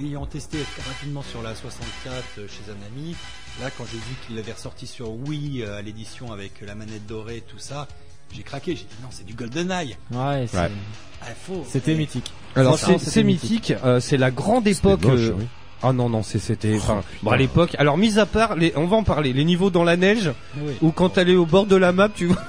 l'ayant testé rapidement sur la 64 euh, chez un ami, là, quand j'ai vu qu'il l'avait ressorti sur Wii euh, à l'édition avec la manette dorée, tout ça, j'ai craqué. J'ai dit non, c'est du GoldenEye.
Ouais, c'est-
Ouais.
Ah, faut.
C'était mythique.
Alors
Franchement,
c'est
c'était
c'est mythique, euh, c'est la grande époque.
moche,
euh,
oui. Oh,
Ah non non, c'est c'était. enfin, bon, à l'époque. Alors mis à part, les, on va en parler. Les niveaux dans la neige
Oui.
ou quand t'allais au bord de la map, tu vois.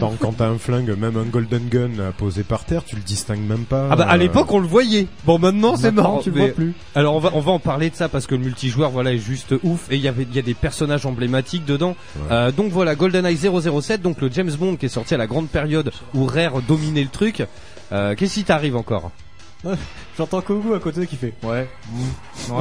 Quand, quand t'as un flingue, même un golden gun euh, posé par terre, tu le distingues même pas.
Ah bah à
euh,
l'époque on le voyait. Bon maintenant c'est
Maintenant,
marrant.
tu le
mais-
vois plus.
Alors on va on va en parler de ça parce que le multijoueur voilà est juste ouf et il y avait il y a des personnages emblématiques dedans. Euh, donc voilà GoldenEye 007 donc le James Bond qui est sorti à la grande période où Rare dominait le truc. Euh, Qu'est-ce qui t'arrive encore
J'entends Kogu à côté qui fait ouais, mm, ouais.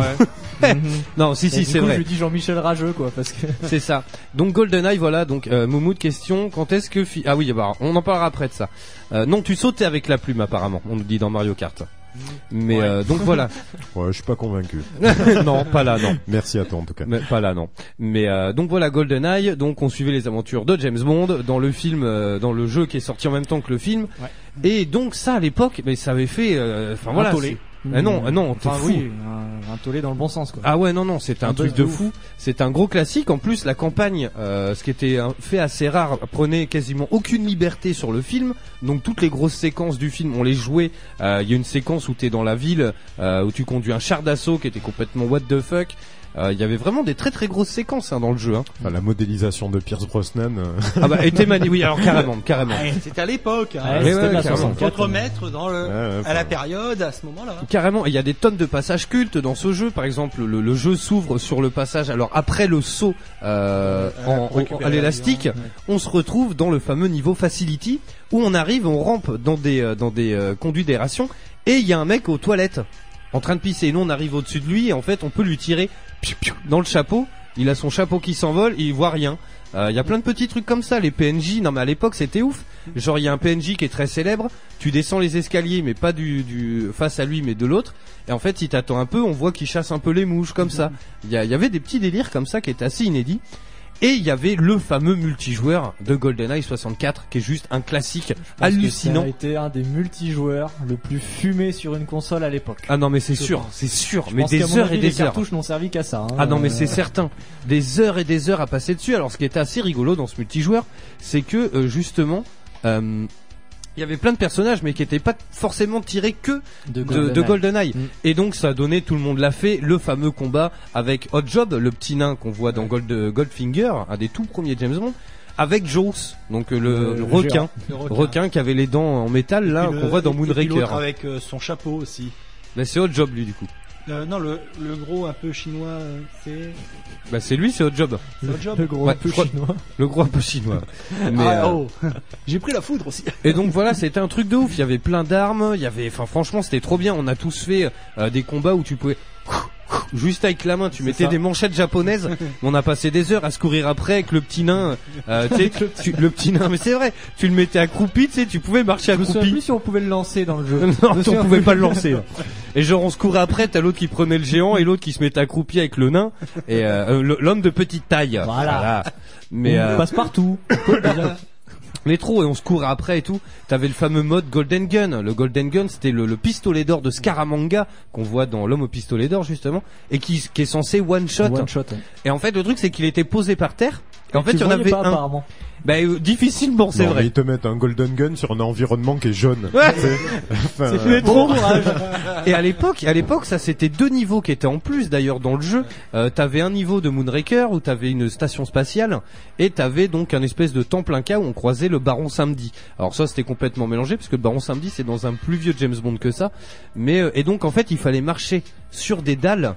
Ouais.
mhm.
Non, si,
Et
si,
du
c'est
coup,
vrai.
Je lui dis Jean-Michel Rageux quoi parce que
C'est ça. Donc GoldenEye, voilà. Donc euh, Moumoud, question. Quand est-ce que fi- ah oui, bah, on en parlera après de ça. Euh, non, tu sautais avec la plume apparemment. On nous dit dans Mario Kart.
Mmh.
Mais euh, donc voilà.
Ouais, je suis pas convaincu.
non, pas là, non.
Merci à toi en tout cas.
Mais, pas là, non. Mais euh, donc voilà GoldenEye. Donc on suivait les aventures de James Bond dans le film, euh, dans le jeu qui est sorti en même temps que le film. Et donc ça à l'époque, mais ça avait fait. euh, Enfin voilà.
un tollé.
c'est- Ah non, ah non, t'es
Mm. enfin,
fou.
oui, un, un tollé dans le bon sens quoi.
Ah ouais non non c'était un,
Un
truc
buzz
de
de
fou c'est un gros classique en plus la campagne euh, ce qui était un fait assez rare prenait quasiment aucune liberté sur le film donc toutes les grosses séquences du film on les jouait Euh, il y a une séquence où t'es dans la ville euh, où tu conduis un char d'assaut qui était complètement what the fuck Euh, il y avait vraiment des très très grosses séquences hein, dans le jeu hein.
Enfin, la modélisation de Pierce Brosnan. euh.
ah bah était mani oui alors carrément carrément
Ah, c'était à l'époque.
Ouais,
Hein.
c'était de la 64,
Faut te
euh.
remettre dans le,
hein,
Ouais, ouais,
à la période, à ce moment-là.
Carrément, et il y a des tonnes de passages cultes dans ce jeu. Par exemple, le, le jeu s'ouvre sur le passage. Alors après le saut euh, en-
pour récupérer
au- à l'élastique, on se retrouve dans le fameux niveau Facility où on arrive, on rampe dans des euh, dans des euh, conduits d'aération et il y a un mec aux toilettes en train de pisser. Et nous, on arrive au-dessus de lui et en fait, on peut lui tirer piou, piou, dans le chapeau. Il a son chapeau qui s'envole, et il voit rien. Euh, Il y a plein de petits trucs comme ça, les PNJ. Non mais à l'époque c'était ouf. Genre il y a un PNJ qui est très célèbre. Tu descends les escaliers, mais pas du, du face à lui, mais de l'autre. Et en fait, il t'attend un peu. On voit qu'il chasse un peu les mouches comme ça. Il y, a- il y avait des petits délires comme ça qui étaient assez inédits. Et il y avait le fameux multijoueur de GoldenEye 64, qui est juste un classique
Parce que
hallucinant.
Ça a été un des multijoueurs le plus fumé sur une console à l'époque.
Ah non mais c'est
Je
sûr,
pense.
c'est sûr,
Je
mais
pense qu'à
des
mon
heures
avis,
et des
les
heures.
cartouches n'ont servi qu'à ça. hein.
Ah non mais
Euh,
c'est certain, des heures et des heures à passer dessus. Alors ce qui était assez rigolo dans ce multijoueur, c'est que euh, justement, euh, il y avait plein de personnages mais qui n'étaient pas forcément tirés que
De
de,
GoldenEye.
de GoldenEye. Et donc ça donnait, tout le monde l'a fait, le fameux euh, combat avec Hot Job, le petit nain qu'on voit dans Gold, Goldfinger, un des tout premiers James Bond. avec Jaws, donc euh, le, le requin,
géant. Le requin.
qui avait les dents en métal là
Puis le-
qu'on voit dans
et- et puis l'autre
Moonraker.
avec euh, son chapeau aussi.
Mais c'est Odd Job lui du coup.
Euh, non, le, le gros un peu chinois, euh, c'est.
Bah c'est lui, c'est Odd Job.
C'est Odd Job Le gros un peu
je crois-
chinois.
Le gros un peu chinois. Mais,
Ah,
euh,
oh. J'ai pris la foudre aussi.
Et donc voilà, c'était un truc de ouf. Il y avait plein d'armes. Il y avait, enfin franchement, c'était trop bien. On a tous fait euh, des combats où tu pouvais juste avec la main, tu mettais
ça.
des manchettes japonaises. On a passé des heures à se courir après avec le petit nain. euh, tu sais,
Avec
tu- le, petit... nain, mais c'est vrai. Tu le mettais accroupi, tu sais, tu pouvais marcher
Je me souviens
accroupi.
plus si on pouvait le lancer dans le jeu.
Non,
Je me souviens
on pouvait
plus.
pas le lancer. hein. Et genre on se courait après, t'as l'autre qui prenait le géant et l'autre qui se mettait accroupi avec le nain et euh, euh, l'homme de petite taille. Voilà. Mais euh,
On passe
partout. Mais trop et on se courait après et tout. T'avais le fameux mode Golden Gun. Le Golden Gun, c'était le, le pistolet d'or de Scaramanga qu'on voit dans l'homme au pistolet d'or justement et qui, qui est censé one shot.
One shot, ouais.
Et en fait, le truc c'est qu'il était posé par terre. Et en
Et
fait,
tu
il y en
voyais
avait
pas,
un.
apparemment.
Bah, euh, difficilement, c'est
Non, mais
vrai.
Ils te mettent un golden gun sur un environnement qui est jaune.
Ouais.
C'est- enfin,
C'est
euh,
trop Et à l'époque, à l'époque, ça c'était deux niveaux qui étaient en plus d'ailleurs dans le jeu. Euh, t'avais un niveau de Moonraker où t'avais une station spatiale et t'avais donc un espèce de temple inca où on croisait le Baron Samedi. Alors ça c'était complètement mélangé parce que le Baron Samedi c'est dans un plus vieux James Bond que ça. Mais euh, et donc en fait il fallait marcher sur des dalles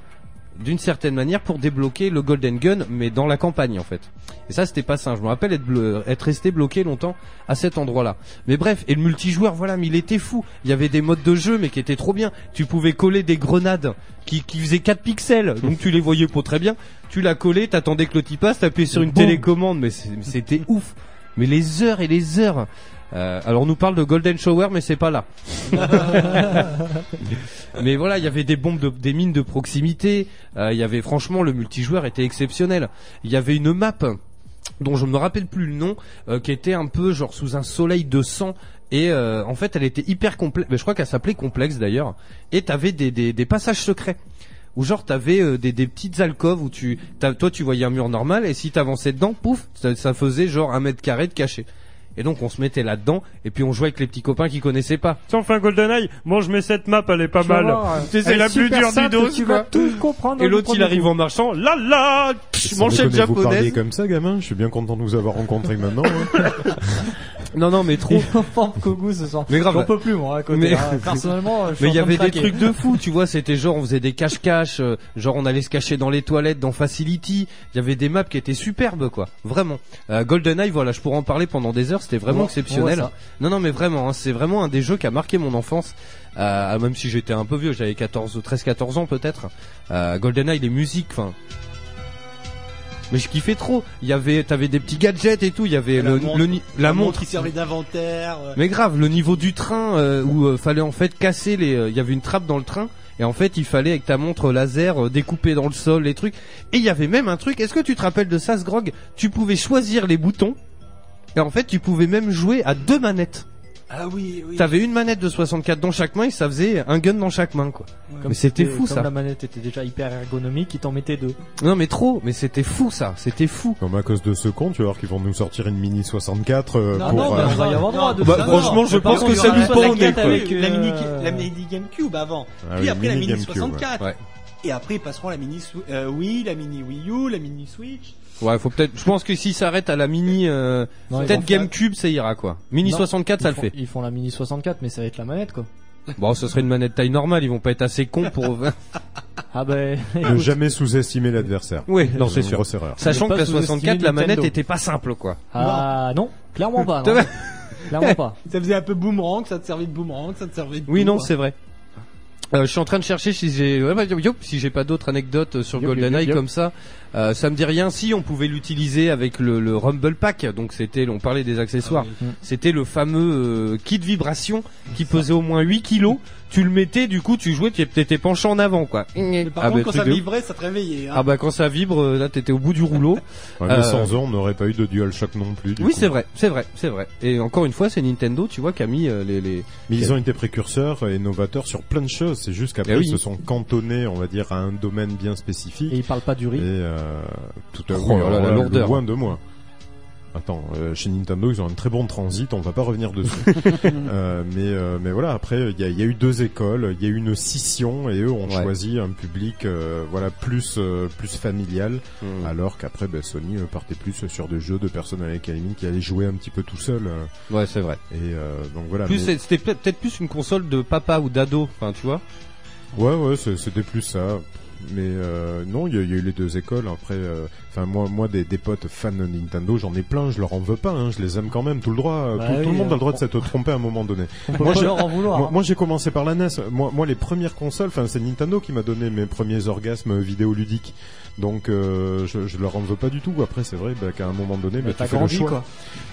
d'une certaine manière pour débloquer le Golden Gun, mais dans la campagne en fait. Et ça c'était pas sain. Je me rappelle être, bleu- être resté bloqué longtemps à cet endroit-là. Mais bref, et le multijoueur, voilà, mais il était fou. Il y avait des modes de jeu, mais qui étaient trop bien. Tu pouvais coller des grenades qui, qui faisaient 4 pixels, donc tu les voyais pas très bien. Tu la collais, t'attendais que le type passe, t'appuyais sur une télécommande, mais c'est- mais c'était ouf. Mais les heures et les heures. Euh, alors on nous parle de Golden Shower, mais c'est pas là. Mais voilà, il y avait des bombes, de- des mines de proximité. Euh, Il y avait franchement, le multijoueur était exceptionnel. Il y avait une map dont je ne me rappelle plus le nom, euh, qui était un peu genre sous un soleil de sang. Et euh, en fait, elle était hyper complexe. Mais je crois qu'elle s'appelait complexe d'ailleurs. Et t'avais des, des, des passages secrets. Ou genre t'avais euh, des, des petites alcôves où tu, t'as- toi tu voyais un mur normal et si t'avançais dedans, pouf, ça, ça faisait genre un mètre carré de cachet. Et donc on se mettait là-dedans et puis on jouait avec les petits copains qui connaissaient pas. Si on fait un GoldenEye, moi je mets cette map, elle est pas
Tu vas voir,
Tu sais, C'est
elle
la
est
plus
super
dure du
simple,
dos.
tu
quoi.
vas tout comprendre
Et
dans le
l'autre il
premier
arrive
coup.
en marchant, là là,
sans
manchette
déconner, Vous parliez
japonaise.
comme ça, gamin. Je suis bien content de vous avoir rencontré maintenant. hein.
Non non mais trop.
Kogu se sent.
Mais grave.
J'en peux plus, moi, à côté.
Mais-
hein. Personnellement, je suis
mais
en
il y
train de
avait des
craquer.
trucs de fou, tu vois. C'était genre on faisait des cache-cache, euh, genre on allait se cacher dans les toilettes, dans Facility. Il y avait des maps qui étaient superbes, quoi. Vraiment. Euh, GoldenEye, voilà, je pourrais en parler pendant des heures. C'était vraiment
On voit-
exceptionnel.
on voit ça.
Non non mais vraiment, hein, c'est vraiment un des jeux qui a marqué mon enfance. Euh, même si j'étais un peu vieux, j'avais 14, 13, 14 ans peut-être. Euh, GoldenEye, les musiques, enfin. Mais je kiffais trop. Il y avait, t'avais des petits gadgets et tout. Il y avait le,
montre-
le ni- la montre.
qui servait d'inventaire. euh,
Mais grave, le niveau du train euh, où euh, fallait en fait casser les, euh, il y avait une trappe dans le train et en fait il fallait avec ta montre laser euh, découper dans le sol les trucs. Et il y avait même un truc. Est-ce que tu te rappelles de ça, Grog Tu pouvais choisir les boutons et en fait tu pouvais même jouer à deux manettes.
Ah oui, oui.
T'avais une manette de 64 dans chaque main et ça faisait un gun dans chaque main quoi. Mais c'était
Comme
fou ça.
la manette était déjà hyper ergonomique, ils t'en mettaient deux.
Non mais trop, mais c'était fou ça, c'était fou.
Comme à cause de ce con, tu vas voir qu'ils vont nous sortir une mini 64 euh,
Non,
pour.
non, mais on va y avoir droit de Bah, ça. franchement, je pense que ça
lui
nous pend au nez, quoi.
La mini,
Euh,
la mini GameCube avant.
Ah
puis
oui,
après la
mini
mini
GameCube,
64.
ouais. Ouais.
Et après ils passeront à la mini Sou- euh, Wii, la mini Wii U, la mini Switch.
Ouais, faut peut-être. Je pense que s'ils s'arrêtent à la mini, euh,
Non, ils vont
peut-être
faire-
GameCube ça ira quoi. Mini
Non,
64
ils
ça le
font-
fait.
Ils font la mini 64, mais ça va être la manette, quoi.
Bon, ce serait une manette taille normale, ils vont pas être assez cons pour.
Ah ben.
Ne jamais sous-estimer l'adversaire.
Oui, non,
Ils
c'est
ont une
sûr.
Grosse erreur.
Sachant
Ne
que la
pas sous-estimer
64, la manette
Nintendo.
était pas simple, quoi.
Ah non, clairement pas.
T'as
Non.
pas-
clairement pas.
Ça faisait un peu boomerang, ça te servait de boomerang, ça te servait de
Oui,
tout,
non,
quoi.
c'est vrai. Euh, je suis en train de chercher si j'ai ouais, bah, yop, yop, si j'ai pas d'autres anecdotes euh, sur
Yop, yop,
GoldenEye
yop, yop.
comme ça. Euh, ça me dit rien. Si on pouvait l'utiliser avec le, le Rumble Pack, donc c'était, on parlait des accessoires.
Ah Mm.
C'était le fameux euh, kit vibration qui pesait au moins 8 kilos. Tu le mettais, du coup, tu jouais, tu étais penché en avant, quoi.
Mais par
Ah,
contre
bah,
quand
truc
ça
de ouf.
vibrait, ça te réveillait. Hein.
Ah bah quand ça vibre, euh, là t'étais au bout du rouleau.
Ouais, mais
Euh,
sans eux, on n'aurait pas eu de DualShock non plus. du
Oui,
coup.
c'est vrai, c'est vrai, c'est vrai. Et encore une fois, c'est Nintendo, tu vois, qui a mis euh, les, les.
Mais ils ont été précurseurs et novateurs sur plein de choses. C'est juste qu'après,
Eh oui.
ils se sont cantonnés, on va dire, à un domaine bien spécifique.
Et ils parlent pas du riz.
Et euh, tout à
Oh
oui,
là là, la
euh,
lourdeur.
Loin de moi. Attends, euh, chez Nintendo, ils ont un très bon transit, on va pas revenir dessus. Euh, mais, euh, mais voilà, après, il y a, il y a eu deux écoles, il y a eu une scission, et eux ont
Ouais.
choisi un public euh, voilà plus, euh, plus familial,
Mm.
alors qu'après, ben, Sony euh, partait plus sur des jeux de personnes avec gaming qui allaient jouer un petit peu tout seul.
Ouais, c'est vrai.
Et euh, donc voilà.
Plus
mais-
c'est- c'était peut- peut-être plus une console de papa ou d'ado, enfin tu vois.
Oh, Ouais, ouais, c'est- c'était plus ça. Mais euh, non, il y, a il y a eu les deux écoles. Après, euh, enfin moi, moi des, des potes fans de Nintendo, j'en ai plein. Je leur en veux pas. hein, je les aime quand même. Tout le droit, euh,
Bah
tout, tout
oui,
le monde a
euh,
le droit
on-
de s'être trompé à un moment donné.
on peut pas
j'ai-
leur en vouloir,
moi-
hein.
moi, j'ai commencé par la NES. Moi, moi, les premières consoles, enfin c'est Nintendo qui m'a donné mes premiers orgasmes vidéoludiques. Donc euh, je, je leur en veux pas du tout. Après, c'est vrai bah, qu'à un moment donné, bah,
Mais
tu
t'as
fais
grandi,
le choix.
quoi.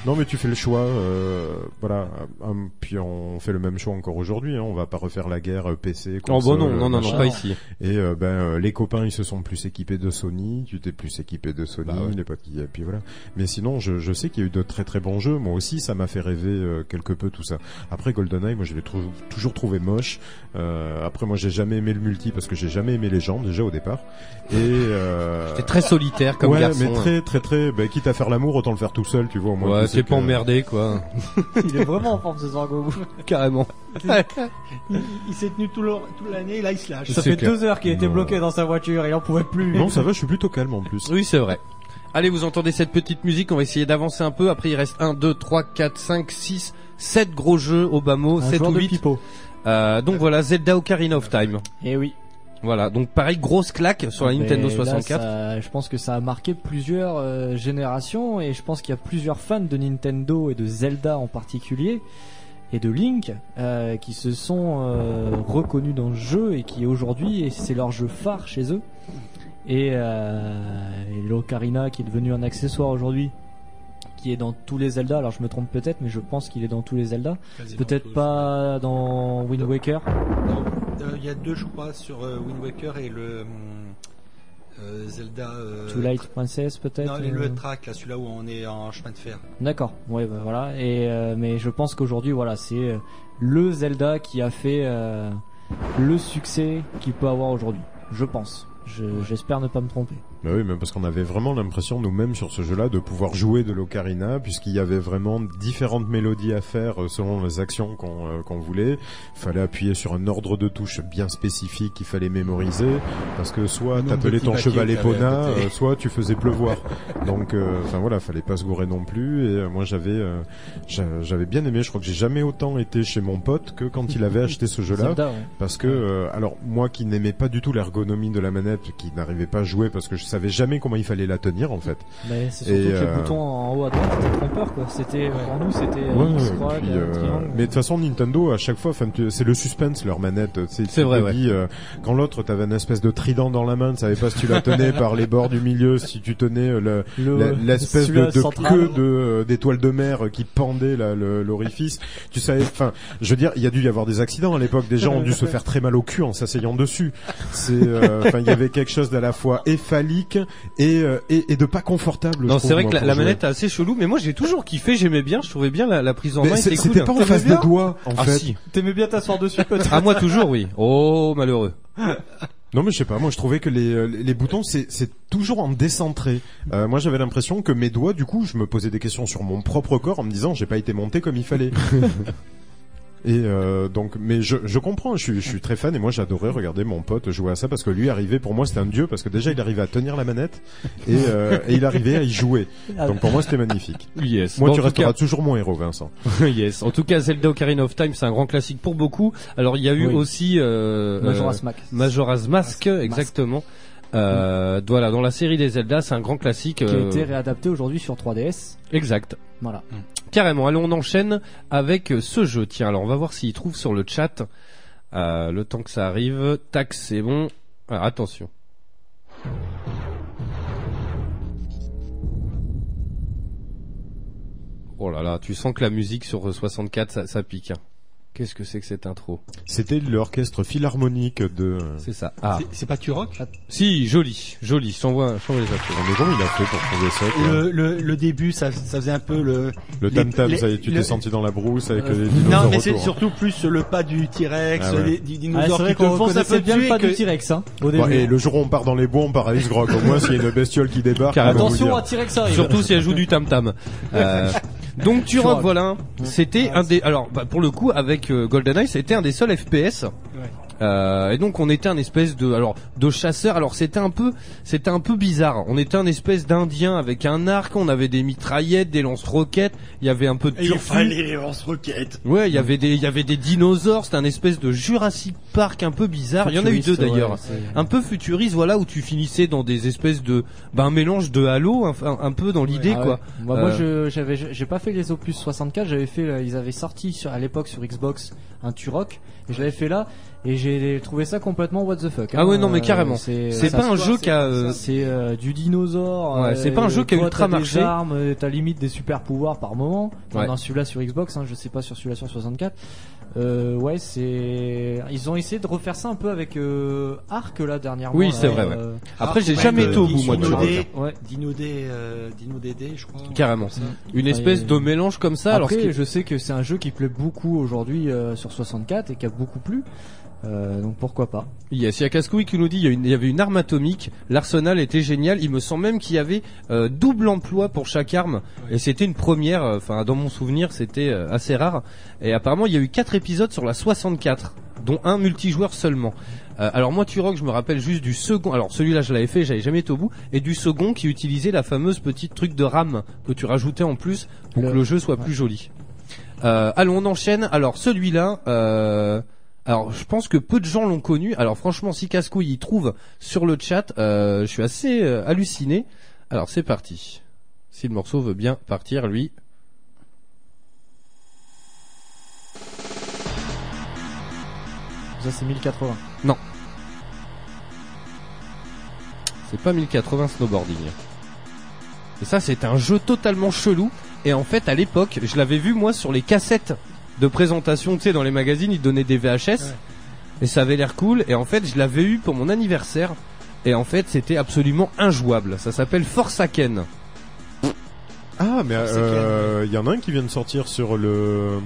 Non, mais tu fais le choix. euh, voilà. Hum, Puis on fait le même choix encore aujourd'hui. Hein, on va pas refaire la guerre euh, PC.
Oh,
console,
bah non, non, non,
machin.
non, pas ici.
Et euh, ben euh, les copains ils se sont plus équipés de Sony, tu t'es plus équipé de Sony, les potes qui- et puis voilà. Mais sinon je, je sais qu'il y a eu de très très bons jeux, moi aussi ça m'a fait rêver euh, quelque peu tout ça. Après GoldenEye moi je l'ai trou- toujours trouvé moche. Euh, après moi j'ai jamais aimé le multi parce que j'ai jamais aimé les gens déjà au départ. Et euh...
T'es très solitaire comme
ouais,
garçon, hein.
mais très très très bah, quitte à faire l'amour autant le faire tout seul, tu vois au moins.
Ouais,
tu sais
t'es pas
que-
emmerdé quoi.
Il est vraiment en forme ce soir, Gogo.
Carrément.
il
Il s'est tenu tout l'or- toute l'année, là il se lâche.
Ça fait deux heures qu'il était bloqué dans sa voiture, il en pouvait plus.
Non, ça va, je suis plutôt calme en plus.
Oui, c'est vrai. Allez, vous entendez cette petite musique, on va essayer d'avancer un peu. Après, il reste 1, 2, 3, 4, 5, 6, 7 gros jeux au bas mot,
Un
7
joueur
ou
de
8.
pipeau.
Euh, donc voilà, Zelda Ocarina of Time.
Et oui.
Voilà, donc pareil, grosse claque sur
Ah,
la
Mais
Nintendo
là,
64.
ça- je pense que ça a marqué plusieurs euh, générations et je pense qu'il y a plusieurs fans de Nintendo et de Zelda en particulier et de Link euh, qui se sont euh, reconnus dans le jeu et qui aujourd'hui et c'est leur jeu phare chez eux. Et, euh, et l'Ocarina qui est devenu un accessoire aujourd'hui qui est dans tous les Zelda. Alors je me trompe peut-être, mais je pense qu'il est dans tous les Zelda.
Quasi dans
Peut-être
tous.
pas dans Wind Waker.
Euh, Il y a deux, je crois, sur euh, Wind Waker et le hum, euh, Zelda. euh,
Twilight Princess peut-être.
Non, et
euh,
le track, là, celui-là où on est en chemin de fer.
D'accord. Ouais, bah voilà. Et euh, mais je pense qu'aujourd'hui, voilà, c'est euh, le Zelda qui a fait euh, le succès qu'il peut avoir aujourd'hui. Je pense. Je- J'espère ne pas me tromper.
Bah oui, même parce qu'on avait vraiment l'impression nous-mêmes sur ce jeu-là de pouvoir jouer de l'ocarina, puisqu'il y avait vraiment différentes mélodies à faire euh, selon les actions qu'on euh, qu'on voulait. Fallait appuyer sur un ordre de touche bien spécifique qu'il fallait mémoriser, parce que soit
nombre
t'appelais
de
ton
petits
cheval
paquets que t'avais à
épona,
côté.
euh, soit tu faisais pleuvoir. Donc, euh, enfin voilà, fallait pas se gourer non plus. Et euh, moi j'avais euh, j'a- j'avais bien aimé. Je crois que j'ai jamais autant été chez mon pote que quand il avait acheté ce jeu-là,
Zelda, ouais.
parce que euh, alors moi qui n'aimais pas du tout l'ergonomie de la manette, qui n'arrivait pas à jouer parce que je savais jamais comment il fallait la tenir en fait.
Mais c'est surtout
Et,
que les
euh,
boutons en haut à droite c'était trompeur quoi. C'était pour nous c'était euh,
Ouais,
X,
ouais,
croix,
puis,
euh,
euh,
triangle.
mais de toute façon Nintendo à chaque fois enfin, tu- c'est le suspense leur manette c'est tu
vrai,
te
ouais.
dis, euh, quand l'autre t'avais une espèce de trident dans la main tu savais pas si tu la tenais par les bords du milieu si tu tenais euh, le-
Le-
la- l'espèce de,
celui-là
de
central.
queue de euh, d'étoile de mer euh, qui pendait là le- l'orifice tu savais enfin je veux dire il y a dû y avoir des accidents à l'époque des gens ont dû se faire très mal au cul en s'asseyant dessus c'est euh, enfin il y avait quelque chose d'à la fois éphalique et euh, et, et de pas confortable je
Non,
trouve,
c'est vrai
moi,
que la,
pour
la
jouer.
manette est assez chelou, mais moi j'ai toujours kiffé, j'aimais bien, je trouvais bien la, la prise en
Mais
main.
c'est-
était
c'était
cool.
pas en T'aimais face de bien doigt, en
Ah
fait.
si.
T'aimais bien t'asseoir dessus peut-être.
Ah moi toujours oui. Oh malheureux.
Non mais je sais pas, moi je trouvais que les, euh, les boutons c'est c'est toujours en décentré. Euh, moi j'avais l'impression que mes doigts du coup je me posais des questions sur mon propre corps en me disant j'ai pas été monté comme il fallait. Et euh, donc, mais je, je comprends, je suis, je suis très fan et moi j'adorais regarder mon pote jouer à ça parce que lui arrivait pour moi c'était un dieu parce que déjà il arrivait à tenir la manette et, euh, et il arrivait à y jouer.
Ah
Donc pour moi c'était magnifique.
Yes.
Moi
Bon,
tu
en tout
resteras
cas-
toujours mon héros Vincent.
yes. En tout cas, Zelda Ocarina of Time, c'est un grand classique pour beaucoup. Alors, il y a eu
Oui.
aussi euh,
Majora's
euh,
Mask.
Majora's Mask, exactement. Euh, Voilà, dans la série des Zelda, c'est un grand classique.
Qui a
euh,
été réadapté aujourd'hui sur 3DS.
Exact.
Voilà.
Carrément. Allons, on enchaîne avec euh, ce jeu. Tiens, alors on va voir s'il trouve sur le chat. Euh, le temps que ça arrive. Tac, c'est bon. Alors, attention. Oh là là, tu sens que la musique sur euh, 64, ça, ça pique. hein. Qu'est-ce que c'est que cette intro
C'était l'orchestre philharmonique de.
C'est ça. Ah.
C'est pas Turok
Si, joli, joli. Je t'envoie, je t'envoie les applaudissements.
Mais comment il a fait pour trouver ça quoi
le, le, le début, ça, ça faisait un peu le.
Le
les-
tam tam,
les-
ça y est, tu
le- Euh,
t'es senti dans la brousse avec les dinosaures
Non, mais c'est
autour.
surtout plus le pas du T-Rex,
Ah ouais.
les-
Ah,
du
c'est
dinosaure
vrai
qui
qu'on
commence à
reconnaissait
peu
bien le
tuer
pas
que-
du T-Rex, hein, au
Bon,
début.
Bah, et le jour où on part dans les bois, on part à Isgrog. Au moins, s'il y a une bestiole qui débarque, on va vous
Attention
dire.
à T-Rex hein, Surtout si elle joue du tam tam. donc Turok,
Turok.
voilà. hein. C'était un des. Alors bah, pour le coup, avec euh, GoldenEye, c'était un des seuls FPS. Euh, et donc on était un espèce de alors de chasseur alors c'était un peu c'était un peu bizarre on était un espèce d'indien avec un arc on avait des mitraillettes des lance-roquettes il y avait un peu de
Et il
turfu.
fallait les lance-roquettes.
Ouais, il y avait des il y avait des dinosaures, c'était un espèce de Jurassic Park un peu bizarre. Il y en a eu deux
Futuriste,
d'ailleurs.
ouais, c'est-
un peu futuriste voilà où tu finissais dans des espèces de ben un mélange de Halo un, un- un peu dans l'idée
Ah ouais.
quoi.
Bah, Moi,
Euh,
je- j'avais, j'ai pas fait les opus 64. J'avais fait, euh, ils avaient sorti sur, à l'époque sur Xbox un Turok. Et je l'avais fait là. Et j'ai trouvé ça complètement what the fuck. hein.
Ah ouais, non, mais
Euh,
carrément. C'est
ça
pas un
se
jeu
voit,
qui a,
c'est-
euh,
C'est euh, du dinosaure.
Ouais,
euh,
c'est pas un jeu qui a
toi,
ultra
t'as des
marché.
armes, euh, T'as limite des super pouvoirs par moment. Enfin,
Ouais.
Dans celui-là sur Xbox, hein, je sais pas sur celui-là sur 64. Euh, ouais, c'est. Ils ont essayé de refaire ça un peu avec euh, Arc là dernièrement.
Oui,
là,
c'est vrai, ouais.
euh,
Après, j'ai jamais été au bout, moi, de
Dino
Turok.
D,
Ouais.
Dino D, euh, Dino DD, je crois.
Carrément. Une espèce de mélange comme ça. alors
Après,
ce qui-
je sais que c'est un jeu qui plaît beaucoup aujourd'hui euh, sur 64 et qui a beaucoup plu. Euh, donc pourquoi pas
Yes, il y a Cascouille qui nous dit il y, a une- il y avait une arme atomique, l'arsenal était génial, il me semble même qu'il y avait euh, double emploi pour chaque arme et c'était une première euh, enfin dans mon souvenir, c'était euh, assez rare et apparemment il y a eu quatre épisodes sur la 64 dont un multijoueur seulement. Euh, alors moi Turok, je me rappelle juste du second. Alors celui-là, je l'avais fait, j'avais jamais été au bout et du second qui utilisait la fameuse petite truc de RAM que tu rajoutais en plus pour que le jeu soit plus joli. Euh, allons, on enchaîne. Alors celui-là, euh, alors je pense que peu de gens l'ont connu. Alors franchement, si Cascouille y trouve sur le chat, euh, je suis assez euh, halluciné. Alors c'est parti. Si le morceau veut bien partir, lui.
Ça c'est 1080.
Non. C'est pas 1080 snowboarding. Et ça, c'est un jeu totalement chelou. Et en fait, à l'époque, je l'avais vu moi sur les cassettes de présentation, tu sais, dans les magazines, ils donnaient des VHS. Et ça avait l'air cool. Et en fait, je l'avais eu pour mon anniversaire. Et en fait, c'était absolument injouable. Ça s'appelle Forsaken.
Ah, mais euh, il y en a un qui vient de sortir sur le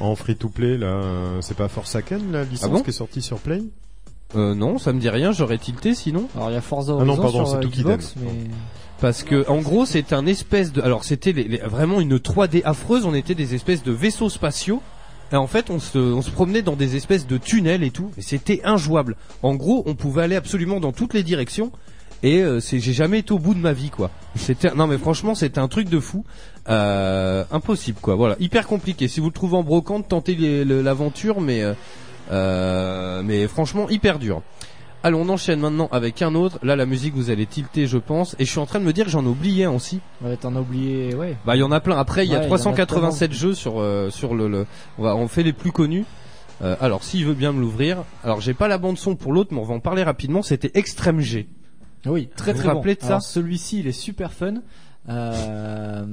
en free to play là. euh, C'est pas Forsaken la licence
Ah bon
qui est sortie sur Play
Euh, non, ça me dit rien, j'aurais tilté sinon.
Alors il y a Forza
Ah non, Horizon pardon, sur, c'est euh,
qui
Tokiden. Xbox, mais-
Parce que en gros, c'est un espèce de alors c'était les- les- vraiment une 3D affreuse, on était des espèces de vaisseaux spatiaux. Et en fait, on se, on se promenait dans des espèces de tunnels et tout, et c'était injouable. En gros, on pouvait aller absolument dans toutes les directions, et euh, c'est, j'ai jamais été au bout de ma vie, quoi. C'était, non mais franchement, c'était un truc de fou, Euh, impossible, quoi. Voilà, hyper compliqué. Si vous le trouvez en brocante, tentez les- le- l'aventure, mais euh, euh, mais franchement, hyper dur. Allez, on enchaîne maintenant avec un autre. Là, la musique, vous allez tilter, je pense. Et je suis en train de me dire que j'en oubliais un aussi.
Ouais, t'en as oublié, ouais.
Bah, il y en a plein. Après, il y a
Ouais, il y en a
387 jeux sur euh, sur le, le- On va on fait les plus connus. Euh, alors, s'il veut bien me l'ouvrir. Alors, j'ai pas la bande son pour l'autre, mais on va en parler rapidement. C'était Extreme G.
Oui, très
Vous
très
vous rappelez
bon.
de ça
Alors, celui-ci, il est super fun. Euh...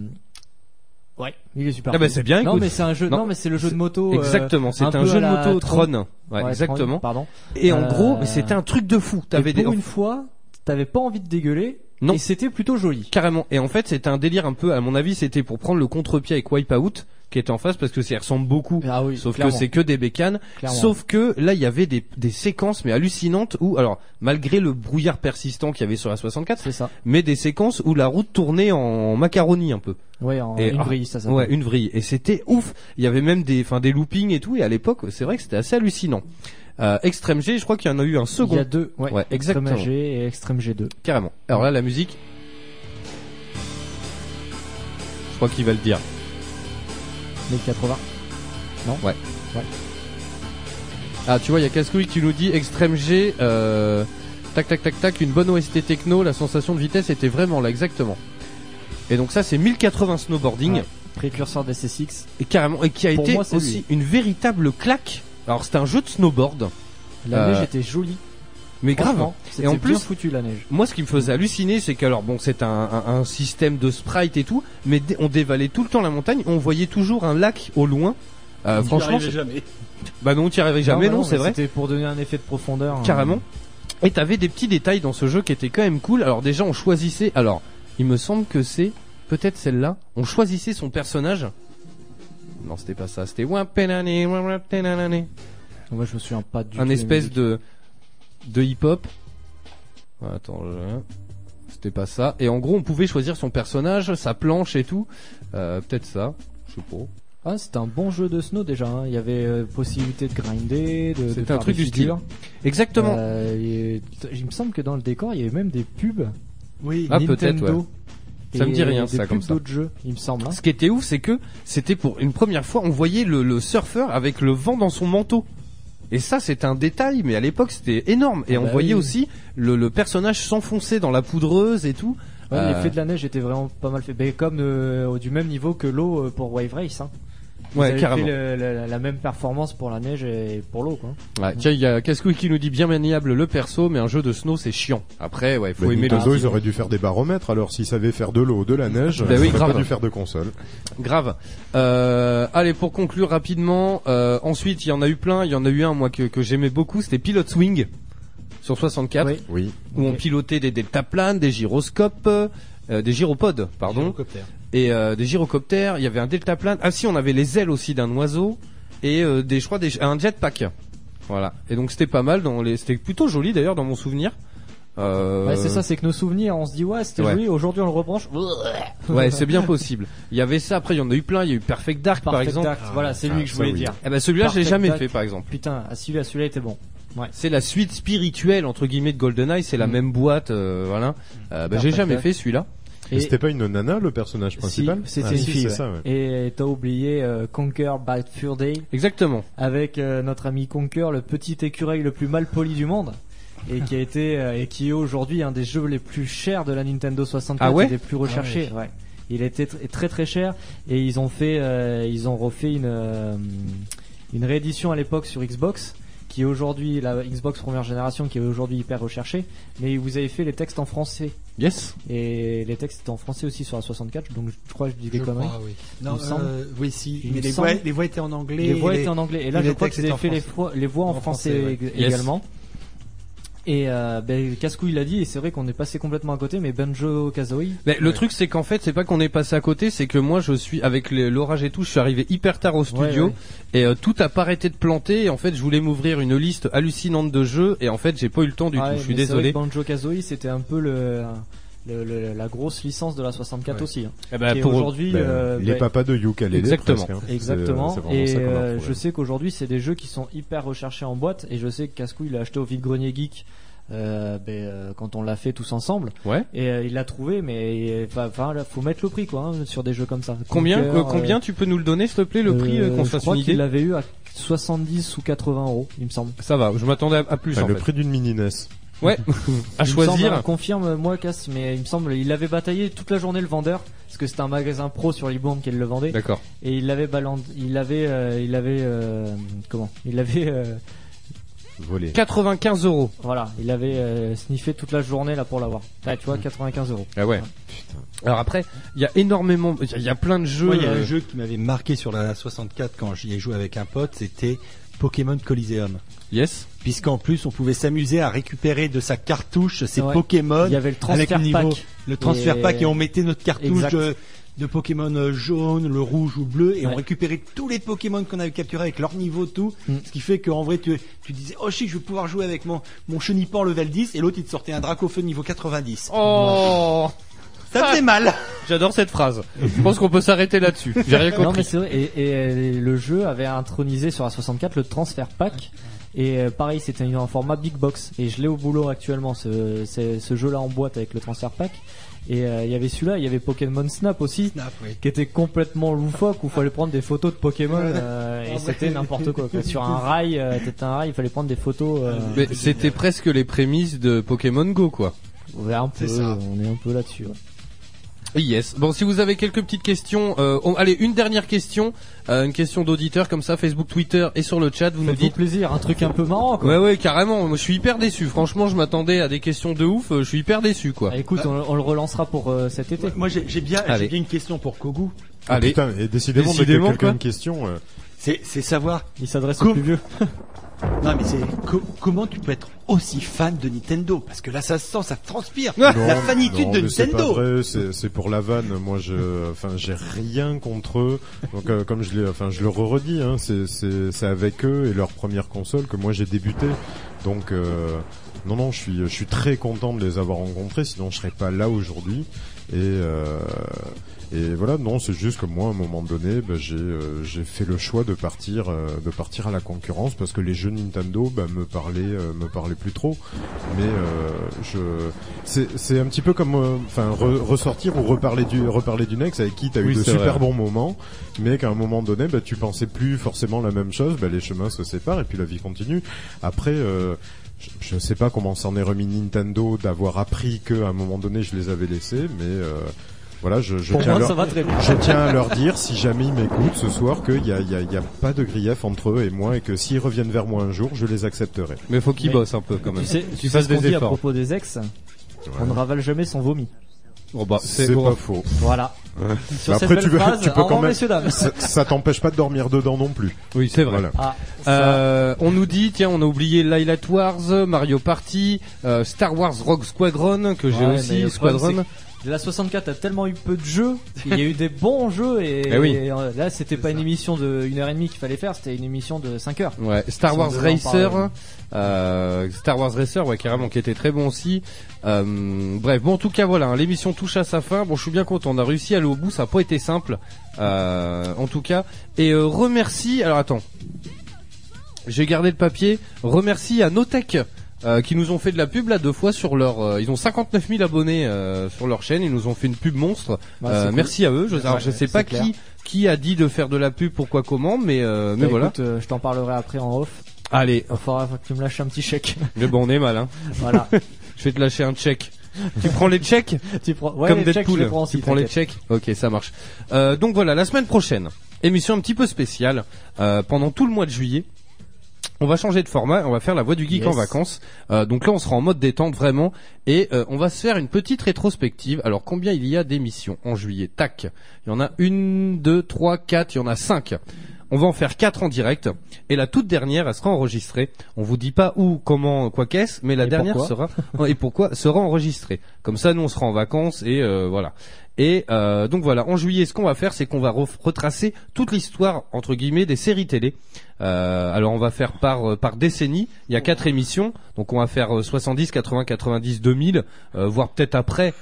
Ouais, il est super.
Ah bah,
fun.
c'est bien,
Non
écoute.
mais c'est un jeu.
Non,
Non, mais c'est le jeu de moto. euh,
Exactement, c'est un
peu
jeu
à
de
la
moto
Tron.
Tron. Ouais,
Tron,
exactement.
Pardon.
Et en gros, mais c'était un truc de fou. T'avais
et
des-
Pour une fois, t'avais pas envie de dégueuler.
Non.
Et c'était plutôt joli.
Carrément. Et en fait, c'était un délire un peu, à mon avis, c'était pour prendre le contre-pied avec Wipeout, qui était en face parce que ça y ressemble beaucoup. sauf
clairement.
que c'est que des bécanes.
Clairement.
Sauf que là, il y avait des, des séquences, mais hallucinantes où, alors, malgré le brouillard persistant qu'il y avait sur la 64, mais des séquences où la route tournait en macaroni un peu.
Ouais, en
Et,
une
ah,
vrille, ça s'appelle.
Ouais, une vrille. Et c'était ouf. Il y avait même des, enfin, des loopings et tout. Et à l'époque, c'est vrai que c'était assez hallucinant. Euh, Extreme G, je crois qu'il y en a eu un second.
Il y a deux, ouais.
exactement.
Extreme G et Extreme G2.
Carrément. Alors là, la musique. Je crois qu'il va le dire.
1080. Non
Ouais.
Ouais.
Ah, tu vois, il y a Cascouille qui nous dit Extreme G. euh, Tac, tac, tac, tac. Une bonne OST techno. La sensation de vitesse était vraiment là, exactement. Et donc ça, c'est 1080 snowboarding.
Ouais. Précurseur des C6.
Et carrément, et qui a
Pour
été
moi, c'est
aussi
lui.
une véritable claque. Alors c'était un jeu de snowboard.
La
Euh,
neige était jolie.
mais grave.
Franchement,
Et en
c'était bien
plus,
foutu la neige.
moi, ce qui me faisait halluciner, c'est que alors bon, c'est un, un- un système de sprite et tout, mais dé- on dévalait tout le temps la montagne, on voyait toujours un lac au loin. Euh,
Tu y
franchement,
arrivais
c'est-
jamais.
Bah non, tu arrivais
Non,
jamais,
bah
non,
non,
c'est
mais
vrai.
c'était
pour donner un effet de profondeur. hein.
Carrément. Et t'avais des petits détails dans ce jeu qui étaient quand même cool. Alors déjà, on choisissait. Alors, il me semble que c'est peut-être celle-là. On choisissait son personnage. Non, c'était pas ça. C'était Wapenani, Wapenani.
Moi, je me souviens pas du
Un
tout
espèce
des
de de hip-hop. Attends, je- c'était pas ça. Et en gros, on pouvait choisir son personnage, sa planche et tout. Euh, peut-être ça. Je sais pas.
Ah, c'était un bon jeu de snow déjà. hein. Il y avait euh, possibilité de grinder, de. de
C'était
faire
un truc
des
du style.
figures.
Exactement.
Euh, et- Il me semble que dans le décor, il y avait même des pubs.
Oui.
Ah, peut-être, ouais. Ça me dit
Et
rien,
des
ça,
pubs
comme ça.
d'autres jeux, il me semble. hein.
Ce qui était ouf, c'est que c'était pour une première fois, on voyait le, le surfeur avec le vent dans son manteau. Et ça, c'est un détail, mais à l'époque, c'était énorme. Et
Ah
on
bah
voyait
oui.
aussi le, le personnage s'enfoncer dans la poudreuse et tout.
Ouais,
Euh,
L'effet de la neige était vraiment pas mal fait. Ben, comme euh, du même niveau que l'eau euh, pour Wave Race. Hein. Ils
Ouais,
avaient
carrément.
fait le- la, la même performance pour la neige et pour l'eau. quoi.
ouais, tiens, il y a Cascouille qui nous dit bien maniable le perso, mais un jeu de snow, c'est chiant. Après, ouais, faut
Bah,
aimer le
Nintendo,
style.
ils auraient dû faire des baromètres. Alors, s'ils savaient faire de l'eau, de la neige, ils
Bah oui,
auraient
grave.
pas dû faire de console.
Grave. Euh, allez, pour conclure rapidement, euh, ensuite il y en a eu plein. Il y en a eu un moi que, que j'aimais beaucoup, c'était Pilot Swing sur 64,
oui.
où on pilotait des deltaplanes, des gyroscopes, euh, des gyropodes, pardon, et euh, des gyrocoptères. Il y avait un deltaplane. Ah si, on avait les ailes aussi d'un oiseau et euh, des, je crois, des, un jetpack. Voilà. Et donc c'était pas mal. Dans les, c'était plutôt joli d'ailleurs dans mon souvenir. Euh,
Ouais, c'est ça, c'est que nos souvenirs, on se dit ouais, c'était
ouais.
joli. Aujourd'hui, on le rebranche.
Ouais, c'est bien possible. Il y avait ça. Après, il y en a eu plein. Il y a eu Perfect Dark, par
Perfect
exemple. Ah,
Dark, voilà, c'est lui que je
ça,
voulais
oui.
dire.
Eh ben, celui-là, je l'ai
Perfect
jamais
Dark.
fait, par exemple.
Putain, ah, celui-là, celui-là était bon. Ouais.
C'est la suite spirituelle entre guillemets de GoldenEye. C'est la même boîte, euh, voilà. Euh, bah, j'ai
Mm. Perfect
jamais
Dark.
fait celui-là.
Et-
C'était pas une nana le personnage principal
Si, c'était
Ah,
une
si,
fille.
c'est
ouais.
ça, ouais.
Et t'as oublié euh, Conquer by Fur Day.
Exactement.
Avec euh, notre ami Conquer, le petit écureuil le plus mal poli du monde. Et qui a été euh, et qui est aujourd'hui un des jeux les plus chers de la Nintendo 64
Ah ouais
et des plus recherchés.
Ah
ouais. Il était tr- très très cher et ils ont fait euh, ils ont refait une euh, une réédition à l'époque sur Xbox qui est aujourd'hui la Xbox première génération qui est aujourd'hui hyper recherchée mais vous avez fait les textes en français.
Yes.
Et les textes étaient en français aussi sur la 64 donc je crois que je dis des conneries.
crois, oui.
Il
Non,
me semble.
euh, oui, si.
Il
Mais
me
les
semble.
voix- les voix étaient en anglais
Les
et
voix
les-
étaient en anglais. Et là,
et
je
les
crois
textes
qu'ils avaient fait
étaient en
les,
français.
fois- les voix en,
En
français,
français, ouais.
ég-
Yes.
également. Et euh, ben, Cascouille l'a dit, et c'est vrai qu'on est passé complètement à côté, mais Banjo Kazooie.
Mais le truc, c'est qu'en fait, c'est pas qu'on est passé à côté, c'est que moi, je suis avec les- l'orage et tout, je suis arrivé hyper tard au studio
ouais.
et euh, tout a pas arrêté de planter. Et en fait, je voulais m'ouvrir une liste hallucinante de jeux et en fait, j'ai pas eu le temps du
Ah Ouais,
tout. Je suis
mais c'est vrai
désolé.
que Banjo Kazooie, c'était un peu le, le- le- la grosse licence de la 64
Ouais.
aussi. hein.
Eh ben,
Ah,
Qui est
pour-
aujourd'hui,
ben,
euh,
les
ben,
papas de ukulélé,
Exactement.
presque, hein. C'est-
Exactement.
c'est vraiment
Et
ça qu'on a
euh,
retrouvé.
je sais qu'aujourd'hui, c'est des jeux qui sont hyper recherchés en boîte. Et je sais que Cascou, il l'a acheté au Vide Grenier Geek. euh, ben, euh, quand on l'a fait tous ensemble
Ouais.
et euh, il l'a trouvé mais euh, va- va- là, faut mettre le prix quoi hein, sur des jeux comme ça
Combien,
Conquer,
euh, combien
euh,
tu peux nous le donner, s'il te plaît, le prix
euh,
euh, qu'on se
je
fasse
crois
une
qu'il
idée
l'avait eu à 70 ou 80 euros il me semble
Ça va. Je m'attendais à, à plus.
Enfin,
en
Ah, le
fait.
prix d'une mini NES.
Ouais. à
Il me semble, hein,
choisir.
confirme moi Cass, mais il me semble il avait bataillé toute la journée le vendeur parce que c'était un magasin pro sur Libourne qui le vendait.
D'accord.
Et il l'avait balan- il avait euh, il avait euh, comment Il avait euh,
Volé.
95 euros.
Voilà, il avait euh, sniffé toute la journée là pour l'avoir. Là, tu
Mmh.
vois, 95 euros.
Ah ouais. Alors après, il y a énormément, il y a- il y, a plein de jeux.
Moi, il y a
euh,
un jeu qui m'avait marqué sur la 64 quand j'y ai joué avec un pote, c'était Pokémon Coliseum.
Yes.
Puisqu'en plus, on pouvait s'amuser à récupérer de sa cartouche ses
Ouais.
Pokémon.
Il y avait le
avec
transfert
niveau-
pack.
Le transfert
Et-
pack et on mettait notre cartouche
Exact.
de, de Pokémon euh, jaune, le rouge ou le bleu et
Ouais.
on récupérait tous les Pokémon qu'on avait capturés avec leur niveau tout.
Mm.
Ce qui fait qu'en vrai, tu, tu disais, oh chic, je vais pouvoir jouer avec mon, mon Chenipan level 10 et l'autre il te sortait un Dracofeu niveau 90.
Oh
Ça faisait mal
J'adore cette phrase. Je pense qu'on peut s'arrêter là-dessus. J'ai rien
Non, mais
compris.
c'est vrai. Et, et, euh, le jeu avait intronisé sur la 64 le transfert pack. Et euh, pareil, c'était un format big box. Et je l'ai au boulot actuellement, ce, c'est- ce jeu-là en boîte avec le transfert pack. Et euh, il y avait celui-là, il y avait Pokémon Snap aussi, qui était complètement loufoque, où il fallait prendre des photos de Pokémon, euh, et
Ah ouais.
c'était n'importe quoi, quoi. Sur un rail, euh, t'étais un rail, il fallait prendre des photos.
Ah,
euh,
Mais c'était presque les prémices de Pokémon Go, quoi.
ouais, un peu, on est un peu là-dessus. ouais.
Yes. Bon, si vous avez quelques petites questions, euh, on- allez, une dernière question, euh, une question d'auditeur comme ça, Facebook, Twitter et sur le chat, vous nous
Faites-vous
dites.
plaisir, un truc un peu marrant, quoi.
Ouais, ouais, carrément. Moi, je suis hyper déçu. Franchement, je m'attendais à des questions de ouf. euh, Je suis hyper déçu, quoi.
Écoute, on, on le relancera pour euh, cet été.
Bah- Moi, j'ai bien,
Allez.
bien une question pour Kogu.
Ah, putain, et décidément, dès qu'il y a
Décidément,
quelqu'un
quoi.
une question. euh,
C'est c'est savoir.
Il s'adresse
aux
plus vieux.
non mais c'est co- comment tu peux être aussi fan de Nintendo Parce que là ça se sent, ça transpire.
Non,
la fanitude
non,
de
mais c'est pas
Nintendo.
vrai, C'est c'est pour la vanne. Moi, je, enfin, j'ai rien contre eux. Donc, euh, comme je l'ai, enfin, je le redis, hein, c'est- c'est c'est avec eux et leur première console que moi j'ai débuté. Donc, euh, non, non, je suis, je suis très content de les avoir rencontrés. Sinon, je serais pas là aujourd'hui. Et euh, et voilà, non, c'est juste que moi, à un moment donné, bah, j'ai euh, j'ai fait le choix de partir, euh, de partir à la concurrence parce que les jeux Nintendo bah, me parlaient, euh, me parlaient plus trop. Mais euh, je, c'est c'est un petit peu comme, euh, enfin, re- ressortir ou reparler du, reparler du Next avec qui t'as
Oui,
eu de
c'est
super
vrai.
bons moments, mais qu'à un moment donné, bah, tu pensais plus forcément la même chose. Bah, les chemins se séparent et puis la vie continue. Après. euh, je- je ne sais pas comment s'en est remis Nintendo d'avoir appris que à un moment donné je les avais laissés, mais euh, voilà, je, je
Pour
tiens à
moi,
leur,
ça va très bien.
je tiens à leur dire, si jamais ils m'écoutent ce soir, qu'il n'y a, il y a- il y a pas de grief entre eux et moi, et que s'ils reviennent vers moi un jour, je les accepterai.
Mais faut qu'ils Mais bossent un peu, quand même.
Tu sais,
Tu
tu sais
fasses
ce qu'on
des
dit à
efforts.
propos des ex On ne ravale jamais son vomi.
Bon bah,
c'est pas faux.
Voilà.
Ouais.
Sur
Mais
cette belle phrase, au revoir, messieurs, dames.
Ça, ça t'empêche pas de dormir dedans non plus.
Oui, c'est vrai.
Voilà.
Ah,
Euh, on nous dit, tiens, on a oublié Lilat Wars, Mario Party, euh, Star Wars Rogue Squadron que j'ai
Ouais, mais
aussi,
le problème,
Squadron.
c'est que La 64 a tellement eu peu de jeux, il y a eu des bons jeux et,
Eh oui.
et, euh, là c'était pas une émission de une heure et demie qu'il fallait faire, c'était une émission de 5 heures.
Ouais, Star
Si
Wars
on devait en parler.
Racer, euh, Star Wars Racer, ouais carrément, qui était très bon aussi. Euh, bref, bon en tout cas voilà, hein, l'émission touche à sa fin. Bon, je suis bien content, on a réussi à aller au bout, ça n'a pas été simple, euh, en tout cas. Et euh, remercie, alors attends, j'ai gardé le papier. Remercie à Notech. euh, qui nous ont fait de la pub là deux fois sur leur euh, ils ont 59 000 abonnés euh, sur leur chaîne ils nous ont fait une pub monstre
Bah,
Euh,
c'est cool.
merci à eux je, alors,
Ouais,
je sais
c'est
pas
clair.
qui qui a dit de faire de la pub pourquoi comment mais euh, mais
Bah,
voilà
écoute, euh, je t'en parlerai après en off.
allez
Il faudra que tu me lâches un petit chèque.
Mais bon, on est mal, hein.
Voilà.
je vais te lâcher un check. Tu prends les checks
Tu prends- ouais,
Comme
les checks, je
Deadpool.
les prends aussi,
tu prends les
t'inquiète.
checks Ok, ça marche. Euh, donc voilà, la semaine prochaine, émission un petit peu spéciale. Euh, pendant tout le mois de juillet, on va changer de format, on va faire la voix du geek
Yes.
en vacances. Euh, donc là, on sera en mode détente vraiment, et euh, on va se faire une petite rétrospective. Alors combien il y a d'émissions en juillet Tac, il y en a une, deux, trois, quatre, il y en a cinq. On va en faire quatre en direct, et la toute dernière, elle sera enregistrée. On vous dit pas où, comment, quoi qu'est-ce, mais la
Et
dernière
pourquoi.
sera et pourquoi sera enregistré. Comme ça, nous, on sera en vacances et euh, voilà. Et euh, donc voilà, en juillet, ce qu'on va faire, c'est qu'on va ref- retracer toute l'histoire entre guillemets des séries télé. Euh, alors, on va faire par euh, par décennie. Il y a quatre émissions, donc on va faire euh, 70, 80, 90, 2000, euh, voire peut-être après.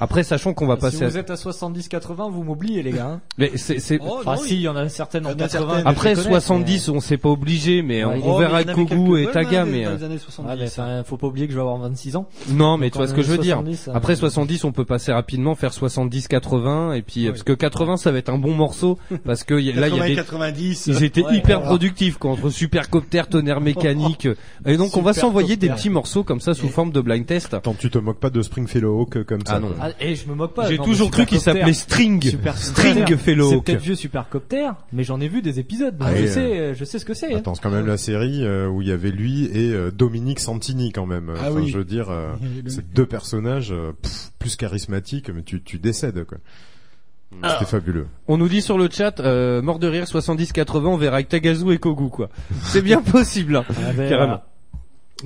Après, sachant qu'on va
si
passer.
vous
à...
êtes à 70-80, vous m'oubliez les gars. hein.
Mais c'est c'est-
Enfin, si, il y en a certaines en 80. que
Après
je connais,
70, on s'est pas obligé, mais
Ouais. Oh,
on, on verra avec Kogu
hein,
et Taga, mais. euh,
Ouais, mais enfin, faut pas oublier que je vais avoir 26 ans.
Non, mais
Donc,
tu vois ce
en
que je veux
70, euh,
dire. Après 70, on peut passer rapidement, faire 70, 80, et puis euh, parce que 80, ça va être un bon morceau parce que y a- là, il y a des
90,
ils étaient
ouais,
hyper
voilà.
productifs quoi, entre supercopter, tonnerre mécanique, et donc on va s'envoyer des petits morceaux comme ça sous forme de blind test.
Attends, tu te moques pas de Springfellow Hawk euh, comme ça
Ah non.
quoi.
Ah, et je me moque pas.
J'ai
non,
toujours
mais
cru qu'il
Supercopter-
s'appelait String.
Supercopter,
String fait le
C'est
hawk.
peut-être vieux Supercopter, mais j'en ai vu des épisodes. donc
Ah,
je
et,
sais, euh, je sais ce que c'est. hein.
Attends, c'est quand même la série euh, où il y avait lui et euh, Dominique Santini quand même. Enfin,
Ah oui.
Je veux dire, euh, ces deux personnages euh, pff, plus charismatiques, mais tu, tu décèdes quoi. C'était fabuleux.
On nous dit sur le chat, euh, mort de rire 70-80, on verra avec Tagazu et Kogu quoi. C'est bien possible, hein.
Ah ben,
carrément.
voilà.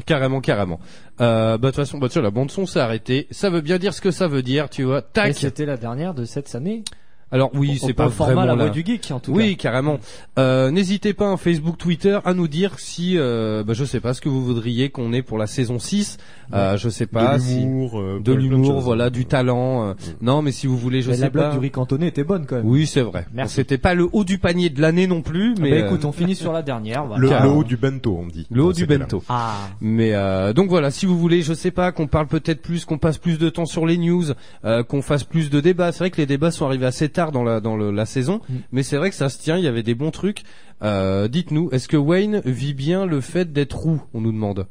Carrément, carrément. Euh, bah de toute façon, bah, tu vois, la bande son s'est arrêtée. Ça veut bien dire ce que ça veut dire, tu vois.
Et
Tac.
c'était la dernière de cette année.
Alors oui,
Au-
c'est
au
pas
format
vraiment
La Voix
là.
du Geek, en tout
oui,
cas.
carrément. Euh, N'hésitez pas, un Facebook, Twitter, à nous dire si, euh, bah, je sais pas, ce que vous voudriez qu'on ait pour la saison 6. Euh, je sais pas
De
si
l'humour, euh, plein
de
de
l'humour,
choses.
voilà, du talent. euh, Non, mais si vous voulez, je
Mais
sais
la blague
pas.
du Rick Antonet était bonne quand même.
Oui, c'est vrai. C'était pas le haut du panier de l'année non plus, mais
Bah,
euh,
écoute, on finit sur la dernière. voilà.
Le, le
Carrément.
Ah. haut du bento, on dit.
Le haut
Dans
du
ces cas-là.
bento.
Ah.
Mais euh, donc voilà, si vous voulez, je sais pas, qu'on parle peut-être plus, qu'on passe plus de temps sur les news, euh, qu'on fasse plus de débats. C'est vrai que les débats sont arrivés assez tard dans la dans le- la saison,
Mm.
mais c'est vrai que ça se tient. Il y avait des bons trucs. Euh, Dites-nous, est-ce que Wayne vit bien le fait d'être roux On nous demande.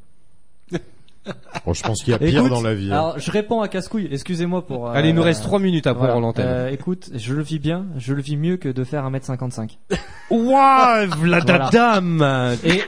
Euh,
Bon, je pense qu'il y a pire
Écoute,
dans la vie. hein.
Alors, je réponds à casse-couille. Excusez-moi pour. euh,
Allez, il nous reste trois minutes hein, après,
voilà.
Roland Tel.
Euh, écoute, je le vis bien. Je le vis mieux que de faire 1m55.
Ouah, la
Voilà.
dame
Et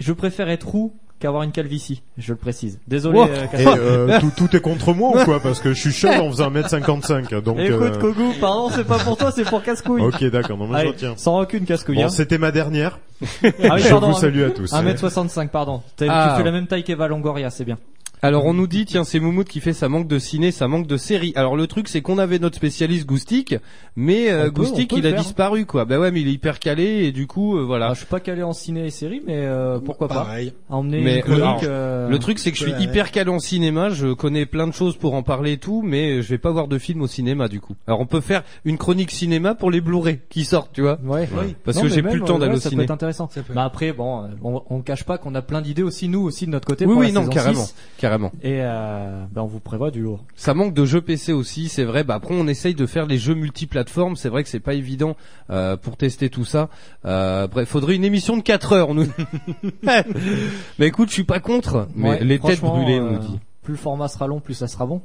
je préfère être roux qu'avoir une calvitie, je le précise. Désolé.
Wow.
euh,
Et,
Catherine.
euh, tout, tout est contre moi ou quoi Parce que je suis seul en faisant 1m55. Donc,
Écoute,
euh,
Kogou, pardon, c'est pas pour toi, c'est pour Cascouille.
Ok, d'accord, non, mais je
Allez,
retiens.
Sans aucune Cascouille.
Bon,
hein.
c'était ma dernière.
Ah oui,
je
pardon,
vous salue à tous.
1m65, pardon. T'as-
Ah.
Tu fais la même taille qu'Eva Longoria, c'est bien.
Alors on nous dit tiens c'est Moumout qui fait ça manque de ciné, ça manque de série. Alors le truc c'est qu'on avait notre spécialiste Goustic, mais euh,
On peut-
Goustic
on peut
il
le
a
faire.
disparu quoi. Bah ouais mais il est hyper calé et du coup euh, voilà.
Je suis pas calé en ciné et série, mais euh, pourquoi
Pareil.
pas. Emmener
mais
une chronique,
alors,
euh,
le truc c'est que je suis
ouais,
hyper calé en cinéma, je connais plein de choses pour en parler et tout, mais je vais pas voir de film au cinéma du coup. Alors on peut faire une chronique cinéma pour les Blu-ray qui sortent, tu vois.
Ouais.
Parce
Non,
que
mais
j'ai
même,
plus le temps
euh,
d'aller
ouais,
au
Ça
ciné.
peut être intéressant. Bah après, bon, euh, on, on cache pas qu'on a plein d'idées aussi nous aussi de notre côté.
Oui
pour
oui
la
non
saison
carrément
6.
carrément.
Et euh, bah, on vous prévoit du lourd.
Ça manque de jeux PC aussi, c'est vrai. Bah après, on essaye de faire les jeux multiplateformes. C'est vrai que c'est pas évident euh, pour tester tout ça. Euh, bref, faudrait une émission de 4 heures. on Nous. mais écoute, je suis pas contre. Mais
Ouais,
les têtes
franchement,
brûlées, on
euh,
nous dit.
Plus le format sera long, plus ça sera bon.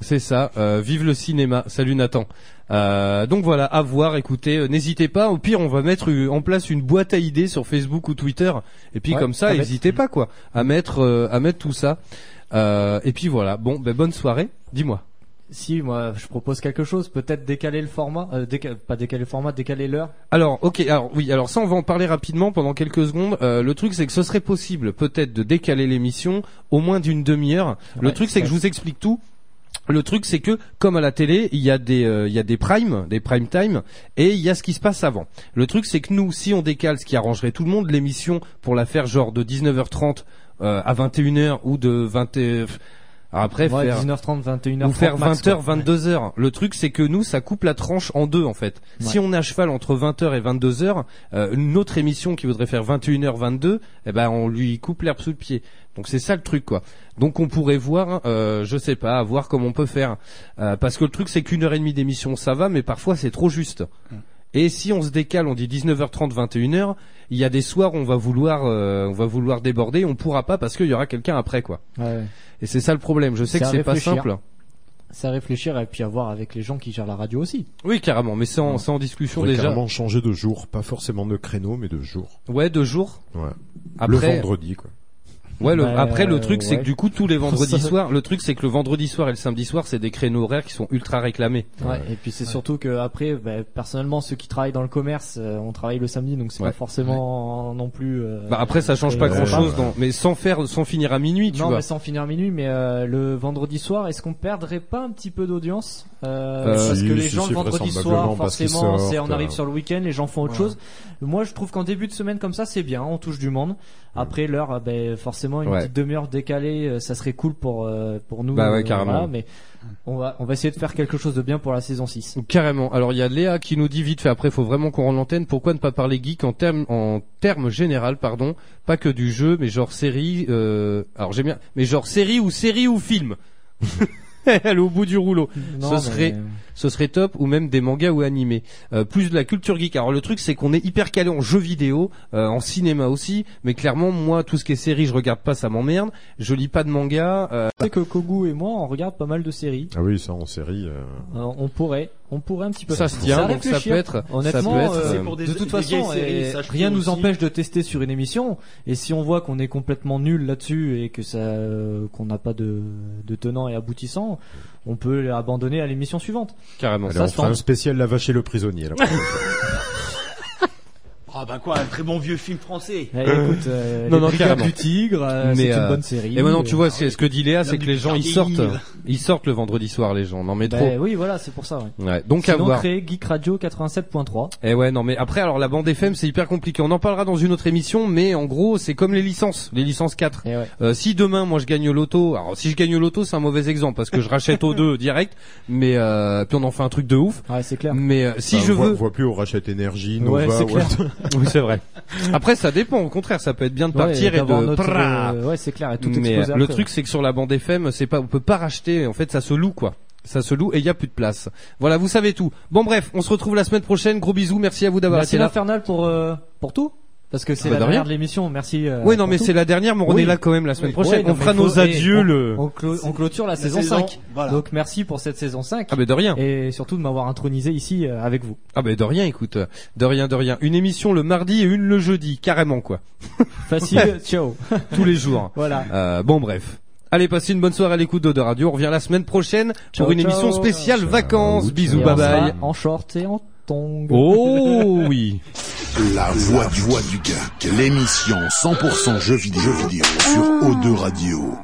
C'est ça. euh, vive le cinéma. Salut Nathan. Euh, donc voilà, à voir. Écoutez, euh, n'hésitez pas. Au pire, on va mettre euh, en place une boîte à idées sur Facebook ou Twitter. Et puis
Ouais,
comme
à
ça,
mettre.
n'hésitez pas quoi à mettre euh, à mettre tout ça. Euh, et puis voilà. Bon, ben bonne soirée. Dis-moi.
Si moi je propose quelque chose, peut-être décaler le format, euh, déca- pas décaler le format, décaler l'heure.
Alors, ok, alors oui, alors ça on va en parler rapidement pendant quelques secondes. Euh, le truc c'est que ce serait possible peut-être de décaler l'émission au moins d'une demi-heure. le
Ouais,
truc c'est que
ouais.
je vous explique tout. Le truc c'est que comme à la télé, il y a des euh, il y a des primes, des prime time et il y a ce qui se passe avant. Le truc c'est que nous si on décale ce qui arrangerait tout le monde l'émission pour la faire genre de 19h30 euh, à 21h ou de 20 euh, après
Ouais,
faire
19h30, 21h30
ou faire
max,
20h,
quoi.
22h. Le truc, c'est que nous, ça coupe la tranche en deux, en fait.
Ouais.
Si on est à cheval entre 20h et 22h, euh, une autre émission qui voudrait faire 21h, 22, eh ben, on lui coupe l'herbe sous le pied. Donc c'est ça le truc, quoi. Donc on pourrait voir, euh, je sais pas, à voir comment on peut faire. Euh, parce que le truc, c'est qu'une heure et demie d'émission, ça va, mais parfois c'est trop juste.
Mm.
Et si on se décale, on dit 19h30, 21h, il y a des soirs où on va vouloir, euh, on va vouloir déborder, on pourra pas parce qu'il y aura quelqu'un après, quoi.
Ouais.
Et c'est ça le problème. Je sais que
à
c'est pas
réfléchir.
simple.
C'est à réfléchir et puis à voir avec les gens qui gèrent la radio aussi.
Oui, carrément, mais c'est en, c'est en discussion
Faudrait
déjà.
carrément changer de jour, pas forcément de créneau, mais de jour.
Ouais, deux jours.
Ouais. Le
Après-
vendredi, quoi.
Ouais, le-
Bah,
après le truc c'est que
ouais.
du coup tous les vendredis
Ça-
soirs, le truc c'est que le vendredi soir et le samedi soir c'est des créneaux horaires qui sont ultra réclamés.
Ouais, et puis c'est surtout que après, bah, personnellement, ceux qui travaillent dans le commerce, euh, on travaille le samedi, donc c'est
Ouais.
pas forcément non plus. euh,
Bah après ça change
euh,
pas
euh,
grand chose,
bah,
dans... mais sans faire, sans finir à minuit, tu
non,
vois.
mais sans finir minuit, mais euh, le vendredi soir, est-ce qu'on perdrait pas un petit peu d'audience euh,
Euh,
Parce
si,
que les
si,
gens
si,
le vendredi soir,
vraisemblablement, parce qu'ils
forcément, c'est
sortent,
on arrive
euh.
sur le week-end, les gens font autre
Ouais.
chose. Moi, je trouve qu'en début de semaine comme ça, c'est bien, on touche du monde. Après l'heure, euh, ben forcément une
Mm. Ouais.
petite demi-heure décalée, euh, ça serait cool pour euh, pour nous.
Bah ouais,
euh,
carrément.
voilà, mais on va on va essayer de faire quelque chose de bien pour la saison 6.
Carrément. Alors il y a Léa qui nous dit vite fait après, faut vraiment qu'on rende l'antenne. Pourquoi ne pas parler geek en termes en termes général, pardon, pas que du jeu, mais genre série. euh, Alors j'aime bien, mais genre série ou série ou film. Elle est au bout du rouleau.
Non,
ce
mais- euh,
serait, ce serait top ou même des mangas ou animés. Euh, plus de la culture geek. Alors le truc c'est qu'on est hyper calé en jeux vidéo, euh, en cinéma aussi, mais clairement moi tout ce qui est série je regarde pas, ça m'emmerde. Je lis pas de manga. euh,
Tu sais que Kogu et moi, on regarde pas mal de séries.
Ah oui, ça en série. euh,
Euh, on pourrait, on pourrait un petit peu.
Ça se tient,
C'est à
donc ça
réfléchir.
peut être-
Honnêtement,
ça peut être,
euh,
C'est pour
des-
de toute
des vieilles
façon,
séries,
euh,
ça, je
rien
trouve
nous
aussi.
empêche de tester sur une émission. Et si on voit qu'on est complètement nul là-dessus et que ça, euh, qu'on n'a pas de, de tenant et aboutissant, on peut abandonner à l'émission suivante.
Carrément.
Allez,
ça
on
se
fera un
tente.
spécial La vache et le prisonnier. là.
Ah bah quoi, un très bon vieux film français.
Eh, écoute, euh, les Brigades
carrément.
du Tigre, euh,
Mais,
c'est une
euh,
bonne série.
Et maintenant, tu
Euh,
vois, c'est ce que dit Léa,
L'homme
c'est que
du
les gens ils
jardin.
sortent, ils sortent le vendredi soir, les gens. Non mais trop.
Ben oui, voilà, c'est pour ça. ouais.
Ouais, donc à
Sinon,
voir.
créer Geek Radio 87.3.
Et ouais, non mais après, alors la bande FM, c'est hyper compliqué. On en parlera dans une autre émission, mais en gros, c'est comme les licences, les licences 4. Euh, si demain, moi, je gagne au loto, alors si je gagne au loto, c'est un mauvais exemple parce que je rachète aux deux direct, mais euh, puis on en fait un truc de ouf.
Ouais, c'est clair.
Mais euh, si
Bah,
Enfin,
je
on voit-
veux,
On voit plus, on rachète énergie, Nova,
Ouais, c'est clair.
Watt.
oui, c'est vrai. Après, ça dépend. Au contraire, ça peut être bien de partir
Ouais,
et,
d'avoir
de.
notre-
Prrrah
euh, ouais, c'est clair, et tout
Mais euh,
explosé
le
après,
truc, c'est que sur la bande FM, c'est pas, on peut pas racheter. En fait, ça se loue quoi. Ça se loue et il y a plus de place. Voilà, vous
Bah,
savez tout. Bon bref, on se retrouve la semaine prochaine. Gros bisous, merci à vous d'avoir
Merci
été là.
l'infernal pour euh, pour tout. Parce que c'est
Bah,
la
de rien.
dernière de l'émission. Merci. euh,
Oui, non,
pour
mais
tout.
c'est la dernière, mais on est là quand même la semaine prochaine. On
non, mais
fera
faut-
nos
et
adieux,
on-
le-
On, clo- on clôture la,
La
saison, ben,
saison,
5. Donc merci pour cette saison 5.
Ah, mais de rien.
Et surtout de m'avoir intronisé ici euh, avec vous.
Ah ben de rien, écoute, de rien, de rien. Une émission le mardi et une le jeudi, carrément quoi.
Facile, ciao.
Tous les jours.
Voilà.
Euh, bon bref. Allez, passez une bonne soirée à l'écoute de Radio. On revient la semaine prochaine
Ciao,
pour une
ciao.
émission spéciale vacances. Bisous,
Et
bye
on sera
bye.
En short et en tongs.
Oh oui.
La voix, du, voix du geek. L'émission 100% jeux vidéo, jeux vidéo sur O2 Radio.